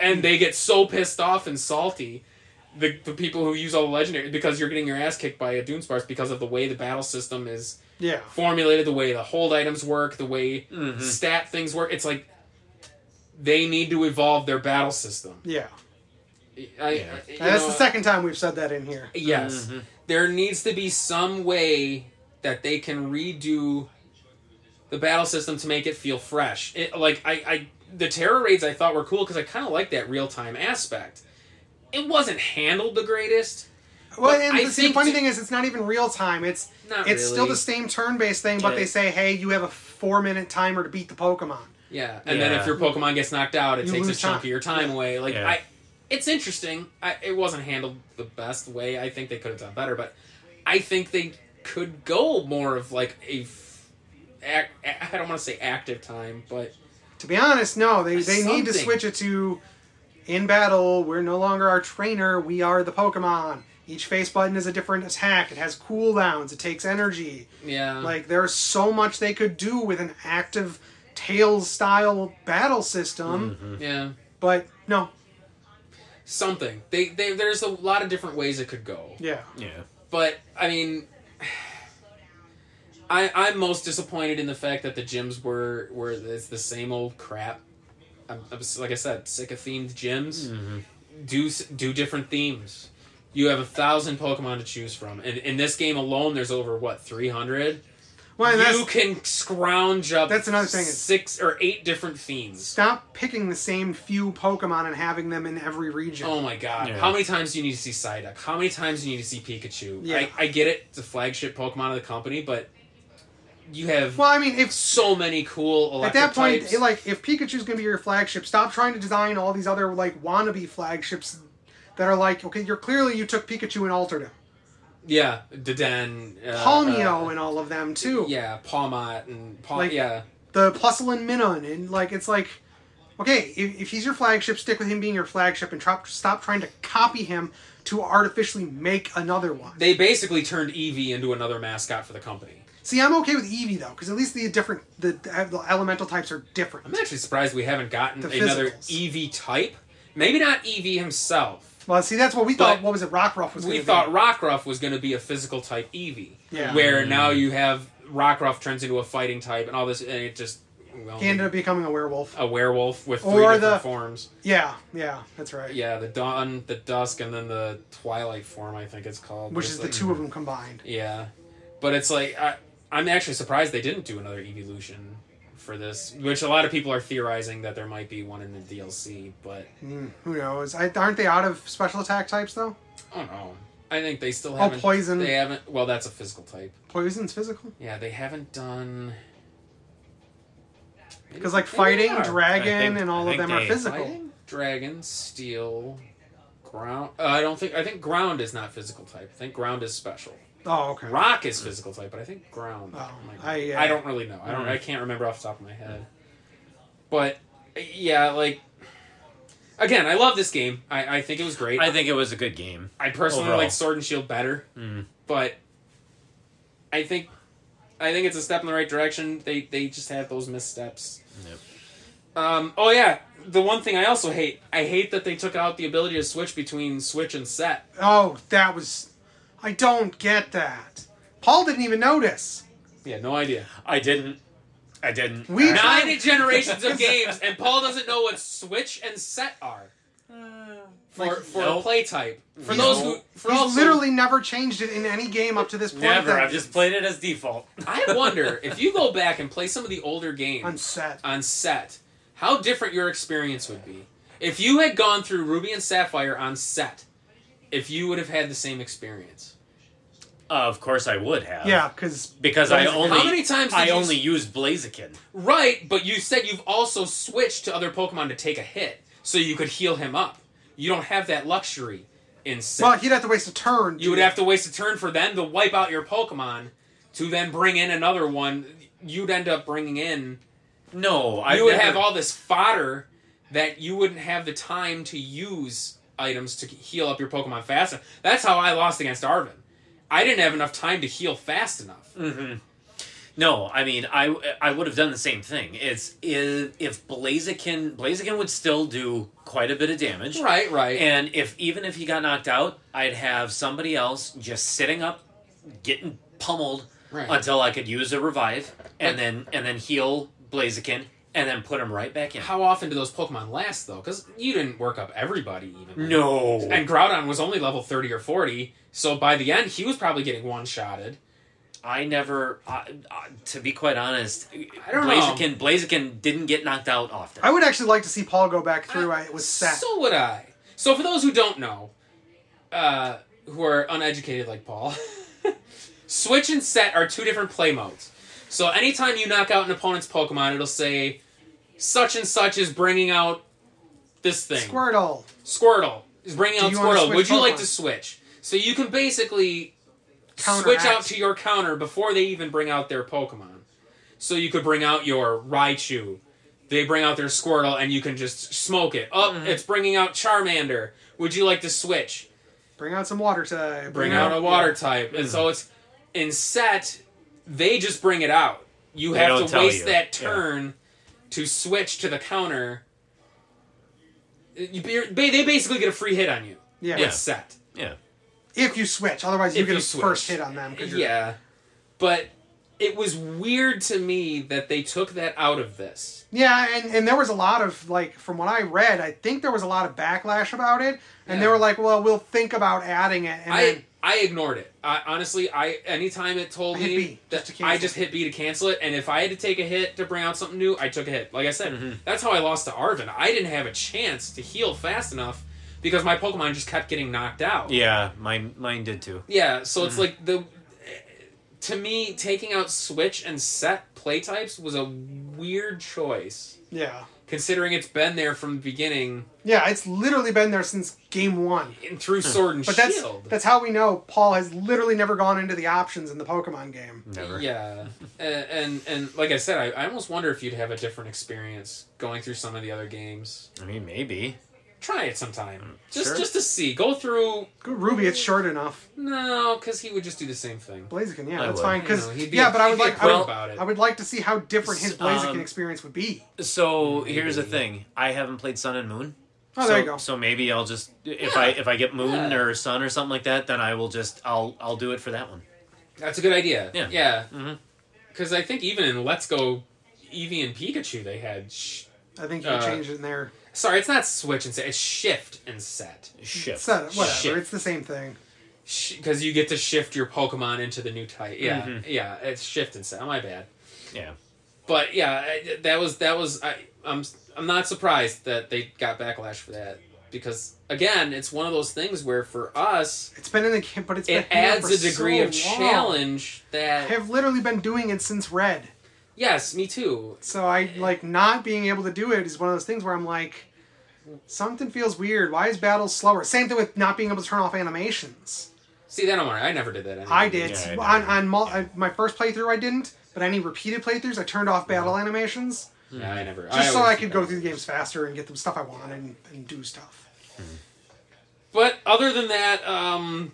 B: and they get so pissed off and salty. The, the people who use all the legendaries because you're getting your ass kicked by a Dunsparce because of the way the battle system is
D: yeah.
B: formulated, the way the hold items work, the way stat things work. It's like they need to evolve their battle system.
D: Yeah.
B: I,
A: Yeah.
B: I- you
D: And that's
B: know,
D: the second time we've said that in here.
B: Yes, there needs to be some way that they can redo the battle system to make it feel fresh. It, like I, I, the terror raids I thought were cool because I kind of like that real time aspect. It wasn't handled the greatest.
D: Well,
B: But
D: and
B: I
D: the, see, the
B: think
D: funny
B: j-
D: thing is, it's not even real time. It's
B: Not
D: it's still
B: really.
D: the same turn based thing, but
A: Yeah.
D: they say, hey, you have a four minute timer to beat the Pokemon.
B: Yeah, and then
A: Yeah.
B: if your Pokemon gets knocked out, it
D: You
B: takes a
D: lose
B: chunk
D: time.
B: of your time away. Like
A: Yeah.
B: I, it's interesting. I, it wasn't handled the best way. I think they could have done better, but I think they could go more of like a. f- ac- I don't want to say active time, but
D: To be honest, no. They they need to
B: Something.
D: switch it to in battle. We're no longer our trainer. We are the Pokemon. Each face button is a different attack. It has cooldowns. It takes energy.
B: yeah,
D: Like there's so much they could do with an active Tails style battle system,
B: yeah,
D: but no.
B: something. They, they there's a lot of different ways it could go.
D: Yeah.
A: Yeah.
B: but I mean, I I'm most disappointed in the fact that the gyms were were it's the same old crap. I'm, I'm s- like I said, sick of themed gyms. Do s- do different themes. You have a thousand Pokemon to choose from, and in this game alone, there's over what three hundred.
D: Well, that's,
B: You can scrounge up.
D: That's another thing is-
B: Six or eight different themes.
D: stop picking the same few Pokemon and having them in every region.
B: Oh my god!
A: Yeah.
B: How many times do you need to see Psyduck? How many times do you need to see Pikachu?
D: Yeah.
B: I, I get it, it's a flagship Pokemon of the company, but you have
D: Well, I mean, if
B: so many cool
D: at
B: electric
D: that point,
B: types.
D: it, like if Pikachu's gonna be your flagship, stop trying to design all these other like wannabe flagships that are like, okay, you're clearly you took Pikachu and altered him,
B: yeah, Deden, uh,
D: Palmeo
B: uh,
D: and all of them too.
B: yeah, Palmot and Palm,
D: Like-
B: yeah,
D: The Plusle Minun and like it's like, okay, if, if he's your flagship, stick with him being your flagship and trop- stop trying to copy him to artificially make another one.
B: they basically turned Eevee into another mascot for the company.
D: See, I'm okay with Eevee though, because at least the different the, uh, the elemental types are different.
B: I'm actually surprised we haven't gotten
D: The
B: another
D: physicals.
B: Eevee type. Maybe not Eevee himself.
D: Well, see, that's what we thought.
B: But-
D: what was it? Rockruff was.
B: We
D: gonna be.
B: thought Rockruff was going to be a physical type Eevee,
D: Yeah.
B: where now you have Rockruff turns into a fighting type and all this, and it just well,
D: he ended up becoming a werewolf.
B: a werewolf with three
D: Or
B: different
D: the-
B: forms.
D: Yeah, yeah, that's right.
B: Yeah, the dawn, the dusk, and then the twilight form. I think it's called,
D: Which
B: There's
D: is the
B: like-
D: two of them combined.
B: Yeah, but it's like I, I'm actually surprised they didn't do another evolution for this, which a lot of people are theorizing that there might be one in the DLC. But
D: Hmm, who knows? I, aren't they out of special attack types though?
B: I don't know. I think they still haven't.
D: poison.
B: They haven't. Well, that's a physical type.
D: Poison's physical.
B: Yeah, they haven't done. Maybe-
D: Because like
B: maybe
D: fighting,
B: they are.
D: dragon,
A: I think-
D: and all
A: I
D: of
A: think
D: them are
A: they-
D: physical.
B: Fighting, dragon, steel, ground. Uh, I don't think. I think ground is not physical type. I think ground is special.
D: Oh, okay.
B: Rock is physical type, but I think ground.
D: Oh,
B: my God.
D: I, uh,
B: I don't really know. I don't. I can't remember off the top of my head. But yeah, like again, I love this game. I, I think it was great.
A: I
B: I,
A: think it was a good game.
B: personally
A: overall.
B: like Sword and Shield better,
A: Mm.
B: but I think I think it's a step in the right direction. They they just have those missteps.
A: Yep.
B: Um, oh yeah, the one thing I also hate, I hate that they took out the ability to switch between Switch and Set.
D: Oh, that was. I don't get that. Paul didn't even notice.
B: Yeah, no idea.
A: I didn't. I didn't.
D: We
A: Uh,
D: tried-
B: Nine generations of games, and Paul doesn't know what Switch and Set are.
D: Uh,
B: for
D: Like,
B: for
A: no.
B: a play type. For
A: No.
B: those who, for
D: He's
B: all who-
D: literally never changed it in any game up to this point.
A: Never.
D: that-
A: I've just played it as default.
B: I wonder if you go back and play some of the older games
D: on set.
B: on set, how different your experience would be if you had gone through Ruby and Sapphire on set. If you would have had the same experience,
A: of course, I would have.
D: Yeah, because
A: Because I
D: How
A: only.
B: many times did
A: I
B: you-
A: only used Blaziken.
B: right? But you said you've also switched to other Pokemon to take a hit, so you could heal him up. You don't have that luxury in set.
D: well, he'd have to waste a turn.
B: You would have to waste a turn for them to wipe out your Pokemon to then bring in another one. You'd end up bringing in.
A: No, I
B: You would have all this fodder that you wouldn't have the time to use items to heal up your Pokemon fast enough. That's how I lost against Arvin. I didn't have enough time to heal fast enough.
A: Mm. No, I mean, I I would have done the same thing. It's if, if Blaziken Blaziken would still do quite a bit of damage,
B: Right, right.
A: and if even if he got knocked out, I'd have somebody else just sitting up, getting pummeled
B: Right.
A: until I could use a revive, and
B: But-
A: then and then heal Blaziken, and then put him right back in.
B: how often do those Pokemon last though? Because you didn't work up everybody even.
A: no,
B: And Groudon was only level thirty or forty, so by the end he was probably getting one shotted.
A: I never. I, I, to be quite honest,
B: I don't know.
A: Blaziken Blaziken didn't get knocked out often.
D: I would actually like to see Paul go back through.
B: I-
D: I, it was set.
B: So would I. So for those who don't know, uh, who are uneducated like Paul, Switch and Set are two different play modes. So anytime you knock out an opponent's Pokemon, it'll say such and such is bringing out this thing.
D: Squirtle.
B: Squirtle is bringing
D: Do
B: out
D: you wanna
B: Squirtle.
D: switch
B: Would you like
D: Pokemon?
B: to switch? So you can basically switch
D: Counteract.
B: out to your counter before they even bring out their Pokemon. So you could bring out your Raichu. They bring out their Squirtle, and you can just smoke it. Oh, it's bringing out Charmander. Would you like to switch?
D: Bring out some water type.
B: Bring out a water type, and so it's in set. They just bring it out. You
A: They
B: have
A: don't
B: to
A: tell
B: waste
A: you.
B: that
A: Yeah.
B: turn to switch to the counter. You, you're- ba- they basically get a free hit on you.
D: Yeah.
B: It's set.
A: Yeah.
D: If you switch, otherwise you
B: If
D: get
B: you
D: a first
B: switch.
D: hit on them. 'cause you're-
B: Yeah. But it was weird to me that they took that out of this.
D: Yeah, and, and there was a lot of like from what I read, I think there was a lot of backlash about it, and they
B: Yeah.
D: were like, "Well, we'll think about adding it." And
B: I
D: then,
B: I ignored it. I honestly I anytime it told
D: I hit
B: me
D: B,
B: that
D: just to
B: I
D: cancel.
B: just hit B to cancel it and if I had to take a hit to bring out something new, I took a hit. Like I said,
D: Mm-hmm.
B: that's how I lost to Arvin. I didn't have a chance to heal fast enough because my Pokemon just kept getting knocked out.
A: Yeah, mine mine did too.
B: Yeah, so
D: Mm-hmm.
B: it's like the to me taking out switch and set play types was a weird choice
D: yeah,
B: considering it's been there from the beginning
D: yeah, it's literally been there since game one.
B: and through sword and
D: But that's
B: shield.
D: that's how we know Paul has literally never gone into the options in the Pokemon game.
B: Hmm.
A: Never.
B: yeah, and, and and like I said, I, I almost wonder if you'd have a different experience going through some of the other games.
A: I mean, maybe.
B: Try it sometime, just
A: Mm, sure.
B: just to see. Go through
D: Good Ruby, it's short enough.
B: no, because he would just do the same thing.
D: Blaziken, yeah,
A: I
D: that's
A: would.
D: fine.
B: You
D: Because
B: know, he'd be
D: yeah,
B: a-
D: but I
B: he'd
D: would
B: be a
D: like
B: prick
D: I would,
B: about it.
D: I would like to see how different his
A: S-
D: Blaziken
A: um,
D: experience would be.
A: So here's the
B: Maybe.
A: thing: I haven't played Sun and Moon.
D: Oh,
A: so,
D: there you go.
A: So maybe I'll just if I if I get Moon
B: Yeah.
A: or Sun or something like that, then I will just I'll I'll do it for that one.
B: That's a good idea.
A: Yeah.
B: yeah,
A: Mhm.
B: because I think even in Let's Go Eevee and Pikachu, they had. Sh-
D: I think you can
B: uh,
D: change it in there.
B: Sorry, it's not switch and set. It's shift and set.
A: Shift.
D: It's not, whatever.
B: Shit.
D: It's the same thing.
B: because you get to shift your Pokemon into the new type. Yeah,
A: Mm-hmm.
B: yeah, it's shift and set. My bad.
A: Yeah.
B: But yeah, I- that was that was I, I'm I'm not surprised that they got backlash for that because again, it's one of those things where for us
D: It's been in the game, but it's
B: it
D: been here
B: adds
D: for
B: a degree
D: so
B: of
D: long.
B: challenge
D: I
B: that
D: have literally been doing it since Red,
B: yes, me too.
D: so I like not being able to do it is one of those things where I'm like, something feels weird. Why is battle slower? Same thing with not being able to turn off animations.
B: See that I'm alright. I never did that. Anyway.
D: I did
A: Yeah, I know.
D: on on mul- uh, my first playthrough. I didn't, but any repeated playthroughs, I turned off battle animations
B: Yeah, I never.
D: just so
B: always did
D: I could
B: that.
D: go through the games faster and get the stuff I wanted and, and do stuff.
B: But other than that, um,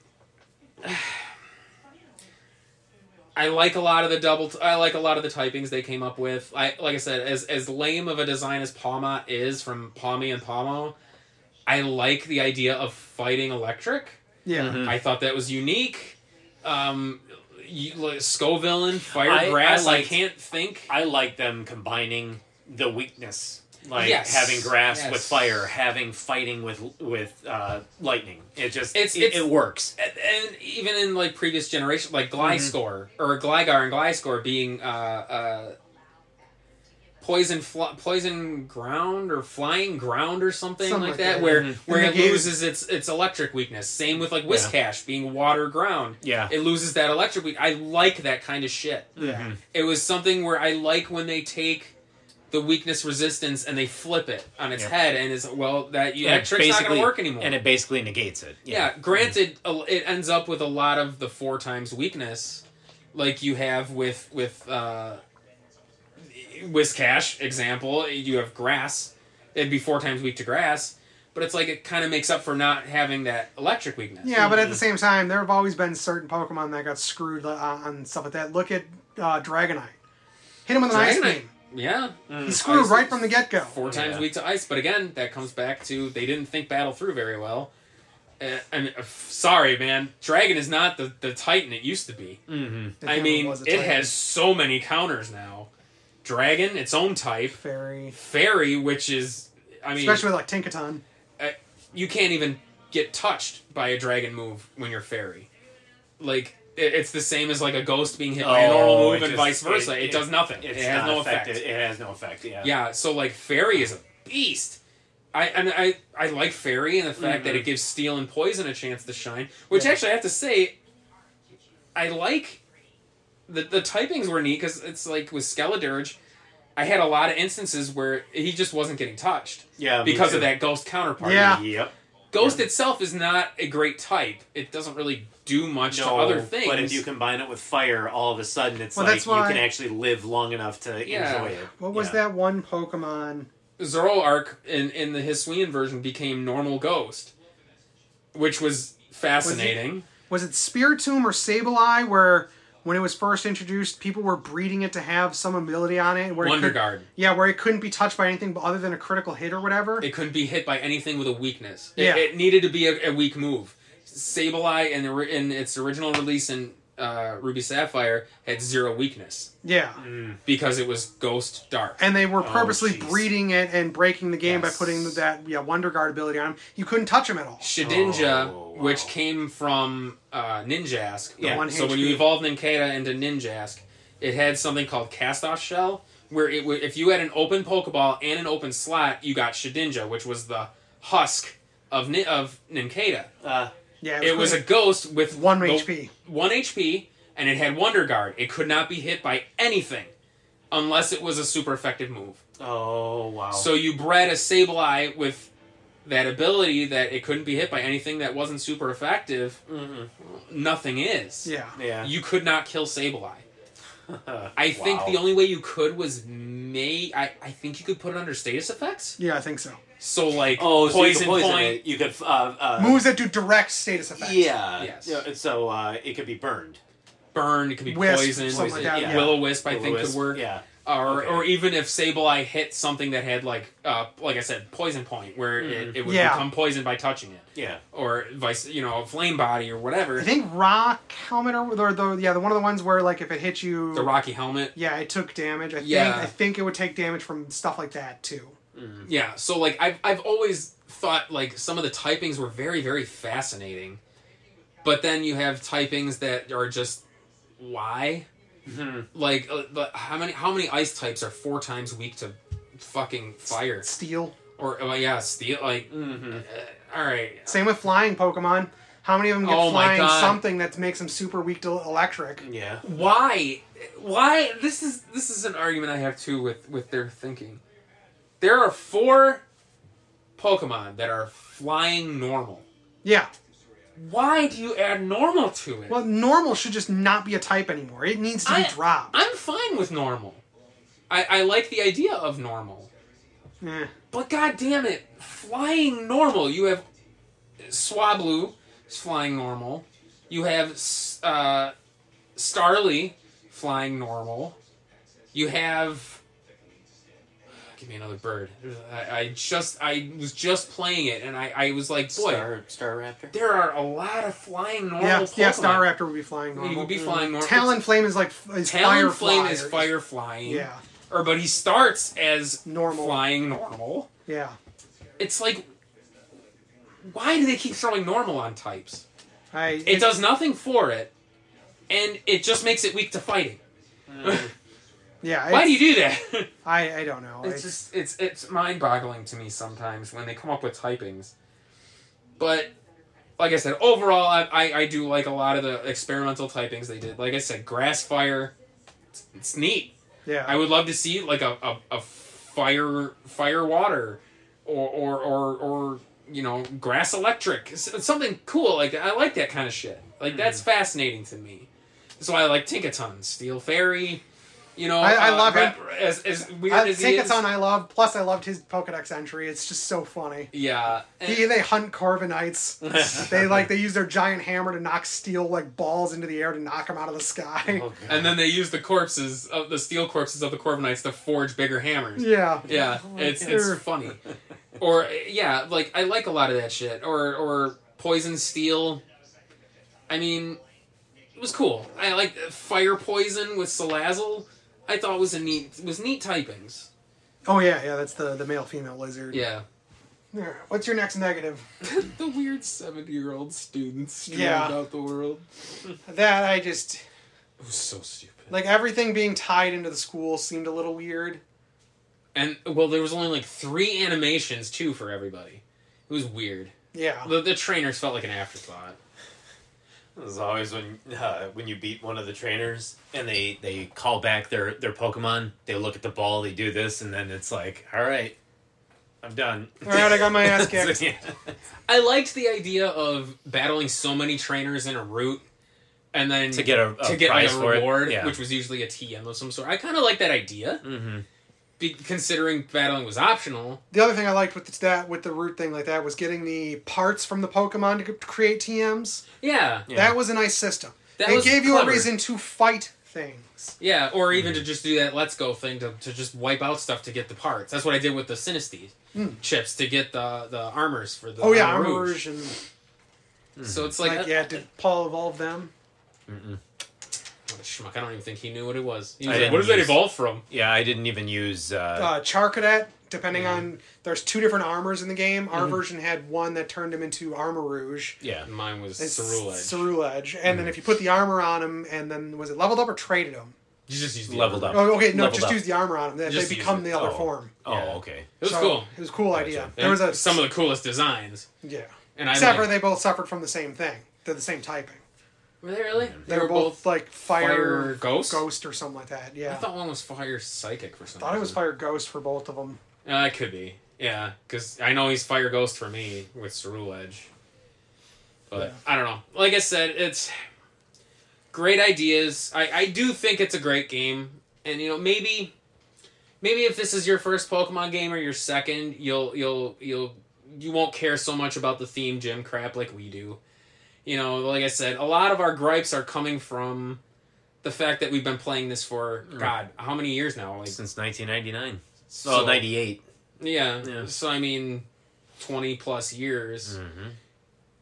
B: I like a lot of the double. T- I like a lot of the typings they came up with. I like I said, as as lame of a design as Palma is from Palmy and Palmo, I like the idea of fighting electric.
D: Yeah,
A: Mm-hmm.
B: I thought that was unique. Um, you, like, Scovillain, fire
A: I- I
B: grass. I,
A: liked-
B: can't think.
A: I like them combining the weakness, like
B: Yes.
A: having grass with
B: Yes.
A: fire, having fighting with with uh, lightning. It just
B: It's-
A: it,
B: it's-
A: it works.
B: and, and even in like previous generation, like
A: Mm-hmm.
B: Gliscor or Gligar and Gliscor being uh, uh, poison, fl- poison ground or flying ground or something,
D: Something
B: like
D: like
B: that,
D: that,
B: where
A: mhm.
B: where
D: And
B: it
D: they gave-
B: loses its its electric weakness. Same with like Whiskash being water ground.
A: Yeah.
B: It loses that electric weak. I like that kind of shit.
D: yeah.
B: It was something where I like when they take the weakness resistance and they flip it on its
A: Yeah.
B: head and it's well that you,
A: And
B: that
A: it
B: trick's not gonna
A: basically-
B: work anymore.
A: And it basically negates it.
B: Yeah, granted, a- it ends up with a lot of the four times weakness, like you have with with uh, Whiskash example. You have grass; it'd be four times weak to grass, but it's like it kind of makes up for not having that electric weakness.
D: Yeah, but at the same time, there have always been certain Pokemon that got screwed uh, on stuff like that. Look at uh, Dragonite. Hit him with an ice
B: Dragonite,
D: beam.
B: yeah,
D: He screwed
B: Mm, Ice-
D: right from the get go.
B: four times
A: Yeah.
B: weak to ice. But again, that comes back to they didn't think battle through very well. Uh, I mean, uh, sorry, man. Dragon is not the, the Titan it used to be.
A: Mm-hmm.
B: I mean, it has so many counters now. Dragon, its own type.
D: fairy,
B: Fairy, which is, I mean,
D: especially with like Tinkaton.
B: uh, you can't even get touched by a dragon move when you're fairy. Like, it, it's the same as like a ghost being hit
A: Oh,
B: by a normal move and vice versa. It, does nothing. It
A: It's
B: has
A: not
B: no
A: effective.
B: effect.
A: It has no effect. Yeah.
B: Yeah, so like fairy is a beast. I and I I like fairy and the fact
A: Mm-hmm.
B: that it gives steel and poison a chance to shine, which
D: Yeah.
B: actually I have to say, I like. The the typings were neat because it's like with Skeledirge, I had a lot of instances where he just wasn't getting touched
A: Yeah, me
B: because of
A: too.
B: that ghost counterpart.
D: Yeah.
A: Yep.
B: Ghost itself is not a great type. It doesn't really do much
A: No,
B: to other things.
A: but if you combine it with fire, all of a sudden it's
D: Well,
A: like
D: that's
A: you
D: why-
A: can actually live long enough to
B: Yeah.
A: enjoy it.
D: What was
A: Yeah.
D: that one Pokemon?
B: Zoroark in in the Hisuian version became normal ghost, which was fascinating.
D: Was it Spiritomb or Sableye where when it was first introduced, people were breeding it to have some ability on it? Where it
B: Wonder
D: could-
B: Guard.
D: Yeah, where it couldn't be touched by anything other than a critical hit or whatever.
B: It couldn't be hit by anything with a weakness. It,
D: Yeah.
B: it needed to be a, a weak move. Sableye in, the, ri- in its original release in uh, Ruby Sapphire had zero weakness
D: yeah.
B: Mm. because it was ghost dark.
D: And they were purposely
A: jeez.
D: breeding it and breaking the game
B: Oh, Yes.
D: by putting that yeah Wonder Guard ability on him. You couldn't touch him at all.
B: Shedinja,
A: Oh, wow.
B: which came from uh, Ninjask.
A: Yeah.
D: one
B: So when
D: HP.
B: you evolved Ninkata into Ninjask, it had something called Cast Off Shell, where it w- if you had an open Pokeball and an open slot, you got Shedinja, which was the husk of Ni- of Ninkata.
A: Uh,
D: Yeah,
B: It was a
D: pretty-
B: ghost with
D: one
B: the-
D: HP.
B: one HP, and it had Wonder Guard. It could not be hit by anything unless it was a super effective move.
A: oh wow.
B: So you bred a Sableye with that ability that it couldn't be hit by anything that wasn't super effective.
A: Mhm.
B: Nothing is.
D: Yeah.
A: yeah. Uh,
B: You could not kill Sableye. I think
A: Wow.
B: the only way you could was may I, I think you could put it under status effects.
D: Yeah, I think so.
B: So like
A: oh, so you
B: poison,
A: could poison
B: point.
A: it. You could uh, uh,
D: Moves that do direct status effects.
A: Yeah.
B: Yes.
A: Yeah, So uh, it could be burned.
B: burn, it could be
D: Wisp,
B: poison,
D: something
A: like that, yeah.
B: will o wisp I think could
A: Will-o-wisp,
B: work.
A: Yeah.
B: Or
A: Okay.
B: or even if Sableye hit something that had like uh like I said, poison point where
A: Mm-hmm.
B: it, it would
D: Yeah.
B: become poisoned by touching it.
A: Yeah.
B: Or vice you know, a flame body or whatever.
D: I think Rock Helmet or the, the yeah the one of the ones where like if it hit you
B: the Rocky helmet.
D: yeah it took damage. I
B: Yeah.
D: think I think it would take damage from stuff like that too.
B: Yeah, so like I've I've always thought like some of the typings were very very fascinating, but then you have typings that are just why, like uh, but how many how many ice types are four times weak to fucking fire
D: Steel.
B: or oh yeah steel like uh,
A: Mm-hmm.
B: all right
D: Same with flying Pokemon. How many of them get
B: Oh my
D: flying
B: God.
D: something that makes them super weak to electric?
A: Yeah.
B: why why this is this is an argument i have too with with their thinking there are four pokemon that are flying normal
D: Yeah.
B: why do you add normal to it
D: Well, normal should just not be a type anymore. It needs to be
B: I-
D: dropped.
B: i'm fine with normal i i like the idea of normal
D: Eh.
B: but god damn it flying normal you have swablu is flying normal you have S- uh starly flying normal you have give me another bird i, I just i was just playing it and i i was like boy
A: Star Star Raptor.
B: there are a lot of flying normal
D: Yeah, yeah,
B: Pokemon.
D: Star Raptor would be flying
B: he
D: normal.
B: would be flying normal
D: Talonflame is like f- is fire
B: Talonflame is
D: flyers.
B: fire flying.
D: Yeah,
B: Or but he starts as
D: Normal.
B: flying normal.
D: yeah.
B: It's like why do they keep throwing normal on types?
D: I it,
B: It does nothing for it, and it just makes it weak to fighting.
D: yeah.
B: Why
D: it's-
B: do you do that?
D: I I don't know.
B: it's just it's it's mind boggling to me sometimes when they come up with typings. But like I said, overall I, I, I do like a lot of the experimental typings they did. Like I said, grass fire it's, it's neat.
D: yeah.
B: I would love to see like a, a, a fire fire water or or, or or you know grass electric S- something cool like that. I like that kind of shit like that's
D: Mm-hmm.
B: fascinating to me that's why I like Tinkaton Steel Fairy you know
D: I- I love
B: rap-
D: him.
B: as, as weird
D: I,
B: as he is
D: Tinkaton I love. Plus, I loved his Pokedex entry. It's just so funny.
B: yeah and-
D: He, they hunt Corviknights. they like they use their giant hammer to knock steel like balls into the air to knock them out of the sky.
A: Oh, God.
B: and then they use the corpses of the steel corpses of the Corviknights to forge bigger hammers
D: Yeah.
B: Yeah,
A: Oh my
B: it's
A: God.
B: it's funny. Or uh, yeah, like I like a lot of that shit. Or or poison steel. I mean, it was cool. I like fire poison with Salazzle. I thought was a neat was neat typings.
D: Oh yeah, yeah. That's the the male female lizard.
B: Yeah,
D: Yeah. What's your next negative?
B: the weird seventy year old students streamed
D: Yeah.
B: out the world.
D: That I just
B: It was so stupid.
D: like everything being tied into the school seemed a little weird.
B: And well, there was only like three animations too for everybody. It was weird.
D: Yeah.
B: The, the trainers felt like an afterthought.
A: As always, when uh, when you beat one of the trainers and they they call back their their Pokemon, they look at the ball, they do this, and then it's like, all right, I'm done.
D: All right, I got my ass
A: So,
D: kicked.
A: yeah.
B: I liked the idea of battling so many trainers in a route, and then
A: To get a- a
B: to get
A: prize
B: like a
A: for it,
B: reward,
A: yeah.
B: which was usually a TM of some sort. I kind of like that idea,
A: Mhm.
B: be- considering battling was optional.
D: The other thing I liked with that with the root thing like that was getting the parts from the Pokemon to create TMs.
B: Yeah,
A: Yeah.
D: That was a nice system.
B: That
D: it
B: was
D: gave you
B: clever.
D: a reason to fight things.
B: yeah, or even
A: Mm.
B: to just do that Let's Go thing to, to just wipe out stuff to get the parts. That's what I did with the Synesthete chips to get the the armors for the
D: Hmm. Oh yeah,
B: Armor
D: Armor
B: Rouge.
D: Rouge and
B: So it's like, uh,
D: like yeah, did Paul evolve them?
B: what a schmuck. I don't even think he knew what it was. He
A: I
B: was like,
A: didn't
B: what does that
A: use-
B: evolve from?
A: yeah, I didn't even use. Uh,
D: Uh, Charcadet, depending on there's two different armors in the game.
B: Mm-hmm.
D: Our version had one that turned him into Armor Rouge.
A: yeah,
B: Mine was
D: It's
B: Cerulege. Mm-hmm.
D: Cerulege. And then if you put the armor on him, and then was it leveled up or traded him?
B: you just used the
A: leveled
B: armor.
A: up.
D: Oh, okay, no,
A: Leveled
D: just
A: up.
D: use the armor on him. They, they
B: Just use
D: become
B: it.
D: the other
A: Oh.
D: form.
A: Oh,
B: Yeah.
A: okay.
B: It was
D: So,
B: cool.
D: It was a cool idea.
A: Gotcha.
D: There was a
B: some of the coolest designs.
D: yeah.
B: And I
D: Except for
B: like,
D: they both suffered from the same thing. They're the same typing.
B: were they really?
D: They, were, both, like
B: fire
D: fire,
B: ghost?
D: ghost or something like that. Yeah,
B: I thought one was fire psychic for some.
D: thought it was
B: reason.
D: fire ghost for both of them.
B: Uh, it could be. Yeah, because I know he's fire ghost for me with Cerulege. But I don't know. Like I said, it's great ideas. I I do think it's a great game, and you know maybe. Maybe if this is your first Pokemon game or your second, you'll you'll you'll you won't care so much about the theme gym crap like we do. you know, like I said, a lot of our gripes are coming from the fact that we've been playing this for God, how many years now? Like,
A: Since 1999.
B: so-
A: oh, 98.
B: Yeah.
A: Yeah.
B: So I mean, twenty plus years.
A: Mhm.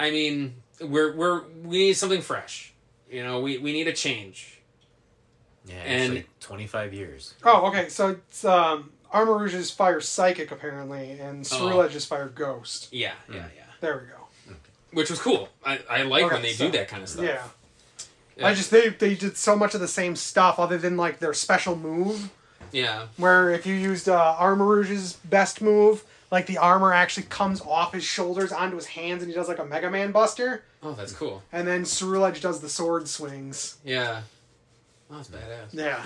B: I mean, we're we're we need something fresh. You know, we we need a change.
A: Yeah,
B: And-
A: actually, 25 years.
D: Oh, okay. So it's um, Armor Rouge is fire psychic apparently, and
B: Oh.
D: Cerulege is fire ghost.
B: Yeah,
D: Mm.
B: yeah, yeah.
D: There we go.
B: Which was cool. I I like
D: Okay,
B: when they
D: so-
B: do that kind of stuff.
D: Yeah.
B: Yeah.
D: I just they they did so much of the same stuff other than like their special move.
B: Yeah.
D: Where if you used uh, Armor Rouge's best move, like the armor actually comes off his shoulders onto his hands, and he does like a Mega Man Buster.
B: Oh, that's cool.
D: And then Cerulege does the sword swings.
B: Yeah. Oh, that's badass.
D: Yeah.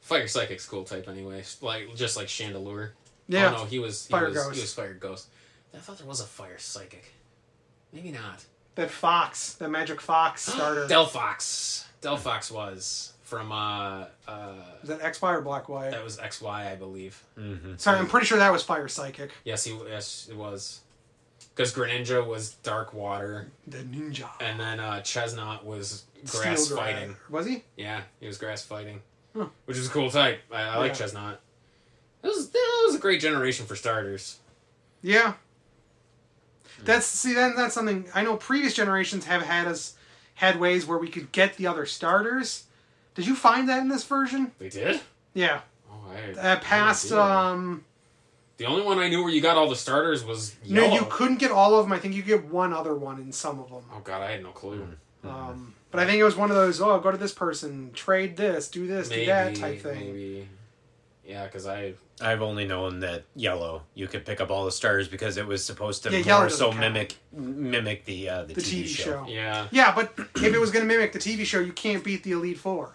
B: Fire psychic's cool type anyway. Like just like Chandelure.
D: Yeah.
B: Oh, no, he was he
D: Fire
B: was,
D: Ghost.
B: He was fire ghost. I thought there was a fire psychic. Maybe not.
D: That fox, that magic fox starter.
B: Delphox. Delphox was from uh uh
D: Is that X Y or Black Y?
B: that was XY I believe.
A: Mm-hmm.
D: Sorry, I'm pretty sure that was Fire Psychic.
B: Yes, he yes it was. Because Greninja was dark water,
D: The ninja.
B: and then uh, Chesnut was
D: Steel
B: grass
D: Drive.
B: fighting.
D: Was he?
B: Yeah, he was grass fighting,
D: Huh.
B: which is a cool type. I, I like
D: Yeah.
B: Chesnut. That was that was a great generation for starters.
D: Yeah.
B: Hmm.
D: That's see then that's something I know previous generations have had us had ways where we could get the other starters. Did you find that in this version?
B: They did.
D: Yeah.
B: Oh, I,
D: Uh, past
B: no idea.
D: um
B: The only one I knew where you got all the starters was yellow.
D: no, you couldn't get all of them. I think you could get one other one in some of them.
B: Oh god, I had no clue.
A: Hmm.
D: Um, but I think it was one of those, oh, go to this person, trade this, do this,
B: Maybe,
D: do that type thing.
B: maybe. Yeah, because I
A: I've only known that yellow you could pick up all the stars because it was supposed to
D: Yeah, yellow
A: more so
D: doesn't count.
A: mimic mimic the uh, the,
D: The
A: TV,
D: TV
A: show.
D: show.
B: yeah.
D: Yeah, but if it was going to mimic the TV show, you can't beat the Elite Four.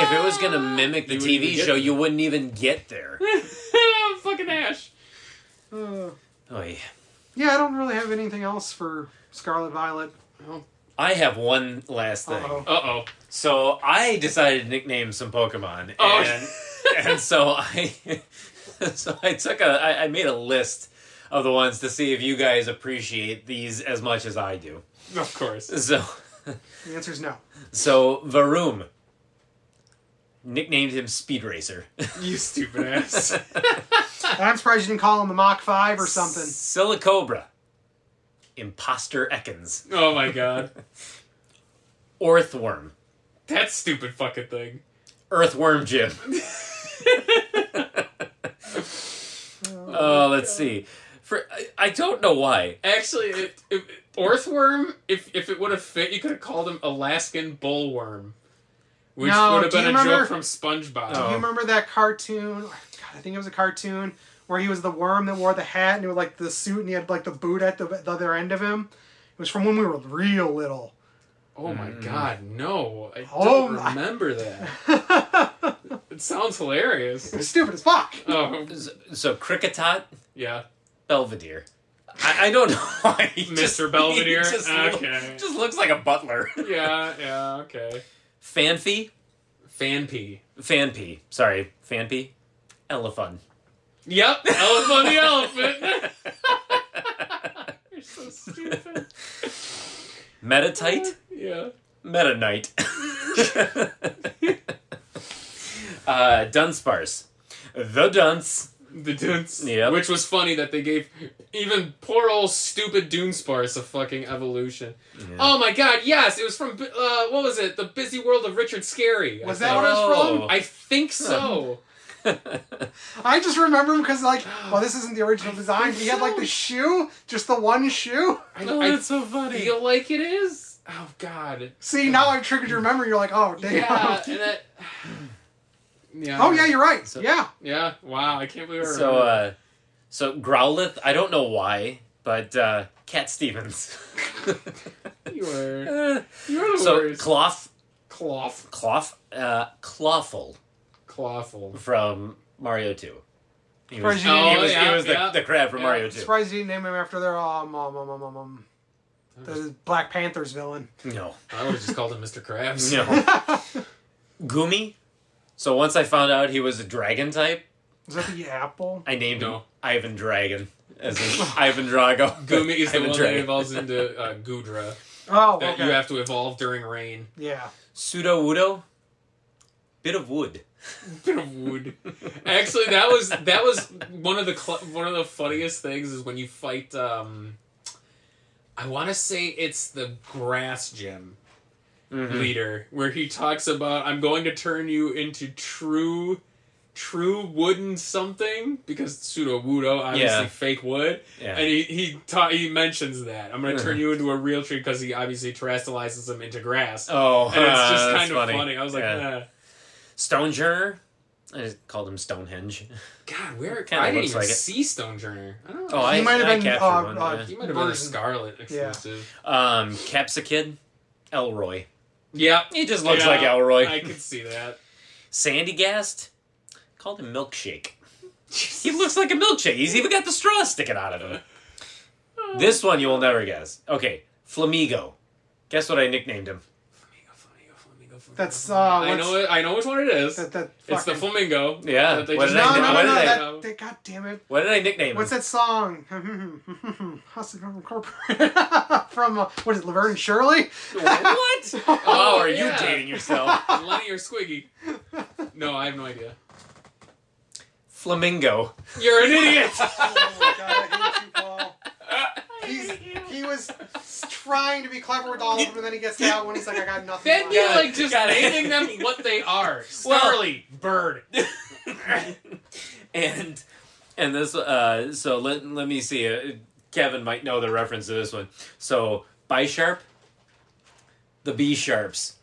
A: If it was gonna mimic the
B: You wouldn't
A: TV
B: even get
A: show,
B: there.
A: you wouldn't even get there.
B: fucking Ash.
D: Uh,
A: oh, yeah.
D: yeah, I don't really have anything else for Scarlet Violet.
A: I have one last thing.
D: Uh-oh.
B: Uh oh.
A: So I decided to nickname some Pokemon,
B: Oh.
A: and and so I so I took a I, I made a list of the ones to see if you guys appreciate these as much as I do.
B: Of course.
A: So
D: The answer is no.
A: so Varum nicknamed him Speed Racer.
B: You stupid ass.
D: I'm surprised you didn't call him the Mach 5 or something.
A: Silicobra, Imposter Ekans,
B: oh my god.
A: Orthworm,
B: That stupid fucking thing.
A: Earthworm Jim. Oh, let's see. For I, I don't know why.
B: Actually, it, it, Orthworm, if, if it would have fit, you could have called him Alaskan Bullworm. Which
D: No,
B: would have
D: do
B: been
D: you
B: a
D: remember-
B: joke from SpongeBob.
D: Do
A: Oh.
D: you remember that cartoon? God, I think it was a cartoon where he was the worm that wore the hat and it was like the suit and he had like the boot at the, the other end of him. was from when we were real little.
B: Oh my god, no. I
D: Oh
B: don't
D: my-
B: remember that. it sounds hilarious.
D: It was stupid as fuck.
B: Oh,
A: So, so Cricketot
B: yeah.
A: Belvedere. I, I don't know why. he just-
B: Mr. Belvedere?
A: he just loo-
B: Okay.
A: just looks like a butler.
B: Yeah, yeah, okay.
A: Fanfy?
B: Fanpy.
A: Fanpy. Sorry, Fanpy. Elephant.
B: Yep, elephant the elephant. You're so stupid.
A: Metatite?
B: Yeah.
A: Meta Knight. uh, Dunsparce. The Dunce.
B: The Dunes.
A: Yep.
B: Which was funny that they gave even poor old stupid Dunesparce a fucking evolution. Oh my god, yes, it was from, uh, what was it? The Busy World of Richard Scary. I
D: Was
B: think.
D: that what it was
A: Oh.
D: from?
B: I think so.
D: I just remember him because, like, well, this isn't the original design. He had, like, the shoe, just the one shoe.
B: I,
A: Oh,
B: I
A: that's so funny.
B: feel like it is. Oh god.
D: See, now I've triggered your memory. You're like, oh, damn.
B: Yeah, and that. Yeah.
D: Oh, yeah, you're right.
A: So-
D: yeah.
B: Yeah. Wow, I can't believe I remember.
A: So, uh, so Growlithe, I don't know why, but uh, Cat Stevens.
B: you were
A: uh, so
B: you were the worst.
A: Cloth,
B: Cloth,
A: Cloth, uh, Clawful
B: Clawful.
A: from Mario Two. He was,
D: Surprised
A: he
D: you didn't-
B: Oh,
A: was, he
B: yeah,
A: was the,
B: yeah.
A: the crab from
B: Yeah.
A: Mario Two.
D: Surprised you didn't name him after their, um, um, um, um, um, um, the Black Panthers villain.
A: No,
B: I would have just called him Mr. Krabs.
A: no. Goomy. So once I found out he was a dragon type,
D: Is that the apple?
A: I named him
B: No.
A: Ivan Dragon, as in Ivan Drago.
B: Gumi is the
A: Ivan
B: one that
A: Dragon.
B: evolves into uh, Gudra
D: Oh, okay.
B: that you have to evolve during rain.
D: yeah.
A: Pseudo Wudo. Bit of wood.
B: Bit of wood. Actually, that was that was one of the cl- one of the funniest things is when you fight. um I want to say it's the grass gym
A: Mm-hmm.
B: leader where he talks about I'm going to turn you into true. True wooden something because pseudo wudo obviously
A: Yeah.
B: fake wood,
A: Yeah.
B: and he he ta- he mentions that I'm going to turn
A: Mhm.
B: you into a real tree because he obviously terrestrializes him into grass,
A: Oh,
B: and it's just
A: that's
B: kind of funny. I was like,
A: Yeah.
B: eh.
A: Stonejourner. I just called him Stonehenge.
B: God, where
A: Kinda
B: I didn't
A: looks
B: even
A: like it.
B: see Stonejourner. I don't know.
A: Oh, I,
D: might have
A: I
D: been,
A: captured
D: uh,
A: one.
D: uh,
A: yeah.
B: he might have been a
D: version.
B: Scarlet
D: Yeah.
B: exclusive.
A: Um, Capsicid, Elroy.
B: Yeah,
A: He just looks
B: Yeah,
A: like Elroy.
B: I could see that.
A: Sandy Gast, called him Milkshake. He looks like a milkshake. He's even got the straw sticking out of him. This one you will never guess. Okay, Flamigo. Guess what I nicknamed him?
B: Flamingo, flamingo, flamingo, flamingo,
D: That's, uh,
B: flamingo. I
D: what's-
B: know. It, I know which one it is.
D: That, that
B: it's the
D: fucking-
B: flamingo.
A: Yeah,
B: That they
A: what
B: just
A: did
D: No,
A: I
D: no,
A: do?
D: no,
A: What
D: no.
A: did I
D: That, that, God damn it.
A: What did I nickname
D: What's
A: him?
D: that song? Hustle from Incorporated. from, uh, what is it, Laverne and Shirley?
A: what? Oh, are you
B: yeah.
A: dating yourself?
B: Lenny or Squiggy? No, I have no idea.
A: Flamingo.
B: You're an idiot.
D: Oh my god, I hate you, Paul. He's, he was trying to be clever with all of them, and then he gets that one. He's like, I got nothing.
B: Then
D: left.
B: you're
A: Yeah,
B: like just
A: got it.
B: naming them what they are.
A: Well-
B: Starly, bird.
A: and and this uh so let let me see uh, kevin might know the reference to this one so by sharp the b sharps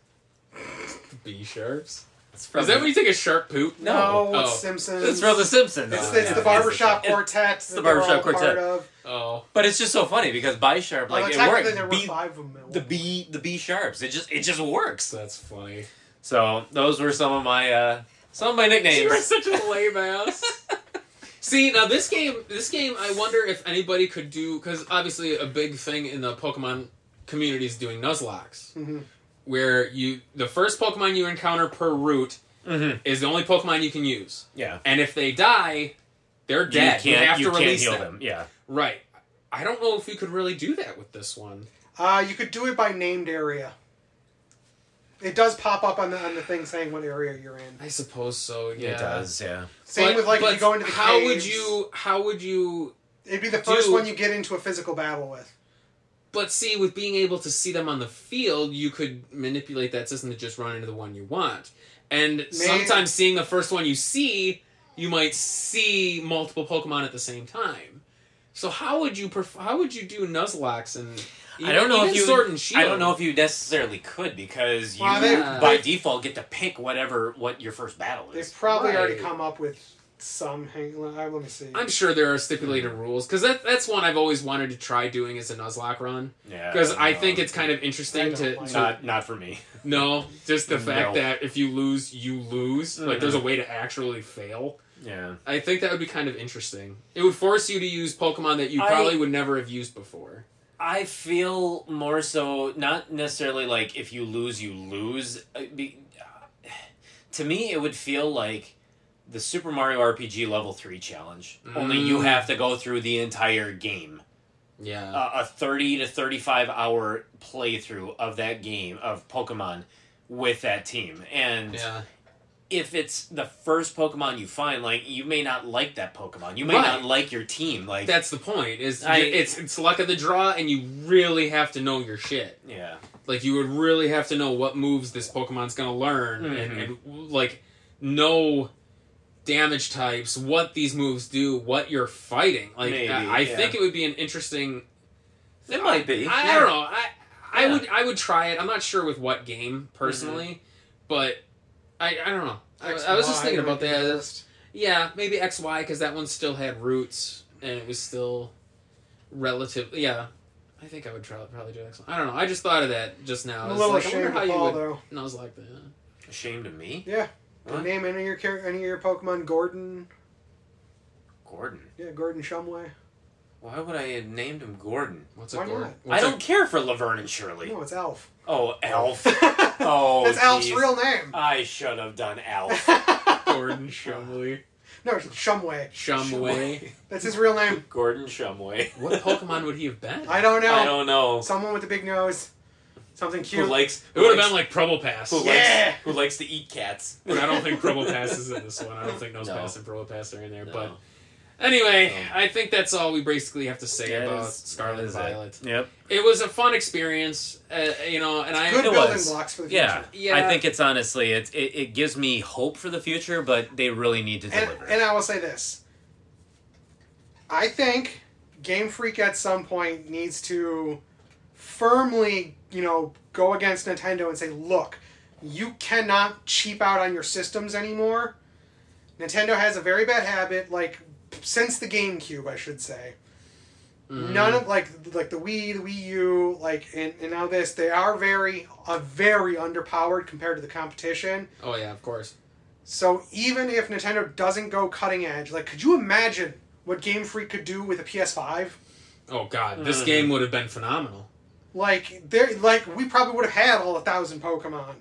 B: B sharps.
A: it's from
B: Is that when you take a sharp poop?
D: no,
B: No.
D: it's
B: Oh.
D: Simpsons.
A: it's from the simpsons
B: Oh,
D: It's, it's
B: yeah.
D: the barbershop
A: It-
D: quartet. It's
A: the barbershop quartet.
D: Of.
B: Oh.
A: but it's just so funny because by sharp
D: Like,
A: like
D: well,
A: it
D: technically,
A: works
D: there were
A: B-
D: five of them. at
A: the
D: once.
A: b the b sharps it just it just works
B: That's funny.
A: so those were some of my uh some of my nicknames
B: You are such a lame ass. See now this game, this game. I wonder if anybody could do because obviously a big thing in the Pokemon community is doing Nuzlocks,
D: Mhm.
B: where you the first Pokemon you encounter per route
A: Mhm.
B: is the only Pokemon you can use,
A: yeah
B: and if they die, they're dead.
A: you
B: You,
A: can't
B: have
A: you
B: to
A: can't
B: release
A: heal
B: them.
A: them yeah
B: Right. I don't know if you could really do that with this one.
D: Uh, you could do it by named area. It does pop up on the on the thing saying what area you're in.
B: I suppose so. Yeah.
A: it does yeah
D: Same
B: But-
D: with like if
B: but
D: you go into the
B: how would
D: caves,
B: you? How would you?
D: It'd be the first
B: do-
D: one you get into a physical battle with.
B: But see, with being able to see them on the field, you could manipulate that system to just run into the one you want. And sometimes seeing the first one you see, you might see multiple Pokemon at the same time. So how would you pref- how would you do Nuzlocks and
A: I don't know
B: even
A: if you.
B: Sword and Shield?
A: I don't know if you necessily could because you
D: Well, they-
A: by
D: they-
A: default get to pick whatever what your first battle
D: They've
A: is.
D: probably
B: Right.
D: already come up with some hang. Let let me see.
B: I'm sure there are stipulated rules because that, that's one I've always wanted to try doing as a Nuzlocke run
A: Yeah.
B: because
A: don't
B: I
A: know.
B: think it's kind of
D: I
B: interesting
D: don't
B: to,
D: like
B: to
A: not not for me.
B: no just the fact
A: No.
B: that if you lose you lose like there's a
A: Mm-hmm.
B: way to actually fail.
A: Yeah.
B: I think that would be kind of interesting. It would force you to use Pokemon that you
A: I-
B: probably would never have used before.
A: I feel more so not necessarily like if you lose you lose. uh, Be, to me, it would feel like the Super Mario RPG level three challenge. Only you
B: Mm.
A: have to go through the entire game,
B: Yeah.
A: uh, a thirty to thirty-five hour playthrough of that game of Pokemon with that team, and
B: yeah.
A: if it's the first Pokemon you find, like you may not like that Pokemon, you may
B: Right.
A: not like your team, like
B: That's the point. Is
A: I-
B: it's it's luck of the draw, and you really have to know your shit.
A: yeah,
B: Like you would really have to know what moves this Pokemon's gonna learn, and,
A: Mhm.
B: and like know damage types, what these moves do, what you're fighting. Like
A: Maybe,
B: I, I
A: yeah.
B: think it would be an interesting.
A: it might be.
B: I, I
A: yeah.
B: don't know. I I
A: Yeah.
B: would I would try it. I'm not sure with what game personally,
A: Mm-hmm.
B: but I I don't know. I,
D: X,
B: I was just
D: Y
B: thinking
D: might
B: about
D: be
B: that.
D: the best.
B: Yeah, maybe X Y because that one still had roots and it was still relative. Yeah, I think I would try, probably do X Y. I don't know. I just thought of that just now. I
D: I'm a
B: was
D: little
B: like, I wonder
D: ashamed
B: how
D: of
B: you
D: Paul,
B: would.
D: though.
B: And I was like, that.
A: Ashamed of me,
D: Yeah.
A: What?
D: Name any of your char- any of your Pokemon Gordon.
A: Gordon.
D: Yeah, Gordon Shumway.
A: Why would I have named him Gordon?
B: What's
D: Why
B: up, Gordon?
D: not?
A: I
B: What's
A: don't
B: up?
A: care for Laverne and Shirley.
D: No, it's Alf.
A: Oh, Elf.
D: oh,
A: Oh,
D: that's Alf's
A: geez.
D: real name.
A: I should have done Alf.
B: Gordon Shumway.
D: no, Shumway.
B: Shumway.
D: That's his real name.
A: Gordon Shumway.
B: what Pokemon would he have been?
D: I don't know.
A: I don't know.
D: Someone with a big nose. Something
A: Who
D: cute.
A: likes?
B: It would have been like Prubble Pass.
A: who
D: Yeah!
A: likes who likes to eat cats?
B: but I don't think Prubble Pass is in this one. I don't think Nose
A: No.
B: Pass and Prubble Pass are in there.
A: No.
B: But anyway,
A: No.
B: I think that's all we basically have to say
A: That
B: about
A: is-
B: Scarlet
A: that
B: and
A: is it.
B: Violet.
A: Yep.
B: It was a fun experience, uh, you know, and I
D: Good
A: It
D: building
A: was.
D: blocks for the future.
A: Yeah.
B: Yeah.
A: I think it's honestly it's it, it gives me hope for the future, but they really need to
D: And,
A: deliver.
D: and I will say this. I think Game Freak at some point needs to firmly, you know, go against Nintendo and say, look, you cannot cheap out on your systems anymore. Nintendo has a very bad habit, like since the GameCube, I should say.
B: Mm.
D: None of like like the Wii, the Wii U, like and, and now this, they are very uh, very underpowered compared to the competition.
B: Oh yeah, of course.
D: So even if Nintendo doesn't go cutting edge, like could you imagine what Game Freak could do with a PS5?
B: Oh god, this
A: Mhm.
B: game would have been phenomenal.
D: Like there like we probably would have had all a thousand Pokemon.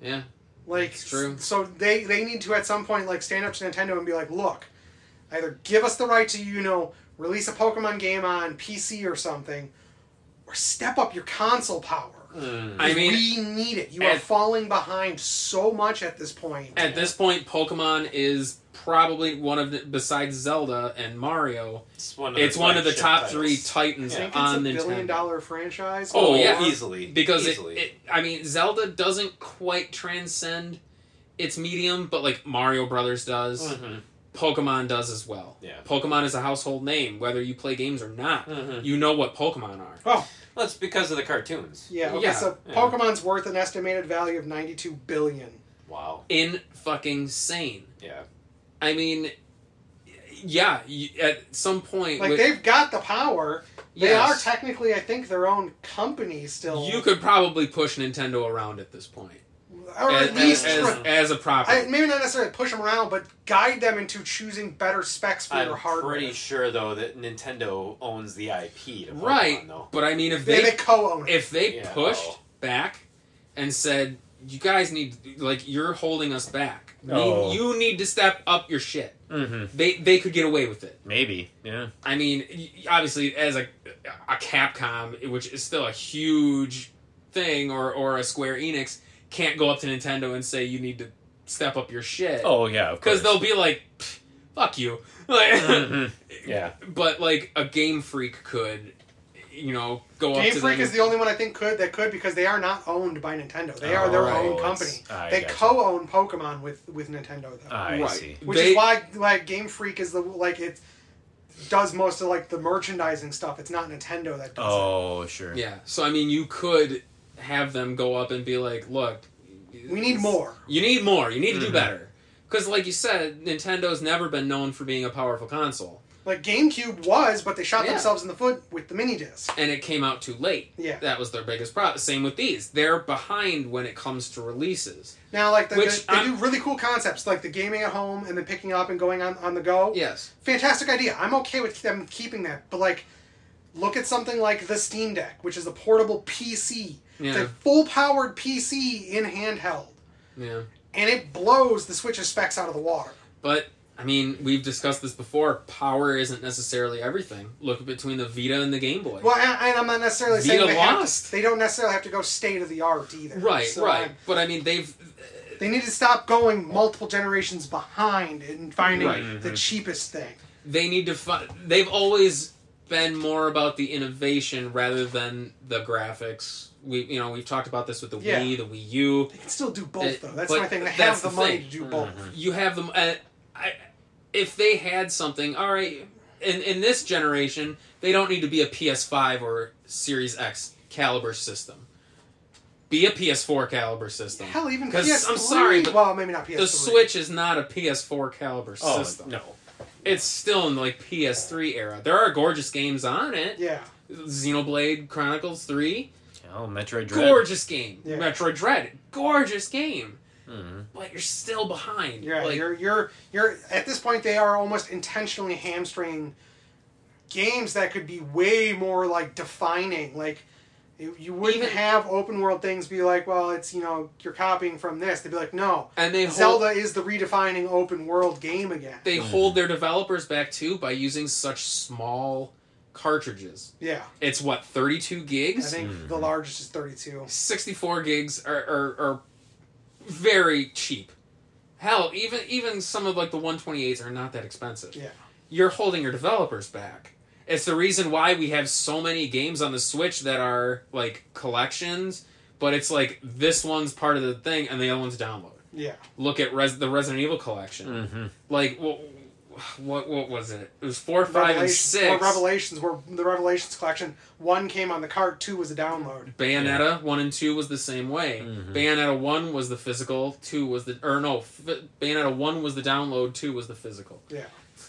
B: Yeah.
D: Like
B: It's true.
D: So they they need to at some point like stand up to Nintendo and be like, look, either give us the right to, you know, release a Pokemon game on PC or something, or step up your console power.
A: Mm.
B: I mean,
D: we need it. You are
B: at-
D: falling behind so much at this point.
B: At this point, Pokemon is probably one of the besides Zelda and Mario,
A: It's one
B: it's
A: the
B: one of the
A: flagship
B: top
A: titles.
B: three titans
D: I think it's a
B: on
D: billion
B: Nintendo.
D: dollar franchise.
B: Oh,
A: Oh
B: yeah.
A: yeah, easily
B: because it,
A: easily.
B: it, I mean, Zelda doesn't quite transcend its medium, but like Mario Brothers does,
A: Mhm.
B: Pokemon does as well.
A: Yeah.
B: Pokemon is a household name, whether you play games or not.
A: Mhm.
B: You know what Pokemon are.
D: Oh,
A: Well, it's because of the cartoons.
D: Yeah, okay,
B: Yeah,
D: so
A: yeah.
D: Pokemon's worth an estimated value of 92 billion.
A: Wow.
B: In fucking sane.
A: Yeah.
B: I mean, yeah, you, at some point,
D: Like,
B: with-
D: they've got the power. They
B: yes,
D: are technically, I think, their own company still.
B: you could probably push Nintendo around at this point,
D: Or
B: as,
D: at least.
B: as,
D: try-
B: as a
D: I,
B: property.
D: maybe not necessarily push them around, but guide them into choosing better specs for your
A: I'm
D: hardware.
A: pretty sure though that Nintendo owns the IP to Pokemon,
B: Right.
A: Though.
B: but I mean, if
D: they,
B: they
D: they co-own it.
B: if they
A: Yeah. oh.
B: pushed back and said, "You guys need like you're holding us back. Need-
A: Oh.
B: You need to step up your shit."
A: Mm-hmm.
B: They they could get away with it.
A: Maybe. Yeah.
B: I mean, y- obviously, as a a Capcom, which is still a huge thing, or or a Square Enix, can't go up to Nintendo and say you need to step up your shit.
A: Oh yeah. Of
B: because they'll be like, "Pfft, "Fuck you." Like,
A: Mhm. Yeah.
B: but like a Game Freak could, you know, go up
D: Game
B: to
D: Freak
B: them.
D: is the only one I think could that could because they are not owned by Nintendo. They are
B: Oh,
D: their
B: right.
D: own
A: it's-
D: company.
A: I
D: They
A: gotcha.
D: co-own Pokemon with with Nintendo though.
A: I
B: Right.
A: see.
D: which
B: They-
D: is why like Game Freak is the like it does most of like the merchandising stuff. It's not Nintendo that does it.
A: Oh sure.
B: Yeah. So I mean, you could have them go up and be like, "Look,
D: We need more.
B: You need more. You need to do
A: Mhm.
B: better." Because, like you said, Nintendo's never been known for being a powerful console,
D: Like GameCube was, but they shot
B: Yeah.
D: themselves in the foot with the mini disc.
B: and it came out too late.
D: Yeah.
B: That was their biggest problem. Same with these; they're behind when it comes to releases.
D: Now, like the,
B: Which
D: the- they do
B: I'm-
D: really cool concepts, like the gaming at home and then picking up and going on on the go.
B: Yes.
D: fantastic idea. I'm okay with them keeping that, but like, look at something like the Steam Deck, which is a portable PC. It's
B: Yeah.
D: a full powered PC in handheld,
B: Yeah.
D: and it blows the Switch's specs out of the water.
B: But I mean, we've discussed this before. Power isn't necessarily everything. Look between the Vita and the Game Boy.
D: Well, and, and I'm not necessarily saying
B: Vita
D: they, have to-
B: lost.
D: they don't necessarily have to go state of the art either.
B: right,
D: So,
B: right.
D: um,
B: But I mean, they've
D: They need to stop going multiple generations behind and finding
B: Right.
D: the cheapest thing.
B: they need to. Fi- they've always been more about the innovation rather than the graphics. We you know we've talked about this with the
D: Yeah.
B: Wii, the Wii U.
D: They can still do both,
B: It-
D: though. That's
B: but
D: my thing. They
B: that's
D: have the,
B: the
D: money
B: thing.
D: to do both.
B: You have them. Uh, I, if they had something, all right. In in this generation, they don't need to be a PS5 or Series X caliber system. Be a PS4 caliber system.
D: Hell, even
B: Because
D: PS3.
B: I'm sorry, but
D: well, maybe not PS3.
B: The Switch is not a PS4 caliber
A: Oh
B: system.
A: no,
B: It's still in like PS3 era. There are gorgeous games on it.
D: Yeah.
B: Xenoblade Chronicles 3,
A: oh Metroid Dread.
B: gorgeous game.
D: Yeah.
B: Metroid Dread, gorgeous game.
A: Mhm.
B: But you're still behind.
D: Yeah,
B: Like,
D: you're you're you're at this point they are almost intentionally hamstringing games that could be way more like defining. Like you you wouldn't
B: Even-
D: have open world things be like, well, it's you know you're copying from this. They'd be like, no,
B: and they
D: Zelda
B: hold
D: is the redefining open world game again.
B: they hold their developers back too by using such small cartridges.
D: yeah,
B: It's what 32
D: I
B: gigs.
D: think the largest is thirty two.
B: 64 gigs are, are, are very cheap. Hell, even even some of like the 128s are not that expensive.
D: Yeah.
B: You're holding your developers back. It's the reason why we have so many games on the Switch that are like collections, but it's like this one's part of the thing and the other one's download.
D: Yeah,
B: Look at Res- the Resident Evil collection.
A: Mhm.
B: Like what, what what was it? It was 4, 5 and
D: Revelations,
B: 6.
D: well, Revelations were the Revelations collection. One came on the cart, two was a download.
B: Bayonetta one and two was the same way. Bayonetta one was the physical, two was the or no, f- Bayonetta one was the download, two was the physical.
D: Yeah.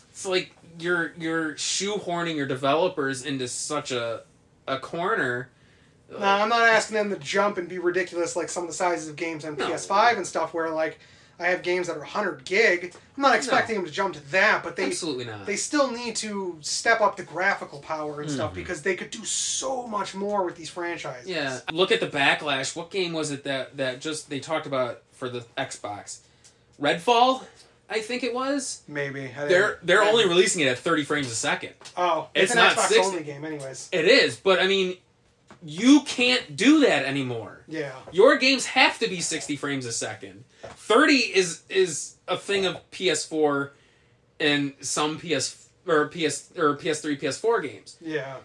B: It's like you're you're shoehorning your developers into such a a corner.
D: No, I'm not asking them to jump and be ridiculous like some of the sizes of games on
B: No.
D: PS5 and stuff where like I have games that are 100 gig. I'm not expecting them to jump to that, but they
B: Absolutely not.
D: they still need to step up the graphical power and
B: Hmm.
D: stuff because they could do so much more with these franchises.
B: yeah. Look at the backlash. What game was it that that just they talked about for the Xbox? Redfall, I think it was.
D: Maybe. I
B: They're
D: think-
B: they're only releasing it at 30 frames a second.
D: Oh,
B: it's
D: it's, an
B: not
D: Xbox
B: 60.
D: only game anyways.
B: It is, but I mean, you can't do that anymore.
D: Yeah.
B: Your games have to be 60 frames a second. 30 is is a thing of PS4 and some PS or PS or PS3 PS4 games.
D: Yeah.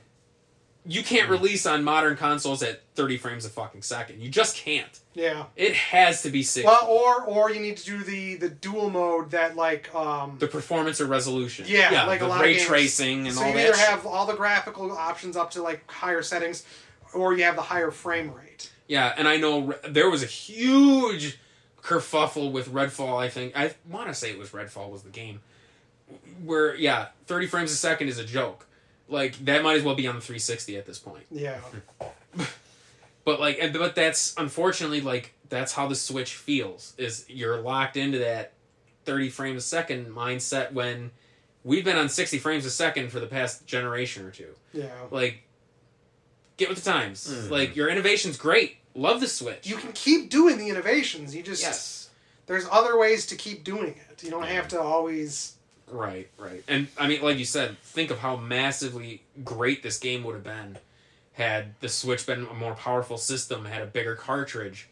B: You can't
D: Mm-hmm.
B: release on modern consoles at 30 frames a fucking second. You just can't.
D: Yeah.
B: It has to be 60.
D: Well, or or you need to do the the dual mode that like um
B: the performance or resolution.
D: Yeah, like a
B: the
D: lot of
B: ray
D: games.
B: tracing and
D: so
B: all
D: you
B: that.
D: either
B: shit.
D: have all the graphical options up to like higher settings, or you have the higher frame rate.
B: Yeah, and I know re- there was a huge kerfuffle with Redfall. I think I want to say it was Redfall was the game where yeah, thirty frames a second is a joke. Like that might as well be on the three sixty at this point.
D: Yeah,
B: But like, and, but that's unfortunately like that's how the Switch feels is you're locked into that thirty frames a second mindset when we've been on sixty frames a second for the past generation or two.
D: yeah.
B: Like, get with the times.
A: Mhm.
B: Like your innovation's great. Love the Switch.
D: You can keep doing the innovations. You just
B: yes.
D: there's other ways to keep doing it. You don't have to always.
B: Right, right. And I mean, like you said, think of how massively great this game would have been had the Switch been a more powerful system, had a bigger cartridge.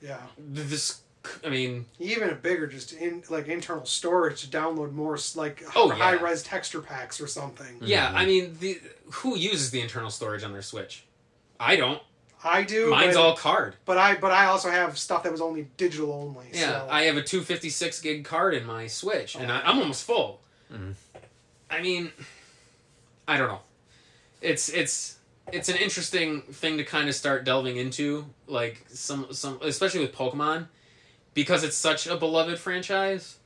D: Yeah,
B: Th- This, I mean,
D: even a bigger just in like internal storage to download more s- like
B: Oh, yeah.
D: high res texture packs or something.
B: yeah, I mean, the who uses the internal storage on their Switch? I don't.
D: I do.
B: Mine's
D: but,
B: all card.
D: But I but I also have stuff that was only digital only.
B: Yeah,
D: so.
B: I have a 256 gig card in my Switch, and I, I'm almost full.
A: Mhm.
B: I mean, I don't know. It's it's it's an interesting thing to kind of start delving into, like some some especially with Pokemon, because it's such a beloved franchise.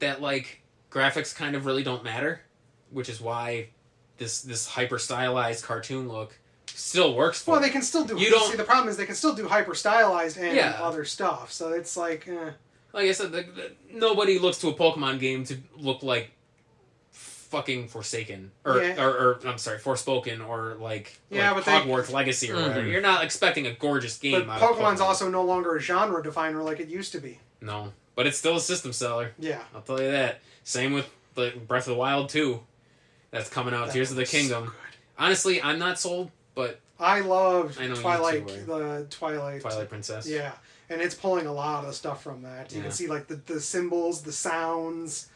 B: that like graphics kind of really don't matter, which is why this this hyper stylized cartoon look still works for.
D: Well,
B: me.
D: they can still do.
B: You don't-
D: see the problem is they can still do hyper stylized and
B: Yeah.
D: other stuff. So it's like, eh.
B: like I said, the, the, nobody looks to a Pokemon game to look like fucking Forsaken or
D: Yeah.
B: or, or I'm sorry, Forspoken or like,
D: Yeah,
B: like
D: but they-
B: Hogwarts Legacy or whatever.
A: Mhm.
B: You're not expecting a gorgeous game.
D: but
B: out of
D: Pokemon's
B: Pokemon.
D: also no longer a genre definer like it used to be.
B: no, but it's still a system seller.
D: Yeah.
B: I'll tell you that. Same with the Breath of the Wild 2 that's coming out.
D: That
B: Tears of the
D: looks so
B: Kingdom.
D: good.
B: Honestly, I'm not sold, but
D: I love
B: I know you
D: Twilight.
B: too,
D: The Twilight.
B: Twilight Princess.
D: Yeah, and it's pulling a lot of stuff from that. You
B: Yeah.
D: can see like the the symbols, the sounds.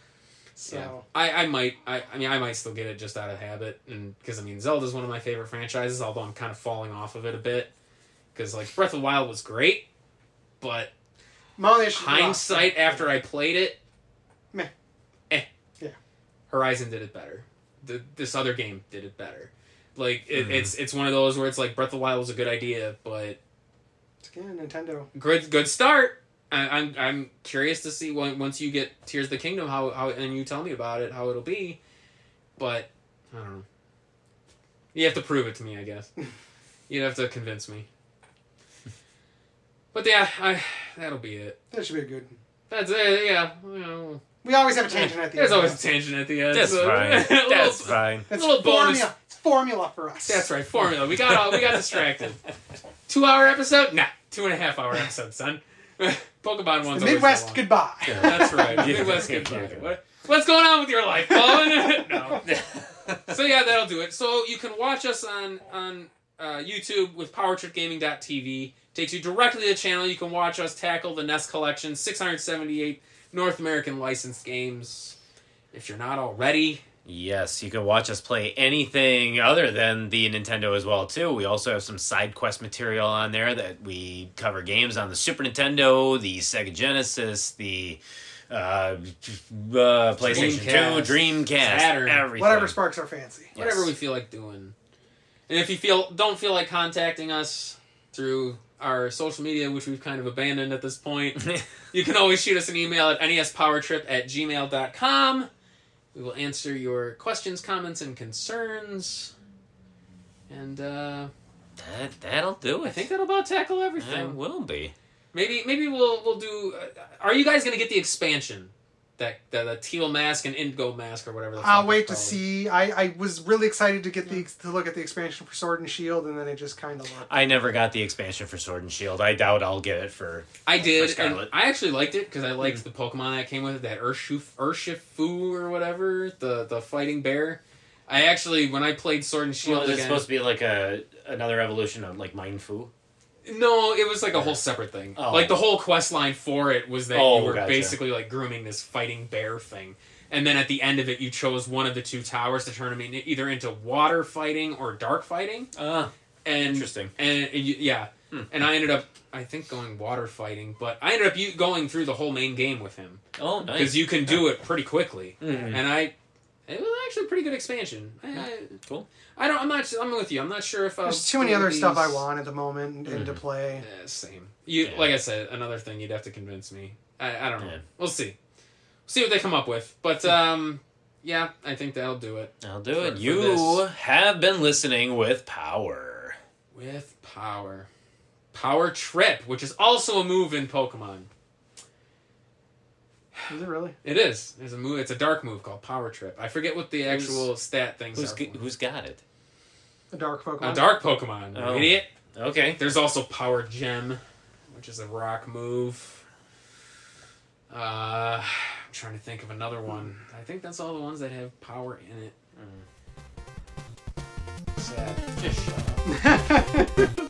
D: So.
B: Yeah. I, I might I, I mean I might still get it just out of habit and because I mean Zelda's one of my favorite franchises although I'm kind of falling off of it a bit because like Breath of the Wild was great but
D: My only issue-
B: hindsight after I played it
D: Meh.
B: eh
D: Yeah.
B: Horizon did it better the, this other game did it better like it, it's it's one of those where it's like Breath of the Wild was a good idea but
D: Yeah, Nintendo.
B: good good start. I, I'm I'm curious to see when, once you get Tears of the Kingdom how how and you tell me about it how it'll be, but I don't know. You have to prove it to me, I guess. You'd have to convince me. But yeah, I, that'll be it.
D: That should be a good.
B: That's it. Yeah. you know.
D: We always have a tangent at the
B: There's
D: end.
B: always a tangent at the end.
A: That's
B: so-
A: fine.
B: Little-
A: That's fine.
D: That's
B: little
D: formula.
B: bonus.
D: It's formula for us.
B: That's right. Formula. We got all, we got distracted. Two hour episode? Nah, two and a half hour episode, son. Pokemon one's
D: The
B: always
D: Midwest
B: so long.
D: goodbye.
A: Yeah.
B: That's right.
A: Yeah.
B: Midwest
A: Yeah.
B: goodbye.
A: Yeah.
B: What, what's going on with your life, Colin? no. So yeah, that'll do it. So you can watch us on on uh, YouTube with PowerTripGaming.tv. Takes you directly to the channel. You can watch us tackle the NES collection, 678 North American licensed games. If you're not already,
A: Yes, you can watch us play anything other than the Nintendo as well too. We also have some side quest material on there that we cover games on the Super Nintendo, the Sega Genesis, the uh, uh, PlayStation
B: Dreamcast,
A: Two, Dreamcast,
B: Saturn,
A: everything.
D: Whatever sparks our fancy.
B: whatever
A: Yes.
B: we feel like doing, and if you feel don't feel like contacting us through our social media, which we've kind of abandoned at this point. You can always shoot us an email at nespowertrip at gmail.com. We will answer your questions, comments, and concerns. And uh,
A: that, that'll do it.
B: I think that'll about tackle
A: that
B: everything.
A: will be.
B: Maybe maybe we'll we'll do. Uh, are you guys gonna get the expansion, that that, that teal mask and indigo mask or whatever? The fuck
D: I'll
B: it's
D: wait to
B: called?
D: see. I, I was really excited to get the to look at the expansion for Sword and Shield, and then it just kind of looked.
A: I never got the expansion for Sword and Shield. I doubt I'll get it for.
B: I did.
A: For
B: And
A: Scarlet. Hmm.
B: I actually liked it because I liked the Pokemon that came with it, that Urshifu, Urshifu or whatever, the the fighting bear. I actually when I played Sword and Shield
A: Well, it's
B: again,
A: supposed to be like a another evolution of like Mindfu.
B: No, it was like a whole separate thing.
A: Oh.
B: Like the whole quest line for it was that
A: Oh,
B: you were
A: gotcha.
B: basically like grooming this fighting bear thing. And then at the end of it, you chose one of the two towers to turn them in, either into water fighting or dark fighting.
A: Ah,
B: And
A: Interesting.
B: And, and you, yeah,
A: Hmm.
B: and I ended up, I think, going water fighting, but I ended up you going through the whole main game with him
A: oh,
B: because
A: nice.
B: you can do it pretty quickly.
A: Mhm.
B: And I, it was actually a pretty good expansion. I, I,
A: Cool.
B: I don't. I'm not. I'm with you. I'm not sure if uh, I.
D: There's too many other stuff I want at the moment and, and to play.
B: yeah, Eh, same. You
A: Yeah.
B: like I said, another thing you'd have to convince me. I, I don't know.
A: Yeah.
B: We'll see. We'll see what they come up with. But um, yeah, I think that'll do it.
A: I'll do
B: for-
A: it.
B: for
A: You
B: this.
A: have been listening with power.
B: With power, power trip, which is also a move in Pokemon.
D: Is it really?
B: It is. It's a move. It's a dark move called Power Trip. I forget what the
A: Who's-
B: actual stat things
A: Who's
B: are.
A: g-
B: for.
A: who's got it?
D: A dark Pokemon.
B: a dark Pokemon, you
A: Oh.
B: idiot.
A: Okay.
B: There's also Power Gem, which is a rock move. Uh, I'm trying to think of another one. I think that's all the ones that have power Mm. in it. Sad. Just shut up.